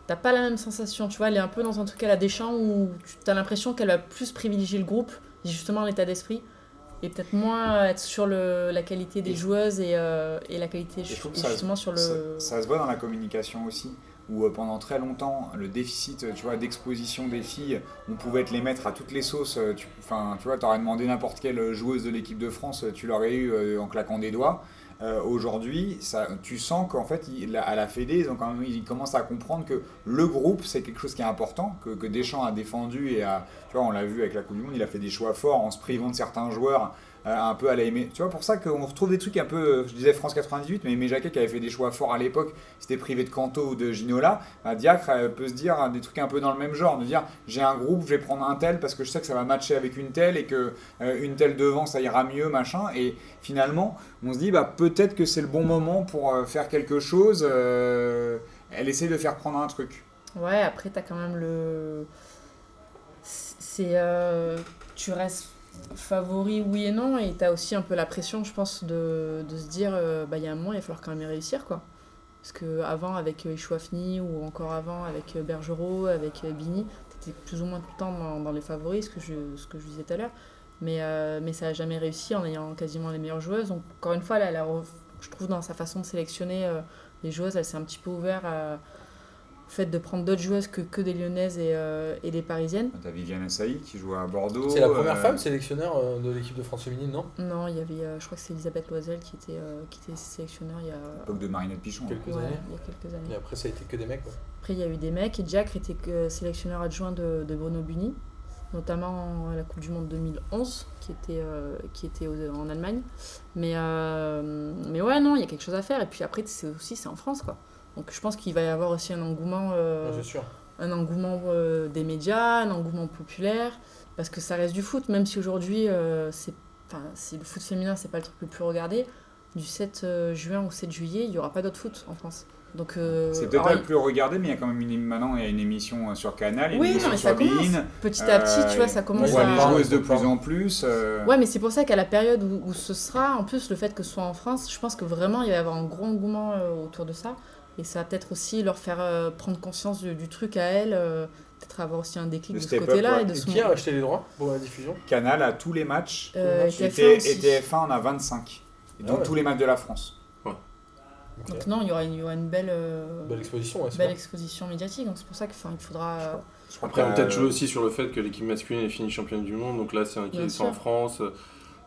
T'as pas la même sensation, tu vois. Elle est un peu dans un truc à la Deschamps où tu as l'impression qu'elle va plus privilégier le groupe, justement l'état d'esprit, et peut-être moins être sur le, la qualité des
Et-
joueuses et, euh, et la qualité
je trouve
et
ça-
justement sur le.
Ça, ça se voit dans la communication aussi, où euh, pendant très longtemps, le déficit euh, tu vois, d'exposition des filles, on pouvait te les mettre à toutes les sauces. euh, Tu, enfin, tu vois, t'aurais demandé n'importe quelle euh, joueuse de l'équipe de France, euh, tu l'aurais eu euh, en claquant des doigts. Euh, Aujourd'hui, ça- tu sens qu'en fait, il- à la Fédé, ils, ont quand même, ils commencent à comprendre que le groupe, c'est quelque chose qui est important, que, que Deschamps a défendu et a, tu vois, on l'a vu avec la Coupe du Monde, il a fait des choix forts en se privant de certains joueurs euh, un peu à la Aimé. Tu vois, pour ça qu'on retrouve des trucs un peu. euh, Je disais France 98, mais Aimé Jacquet qui avait fait des choix forts à l'époque, c'était privé de Canto ou de Ginola. Bah, Diacre euh, peut se dire euh, des trucs un peu dans le même genre, de dire j'ai un groupe, je vais prendre un tel parce que je sais que ça va matcher avec une telle et que euh, une telle devant ça ira mieux, machin. Et finalement, on se dit bah peut-être que c'est le bon moment pour euh, faire quelque chose. euh, elle essaie de faire prendre un truc.
Ouais, après, t'as quand même le. C'est. euh, Tu restes favori, oui et non, et t'as aussi un peu la pression, je pense, de, de se dire, euh, bah, il y a un moment, il va falloir quand même y réussir, quoi. Parce que avant avec euh, Fni ou encore avant avec euh, Bergerot, avec euh, Bini, t'étais plus ou moins tout le temps dans, dans les favoris, ce que je, ce que je disais tout à l'heure. Mais, euh, mais ça n'a jamais réussi en ayant quasiment les meilleures joueuses. Donc, encore une fois, là, elle a re- je trouve dans sa façon de sélectionner euh, les joueuses, elle s'est un petit peu ouverte à- au fait de prendre d'autres joueuses que, que des Lyonnaises et, euh, et des Parisiennes.
T'as Viviane Assaï qui joue à Bordeaux.
C'est la première
euh,
femme sélectionneur euh, de l'équipe de France féminine, non
Non, il y avait, euh, je crois que c'est Elisabeth Loisel qui était, euh, qui était sélectionneur il y
à
a,
l'époque de Marinette Pichon.
Quelques
ouais,
années.
il y a quelques années.
Et après, ça a été que des mecs, quoi.
Après, il y a eu des mecs et Jack était euh, sélectionneur adjoint de, de Bruno Buni, notamment à la Coupe du Monde 2011 qui était, euh, qui était aux- en Allemagne. Mais, euh, mais ouais, non, il y a quelque chose à faire. Et puis après, c'est aussi c'est en France, quoi. Donc je pense qu'il va y avoir aussi un engouement, euh,
Non, c'est sûr.
un engouement euh, des médias, un engouement populaire, parce que ça reste du foot, même si aujourd'hui, euh, c'est, enfin, c'est- le foot féminin, c'est pas le truc le plus regardé. Du 7 euh, juin au 7 juillet, il y aura pas d'autre foot en France. Donc, euh,
C'est peut-être
alors,
pas le plus regardé, mais il y a quand même une, maintenant il y a une émission euh, sur Canal, il y a une
Oui,
émission
non, mais
sur
ça commence.
Bein,
Petit à petit,
euh,
tu vois, ça
on
commence
voit les
parle,
à.
joueuses de
on parle.
plus en plus. euh,
Ouais, mais c'est pour ça qu'à la période où, où ce sera, en plus, le fait que ce soit en France, je pense que vraiment, il va y avoir un gros engouement euh, autour de ça. Et ça va peut-être aussi leur faire euh, prendre conscience du, du truc à elles, euh, peut-être peut-être avoir aussi un déclic
Le
de ce
step-up,
côté-là
ouais.
et de
Et
ce
qui a acheté les droits pour la diffusion
Canal a tous les matchs.
Euh,
et,
TF1
T- et
aussi.
TF1 en a 25. Et
Ah
donc
ouais.
tous les matchs de la France.
Donc non, il y aura une, il y aura une belle, euh,
Belle exposition, ouais, c'est
belle
vrai.
exposition médiatique. Donc c'est pour ça qu'il il faudra. euh,
Je crois
Après,
que,
on peut-être
euh,
jouer aussi sur le fait que l'équipe masculine est finie championne du monde. Donc là, c'est un qui
Bien
est en
sûr.
France. euh,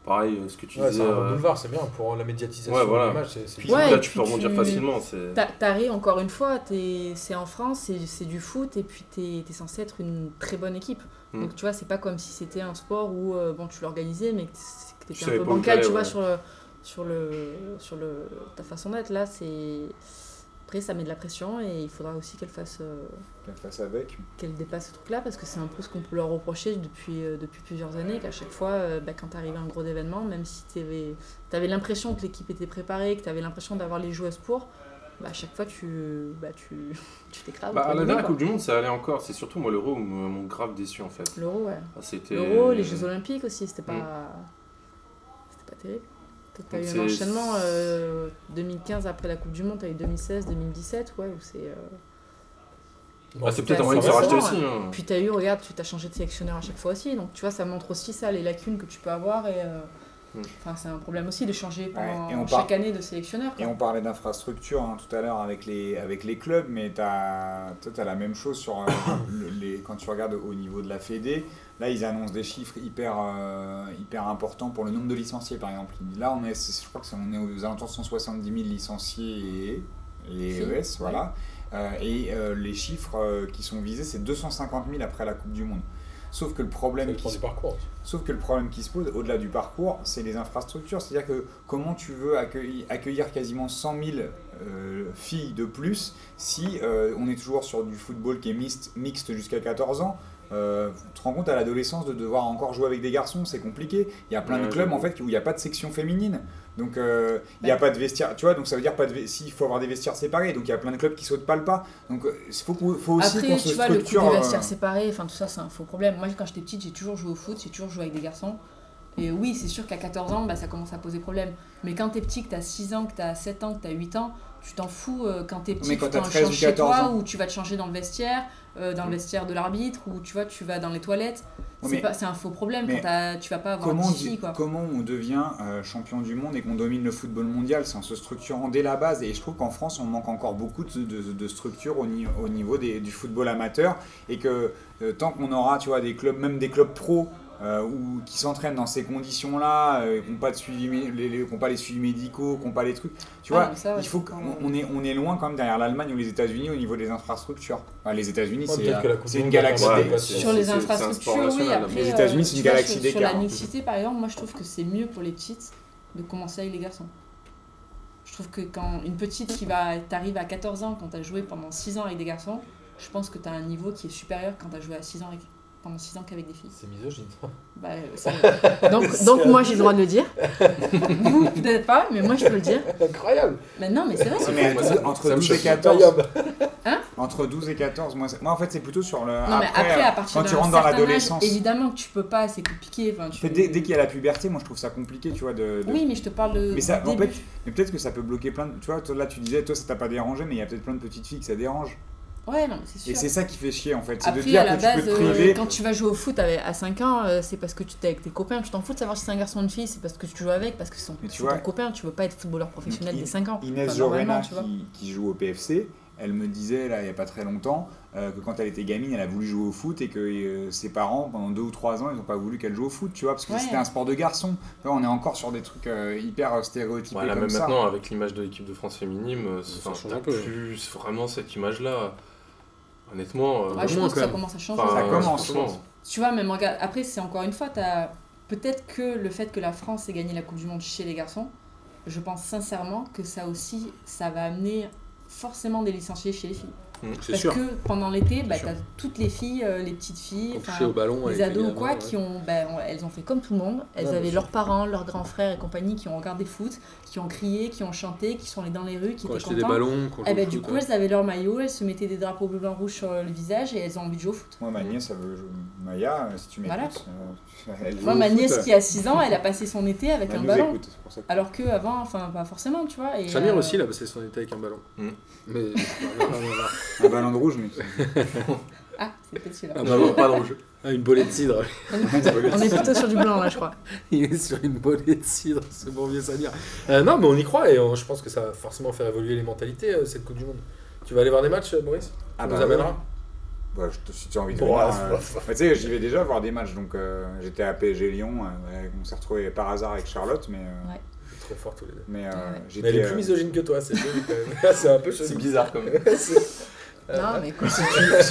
Pareil, euh, ce que tu
Ouais, c'est
disais.
un
euh,
boulevard, c'est bien pour la médiatisation
Ouais, voilà.
de l'image. c'est- c'est
puis
bien.
Ouais,
là,
et
tu
puis
peux rebondir
tu-
facilement. c'est-
euh, Ta- T'arrives encore une fois, t'es- c'est en France, c'est c'est du foot, et puis t'es es censé être une très bonne équipe.
Mm.
Donc tu vois, c'est pas comme si c'était un sport où euh, bon, tu l'organisais, mais que c'est- que
Tu
t'étais
savais
un peu
pas où
bancal,
t'allais,
tu vois,
ouais.
sur, le, sur, le, sur le, ta façon d'être. Là, c'est. Après, ça met de la pression, et il faudra aussi qu'elle fasse. euh,
qu'elle fasse avec.
qu'elle dépasse ce truc-là, parce que c'est un peu ce qu'on peut leur reprocher depuis, euh, depuis plusieurs années, qu'à chaque fois, euh, bah, quand t'arrivais à un gros événement, même si t'avais avais, l'impression que l'équipe était préparée, que t'avais l'impression d'avoir les joueuses pour, bah, à chaque fois, tu bah, tu (laughs) tu t'écrases.
Bah,
entre
à la
guillemets,
dernière
quoi.
Coupe du Monde, ça allait encore. C'est surtout moi l'euro où m- m'ont grave déçu en fait.
L'euro, ouais.
Ah, C'était.
L'euro, les Jeux Olympiques aussi, c'était pas... C'était pas terrible. Peut-être t'as
Donc
eu
c'est-
un enchaînement euh, 2015 après la Coupe du Monde, t'as eu 2016, 2017, ouais, où c'est... euh,
Bon, Bah,
Ah, c'est peut-être
Ouais,
un moyen de
c'est
se racheter
ça,
aussi. hein.
Puis t'as eu, regarde, tu t'as changé de sélectionneur à chaque fois aussi, donc tu vois, ça montre aussi ça, les lacunes que tu peux avoir, et euh,
Hmm.
enfin c'est un problème aussi de changer pendant
et on
chaque
part-
année de sélectionneur. quoi.
Et on parlait d'infrastructure hein, tout à l'heure avec les, avec les clubs, mais tu as, la même chose sur, euh, (coughs) le- les, quand tu regardes au niveau de la Fédé. Là, ils annoncent des chiffres hyper, euh, hyper importants pour le nombre de licenciés, par exemple. Ils disent, Là, on est, c'est- je crois que c'est- on est aux alentours de 170 000 licenciés et, et
Filles,
ES, voilà. Euh, et euh, les chiffres euh, qui sont visés, c'est 250 000 après la Coupe du Monde. Sauf que le
Ça
problème
dépend
qui
du
se
parcours. aussi.
Sauf que le problème qui se pose, au-delà du parcours, c'est les infrastructures. C'est-à-dire que comment tu veux accueillir, accueillir quasiment 100 000 euh, filles de plus si euh, on est toujours sur du football qui est mixte, mixte jusqu'à 14 ans Euh, tu te rends compte à l'adolescence de devoir encore jouer avec des garçons, c'est compliqué. Il y a plein
Ouais,
de clubs
j'avoue.
en fait où il n'y a pas de section féminine, donc euh, il n'y a
Ouais.
pas de vestiaire. Tu vois, donc ça veut dire pas de ve- si il faut avoir des vestiaires séparés, donc il y a plein de clubs qui sautent pas le pas. Donc il faut, qu'on- faut aussi
Après,
qu'on se
tu vois, le coup
structure.
des
euh,
vestiaires séparés, enfin tout ça, c'est un faux problème. Moi, quand j'étais petite, j'ai toujours joué au foot, j'ai toujours joué avec des garçons. Et oui, c'est sûr qu'à 14 ans, bah, ça commence à poser problème. Mais quand t'es petit, que t'as 6 ans, que t'as 7 ans, que t'as 8 ans, tu t'en fous euh, quand t'es petit,
Mais
tu
quand t'as
t'en
13 ou
changes chez
14
toi,
ans.
ou tu vas te changer dans le vestiaire, euh, dans le vestiaire de l'arbitre, ou tu vois, tu vas dans les toilettes.
Ouais,
C'est
mais-
pas- c'est un faux problème
mais
quand t'as- tu vas pas avoir
Comment,
10
on
filles,
dit-
quoi.
comment on devient euh, champion du monde et qu'on domine le football mondial C'est en se structurant dès la base. Et je trouve qu'en France, on manque encore beaucoup de, de- de structures au, ni- au niveau des- du football amateur. Et que euh, tant qu'on aura tu vois, des clubs, même des clubs pro, euh, ou, qui s'entraînent dans ces conditions-là, euh, qui n'ont pas, de suivi mé- les- les- qui ont pas les suivis médicaux, qui n'ont pas les trucs. Tu
Ah
vois,
non, ça, ouais,
il faut
c'est
qu'on
pas-
on est, on est loin quand même derrière l'Allemagne ou les États-Unis au niveau des infrastructures. Enfin, les États-Unis,
Ouais,
c'est euh,
peut-être que la Coupe
c'est
du
une
Monde
galaxie.
va faire-
des-
Ouais,
sur
C'est-
les
c'est- c'est un sport
infrastructures, oui.
national,
Les
Après, euh,
hein. États-Unis, c'est
tu
une
vois,
galaxie
sur- Sur la
d'écart. hein.
mixité, par exemple, moi, je trouve que c'est mieux pour les petites de commencer avec les garçons. Je trouve que quand une petite qui va t'arrive à 14 ans, quand t'as joué pendant 6 ans avec des garçons, je pense que t'as un niveau qui est supérieur quand t'as joué à 6 ans avec- pendant 6 ans qu'avec des filles.
C'est misogyne. (laughs) ça.
Bah, euh, ça- (laughs) donc, donc moi j'ai le droit de le dire. (laughs) Vous peut-être pas, mais moi je peux le dire.
Incroyable.
Mais non, mais c'est vrai.
Ouais,
C'est
mais
fou, moi, ça-
entre
ça me
12 et
choque.
14,
Incroyable.
Entre 12 et 14, moi, c'est- moi, en fait c'est plutôt sur le. euh,
Non, mais après, à partir
quand tu
d'un
rentres dans
certain âge,
l'adolescence.
évidemment que tu peux pas, c'est compliqué. Enfin, tu-
En fait, dès dès qu'il y a la puberté, moi je trouve ça compliqué, tu vois. De, de-
Oui, mais je te parle de.
Mais ça,
du
en
début.
fait, mais peut-être que ça peut bloquer plein de. Tu vois, toi, là tu disais, toi ça t'a pas dérangé, mais il y a peut-être plein de petites filles que ça dérange.
Ouais, non, mais c'est sûr.
Et c'est ça qui fait chier en fait. C'est de
Après,
dire
à
que
la
tu
base,
peux te
euh,
priver.
quand tu vas jouer au foot avec- à 5 ans, euh, c'est parce que tu t'es avec tes copains. Tu t'en fous de savoir si c'est un garçon ou une fille, c'est parce que tu joues avec, parce que c'est son-
Mais tu
c'est
vois-
ton copain. Tu veux pas être footballeur professionnel
Donc,
dès 5 ans.
Inès
Enfin,
Jorena
normalement, tu vois.
qui, qui joue au PFC, elle me disait là il n'y a pas très longtemps euh, que quand elle était gamine, elle a voulu jouer au foot et que euh, ses parents, pendant deux ou trois ans, ils n'ont pas voulu qu'elle joue au foot, tu vois, parce que
Ouais.
c'était un sport de garçon. Là, on est encore sur des trucs euh, hyper euh, stéréotypés
Voilà,
comme
même
ça.
maintenant, avec l'image de l'équipe de France féminine, euh,
Ça
enfin,
change
t'as
un peu, ouais.
plus vraiment cette image-là. Honnêtement, euh,
Ouais, je
moins,
pense que
quand
ça
même.
commence à changer.
enfin,
Ça
ouais,
commence.
franchement.
Tu vois, même regarde. Après, c'est encore une fois, t'as peut-être que le fait que la France ait gagné la Coupe du Monde chez les garçons, je pense sincèrement que ça aussi, ça va amener forcément des licenciés chez les filles.
C'est
Parce
sûr.
que pendant l'été, bah,
C'est sûr.
t'as toutes les filles, euh, les petites filles,
Pour
enfin,
toucher au ballon. euh,
les
et
ados ou
évidemment,
quoi,
ouais.
qui ont, ben, on- elles ont fait comme tout le monde. Elles
Ouais, bien
avaient
sûr.
leurs parents, leurs grands frères et compagnie qui ont regardé foot, qui ont crié, qui ont chanté, qui sont allés dans les rues, qui
Quand
étaient
acheter des
contents.
ballons. quand
Eh
jouer
ben,
au
du
foot,
coup,
ouais.
elles avaient leur maillot, elles se mettaient des drapeaux bleu blanc rouge sur le visage et elles ont envie de jouer au foot.
Moi, ma nièce, elle veut jouer. Maya, euh, si tu
Voilà.
m'écoutes, euh, (laughs) elle joue
Moi,
au
ma
foot.
nièce qui a 6 ans, elle a passé son été avec
Bah,
Elle
un
nous
ballon.
écoute, c'est pour ça que-
Alors que avant, enfin, pas forcément, tu vois. Et,
Samir
euh,
aussi, il (laughs) a passé son été avec un ballon.
Mm.
Mais.
Un ballon de rouge, mais.
Ah, c'était celui-là.
Ah,
On n'avait pas d'enjeu.
Ah, une bolée de cidre. Ah, bah,
On est (laughs) plutôt sur du blanc là, je crois.
(laughs) Il est sur une bolée de cidre, ce bon vieux Samir. Euh, non, mais on y croit et euh, je pense que ça va forcément faire évoluer les mentalités, euh, cette Coupe du Monde. Tu vas aller voir des matchs, euh, Maurice
Ah
Tu
bah
nous amèneras
Bah, je te- si tu as envie de
Bon,
venir,
ouais,
euh, mais tu sais, j'y vais déjà voir des matchs, donc euh, j'étais à PSG Lyon, euh, on s'est retrouvé par hasard avec Charlotte, mais, euh,
Ouais.
Trop fort tous les deux.
mais euh,
Ouais.
Mais elle
j'étais
est plus
euh,
misogyne que toi,
(laughs)
c'est joli quand même. (laughs) c'est un peu
C'est
joli.
bizarre
(laughs)
quand même.
Non, mais écoute,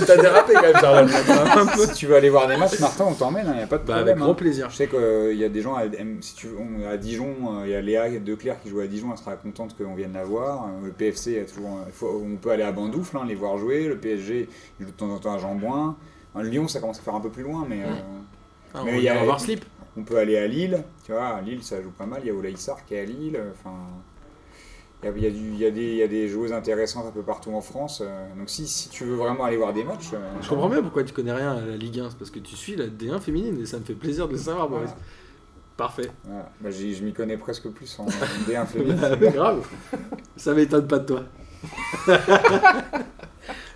T'as dérapé quand même, Charlotte.
(laughs) si tu veux aller voir des matchs, Martin, on t'emmène, il n'y a pas de
hein. bah,
problème.
avec
hein.
grand plaisir.
Je sais qu'il y a des gens à, si tu veux, on- à Dijon, il y a Léa de Clerc qui joue à Dijon, elle sera contente qu'on vienne la voir. Euh, Le PFC, il y a toujours, euh, faut- on peut aller à Bandoufle, hein, les voir jouer. Le PSG, il joue de temps en temps à Jambouin. Hein, Lyon, ça commence à faire un peu plus loin, mais euh,
Ouais.
Ah,
Mais
on
il y
ira
a-
voir Slip.
on peut aller à Lille. Tu vois, à Lille, ça joue pas mal. Il y a Olaïsar qui est à Lille. euh, Enfin, il y a, il y a du- il y a des- il y a des joueuses intéressantes un peu partout en France. euh, donc si, si tu veux vraiment aller voir des matchs, euh,
Je comprends bien pourquoi tu connais rien à la Ligue 1, c'est parce que tu suis la D1 féminine et ça me fait plaisir de le savoir, Maurice.
Voilà.
Parfait.
voilà. Bah, j'y- je m'y connais presque plus en
(laughs)
D1 féminin.
Grave. Bah Ça m'étonne pas de toi. (laughs)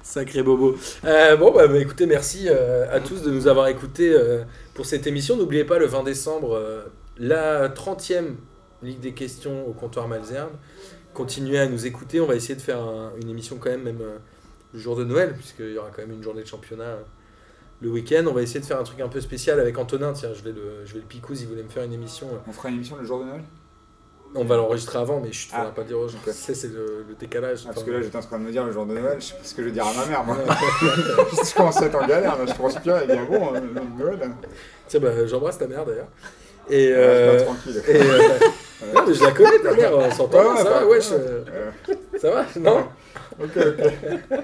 Sacré bobo. Euh, bon, bah, bah, écoutez, merci euh, à tous de nous avoir écoutés euh, pour cette émission. N'oubliez pas le 20 décembre, euh, la 30e Ligue des questions au comptoir Malzerne. Continuez à nous écouter. On va essayer de faire un- une émission quand même, même euh, le jour de Noël, puisqu'il y aura quand même une journée de championnat euh, le week-end. On va essayer de faire un truc un peu spécial avec Antonin. Tiens, je vais le, je vais le picou s'il voulait me faire une émission. euh,
On fera une émission le jour de Noël
on va l'enregistrer avant, mais je ne
Ah.
pas le dire aux gens.
Ok.
C'est, c'est le, le décalage.
Ah, parce que là, j'étais en train de me dire le jour de Noël, je sais pas ce que je vais dire à ma mère, moi. (laughs) je commence à être en galère, là, je transpire, elle dit, ah bon, le jour de Noël
Tiens, bah, j'embrasse ta mère d'ailleurs. Et.
Euh...
euh,
Reste pas tranquille. (laughs)
et, euh,
Euh,
non, mais je la connais ta mère, on s'entend.
Ouais, ouais,
ça
bah,
va, ouais, je-
euh,
ça va, non
(laughs) ok, ok.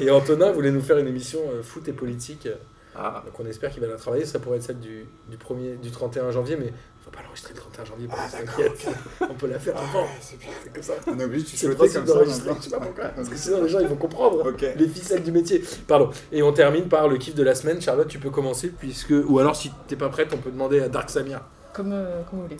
Et Antonin voulait nous faire une émission euh, foot et politique. euh,
Ah,
Donc on espère qu'il va la travailler. Ça pourrait être celle du, du, premier, du 31 janvier, mais on va pas l'enregistrer le 31 janvier. parce
Ah,
que t'inquiète. (laughs) on peut la faire avant. c'est, comme ça.
On est obligé de
C'est le
chuchoter
principe
comme ça.
d'enregistrer.
maintenant. hein.
Je sais pas pourquoi. Parce que sinon, les gens, ils vont comprendre.
Ok.
les ficelles du métier. Pardon. Et on termine par le kiff de la semaine. Charlotte, tu peux commencer puisque ou alors si t'es pas prête, on peut demander à Dark Samir.
comme, euh, comme vous voulez.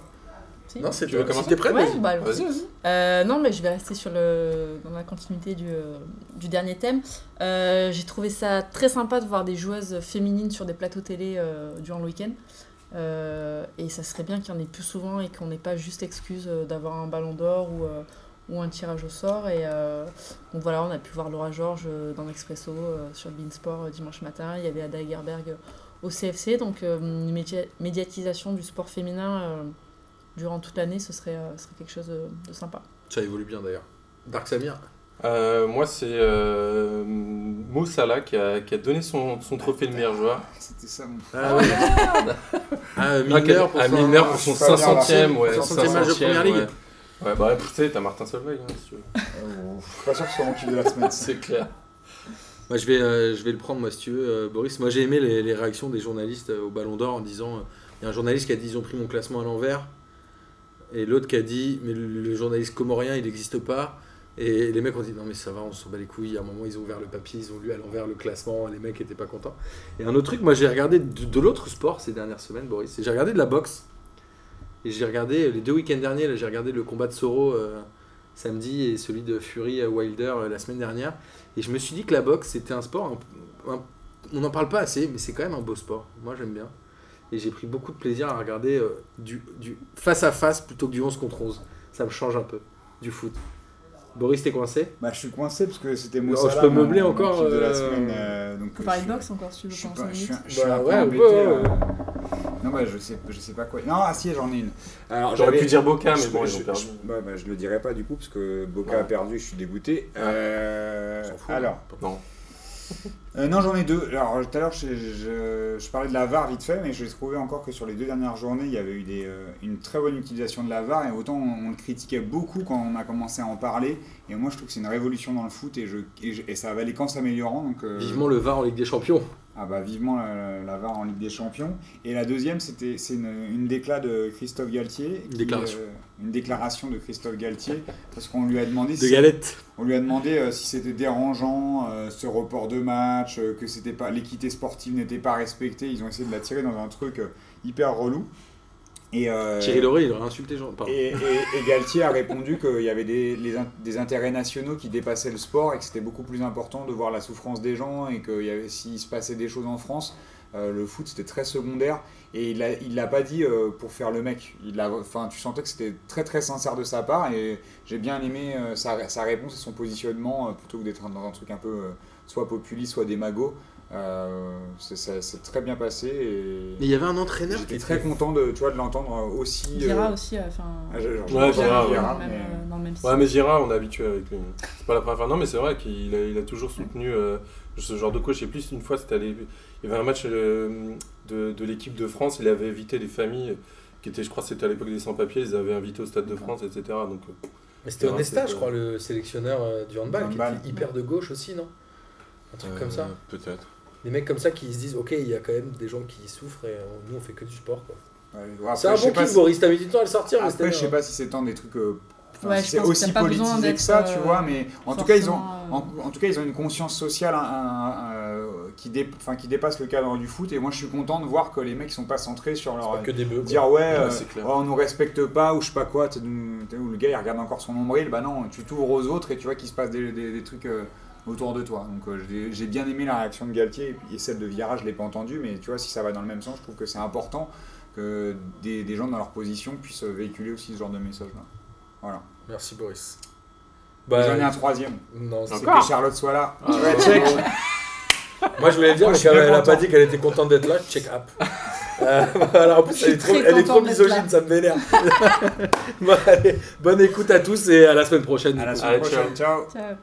Si
Non, c'est
Tu veux
toi. Si
commencer
t'es prête,
Ouais,
vas-y.
bah, allons-y.
vas-y, vas-y.
Euh, non, mais je vais rester sur le, dans la continuité du, euh, du dernier thème. Euh, J'ai trouvé ça très sympa de voir des joueuses féminines sur des plateaux télé euh, durant le week-end. Euh, et ça serait bien qu'il y en ait plus souvent et qu'on n'ait pas juste l'excuse euh, d'avoir un ballon d'or ou, euh, ou un tirage au sort. Et euh, donc voilà, on a pu voir Laura Georges euh, dans l'Expresso euh, sur Beansport euh, dimanche matin. Il y avait Ada Hegerberg au CFC. Donc euh, une média- médiatisation du sport féminin euh, durant toute l'année, ce serait, euh, ce serait quelque chose de, de sympa.
Ça évolue bien d'ailleurs. Dark Samir.
(laughs) Euh, moi, c'est euh, Mo Salah qui a, qui a donné son, son trophée de meilleur joueur.
C'était ça, mon
Ah ouais. Ah, Milner pour
à
son-
Milner pour son
je suis pas bien, là.
500ème. Ouais,
500e match de
500e,
Première Ligue.
Ouais, Ouais, bah ouais, tu sais, t'as Martin Solveig, hein, si tu veux.
Euh, Je suis pas sûr que ce soit mon kiff de la semaine. ça.
C'est clair.
Moi, je vais, euh, je vais le prendre, moi, si tu veux, euh, Boris. Moi, j'ai aimé les, les réactions des journalistes euh, au Ballon d'Or en disant. Il y a un journaliste qui a dit ils ont pris mon classement à l'envers. Et l'autre qui a dit mais le, le journaliste comorien, il n'existe pas. Et les mecs ont dit non, mais ça va, on s'en bat les couilles. À un moment, ils ont ouvert le papier, ils ont lu à l'envers le classement. Les mecs n'étaient pas contents. Et un autre truc, moi, j'ai regardé de, de l'autre sport ces dernières semaines, Boris. Et J'ai regardé de la boxe. Et j'ai regardé euh, les deux week-ends derniers, là, j'ai regardé le combat de Soro euh, samedi et celui de Fury à Wilder euh, la semaine dernière. Et je me suis dit que la boxe, c'était un sport. un- un- on n'en parle pas assez, mais c'est quand même un beau sport. Moi, j'aime bien. Et j'ai pris beaucoup de plaisir à regarder euh, du, du face à face plutôt que du 11 contre 11. Ça me change un peu du foot. Boris, t'es coincé
Bah, je suis coincé parce que c'était
Non,
mon
je
Salah,
peux
mon-
meubler
mon
encore,
kiff de la
euh,
semaine. euh, donc,
On peut
euh,
parler
je-
de boxe encore si tu
Je
veux
suis
pendant
pas,
5
je suis
minutes.
un, je suis un
Bah
peu
ouais,
embêté,
ouais,
là.
ouais.
Non, bah, je sais, je sais pas quoi. Non, ah si, j'en ai une. Alors,
J'aurais
j'avais-
pu dire Boca, mais
je,
bon,
je-
ils ont perdu.
je- bah, bah, je le dirai pas du coup, parce que Boca a
Ouais.
perdu, je suis dégoûté. Euh,
On s'en fout,
alors,
Non.
euh, non, j'en ai deux. Alors, tout à l'heure, je, je- je parlais de la VAR vite fait, mais j'ai trouvé encore que sur les deux dernières journées, il y avait eu des, euh, une très bonne utilisation de la VAR, et autant on, on le critiquait beaucoup quand on a commencé à en parler, et moi je trouve que c'est une révolution dans le foot, et, je, et, je- et ça va aller qu'en s'améliorant. donc, euh,
Vivement le VAR en Ligue des Champions.
ah bah vivement la, la VAR en Ligue des Champions. Et la deuxième, c'était c'est une, une déclat de Christophe Galtier.
Une déclaration.
euh, une déclaration de Christophe Galtier parce qu'on lui a demandé
De
si,
galette.
on lui a demandé euh, si c'était dérangeant euh, ce report de match, euh, que c'était pas l'équité sportive n'était pas respectée. Ils ont essayé de la tirer dans un truc euh, hyper relou. Et, euh,
Thierry Loret, il aurait insulté Jean. Pardon.
et, et- et Galtier a répondu qu'il y avait des, les in- des intérêts nationaux qui dépassaient le sport et que c'était beaucoup plus important de voir la souffrance des gens et que il y avait- s'il se passait des choses en France, euh, le foot c'était très secondaire. Et il l'a- il l'a pas dit euh, pour faire le mec. Il l'a- enfin, tu sentais que c'était très très sincère de sa part et j'ai bien aimé euh, sa, sa réponse et son positionnement euh, plutôt que d'être dans un truc un peu euh, soit populiste, soit démago. Euh, c'est- ça- c'est très bien passé et
Mais il y avait un entraîneur qui
j'étais
était
très content de, tu vois, de l'entendre euh, aussi.
Vira
euh,
aussi, euh, enfin.
ah, je- genre,
Ouais,
je-
Vira,
je-
ouais.
Vira,
Même,
mais,
euh, dans le même
Ouais,
style.
mais Gérard, on est habitué avec lui. C'est pas la première fois. Non, mais c'est vrai qu'il a, il a toujours soutenu euh, ce genre de coach. Et plus, une fois, c'était allé- il y avait un match euh, de, de l'équipe de France. Il avait invité des familles qui étaient, je crois, que c'était à l'époque des sans-papiers. Ils avaient invité au Stade de France, etc. Donc, euh,
Mais c'était
Ouais,
Onesta,
c'était-
je crois, le sélectionneur euh, du handball, qui
Handball.
était hyper de gauche aussi, non Un truc comme ça.
euh, Peut-être.
Des mecs comme ça qui se disent, ok, il y a quand même des gens qui souffrent et euh, nous on fait que du sport. quoi.
ouais, après,
C'est un
je
bon hein,
sais pas
kiff,
si-
Boris, t'as mis du temps à le sortir, mais
Après,
c'était
je sais pas si c'est tant des trucs. euh, enfin,
Ouais,
si
je
c'est
pense que
aussi
t'as pas besoin
politisé que
d'être,
ça, tu
euh,
vois, mais en tout cas, ils ont.
Forcément, euh,
En, en tout cas, ils ont une conscience sociale hein, hein, euh, qui, dé- enfin, qui dépasse le cadre du foot. Et moi, je suis content de voir que les mecs sont pas centrés sur leur.
que des bœufs. quoi.
Dire ouais, euh,
c'est clair.
oh, on nous respecte pas ou je sais pas quoi, t'es- t'es- ou le gars il regarde encore son nombril, bah non, tu t'ouvres aux autres et tu vois qu'il se passe des, des- des trucs euh, autour de toi. Donc euh, j'ai- j'ai bien aimé la réaction de Galtier et, puis- et celle de Viera, je l'ai pas entendue, mais tu vois, si ça va dans le même sens, je trouve que c'est important que des, des gens dans leur position puissent véhiculer aussi ce genre de message-là. Voilà.
Merci Boris.
Et J'en ai
Bah,
un troisième,
non, c'est-
c'est que Charlotte soit là.
Ah,
Tu vois,
ouais.
check.
Moi je voulais le dire,
Moi,
mais
je suis
qu'elle
bien
elle a pas
content.
dit qu'elle était contente d'être là, check
(laughs)
up. Euh, (laughs) voilà, en
Je
plus
suis
elle est trop,
très
elle est trop
contente d'être
misogyne,
là.
ça me vénère. (laughs) Bon, allez, bonne écoute à tous et à la semaine prochaine.
À
du
la
coup.
semaine
Allez,
prochaine, ciao.
Tiens.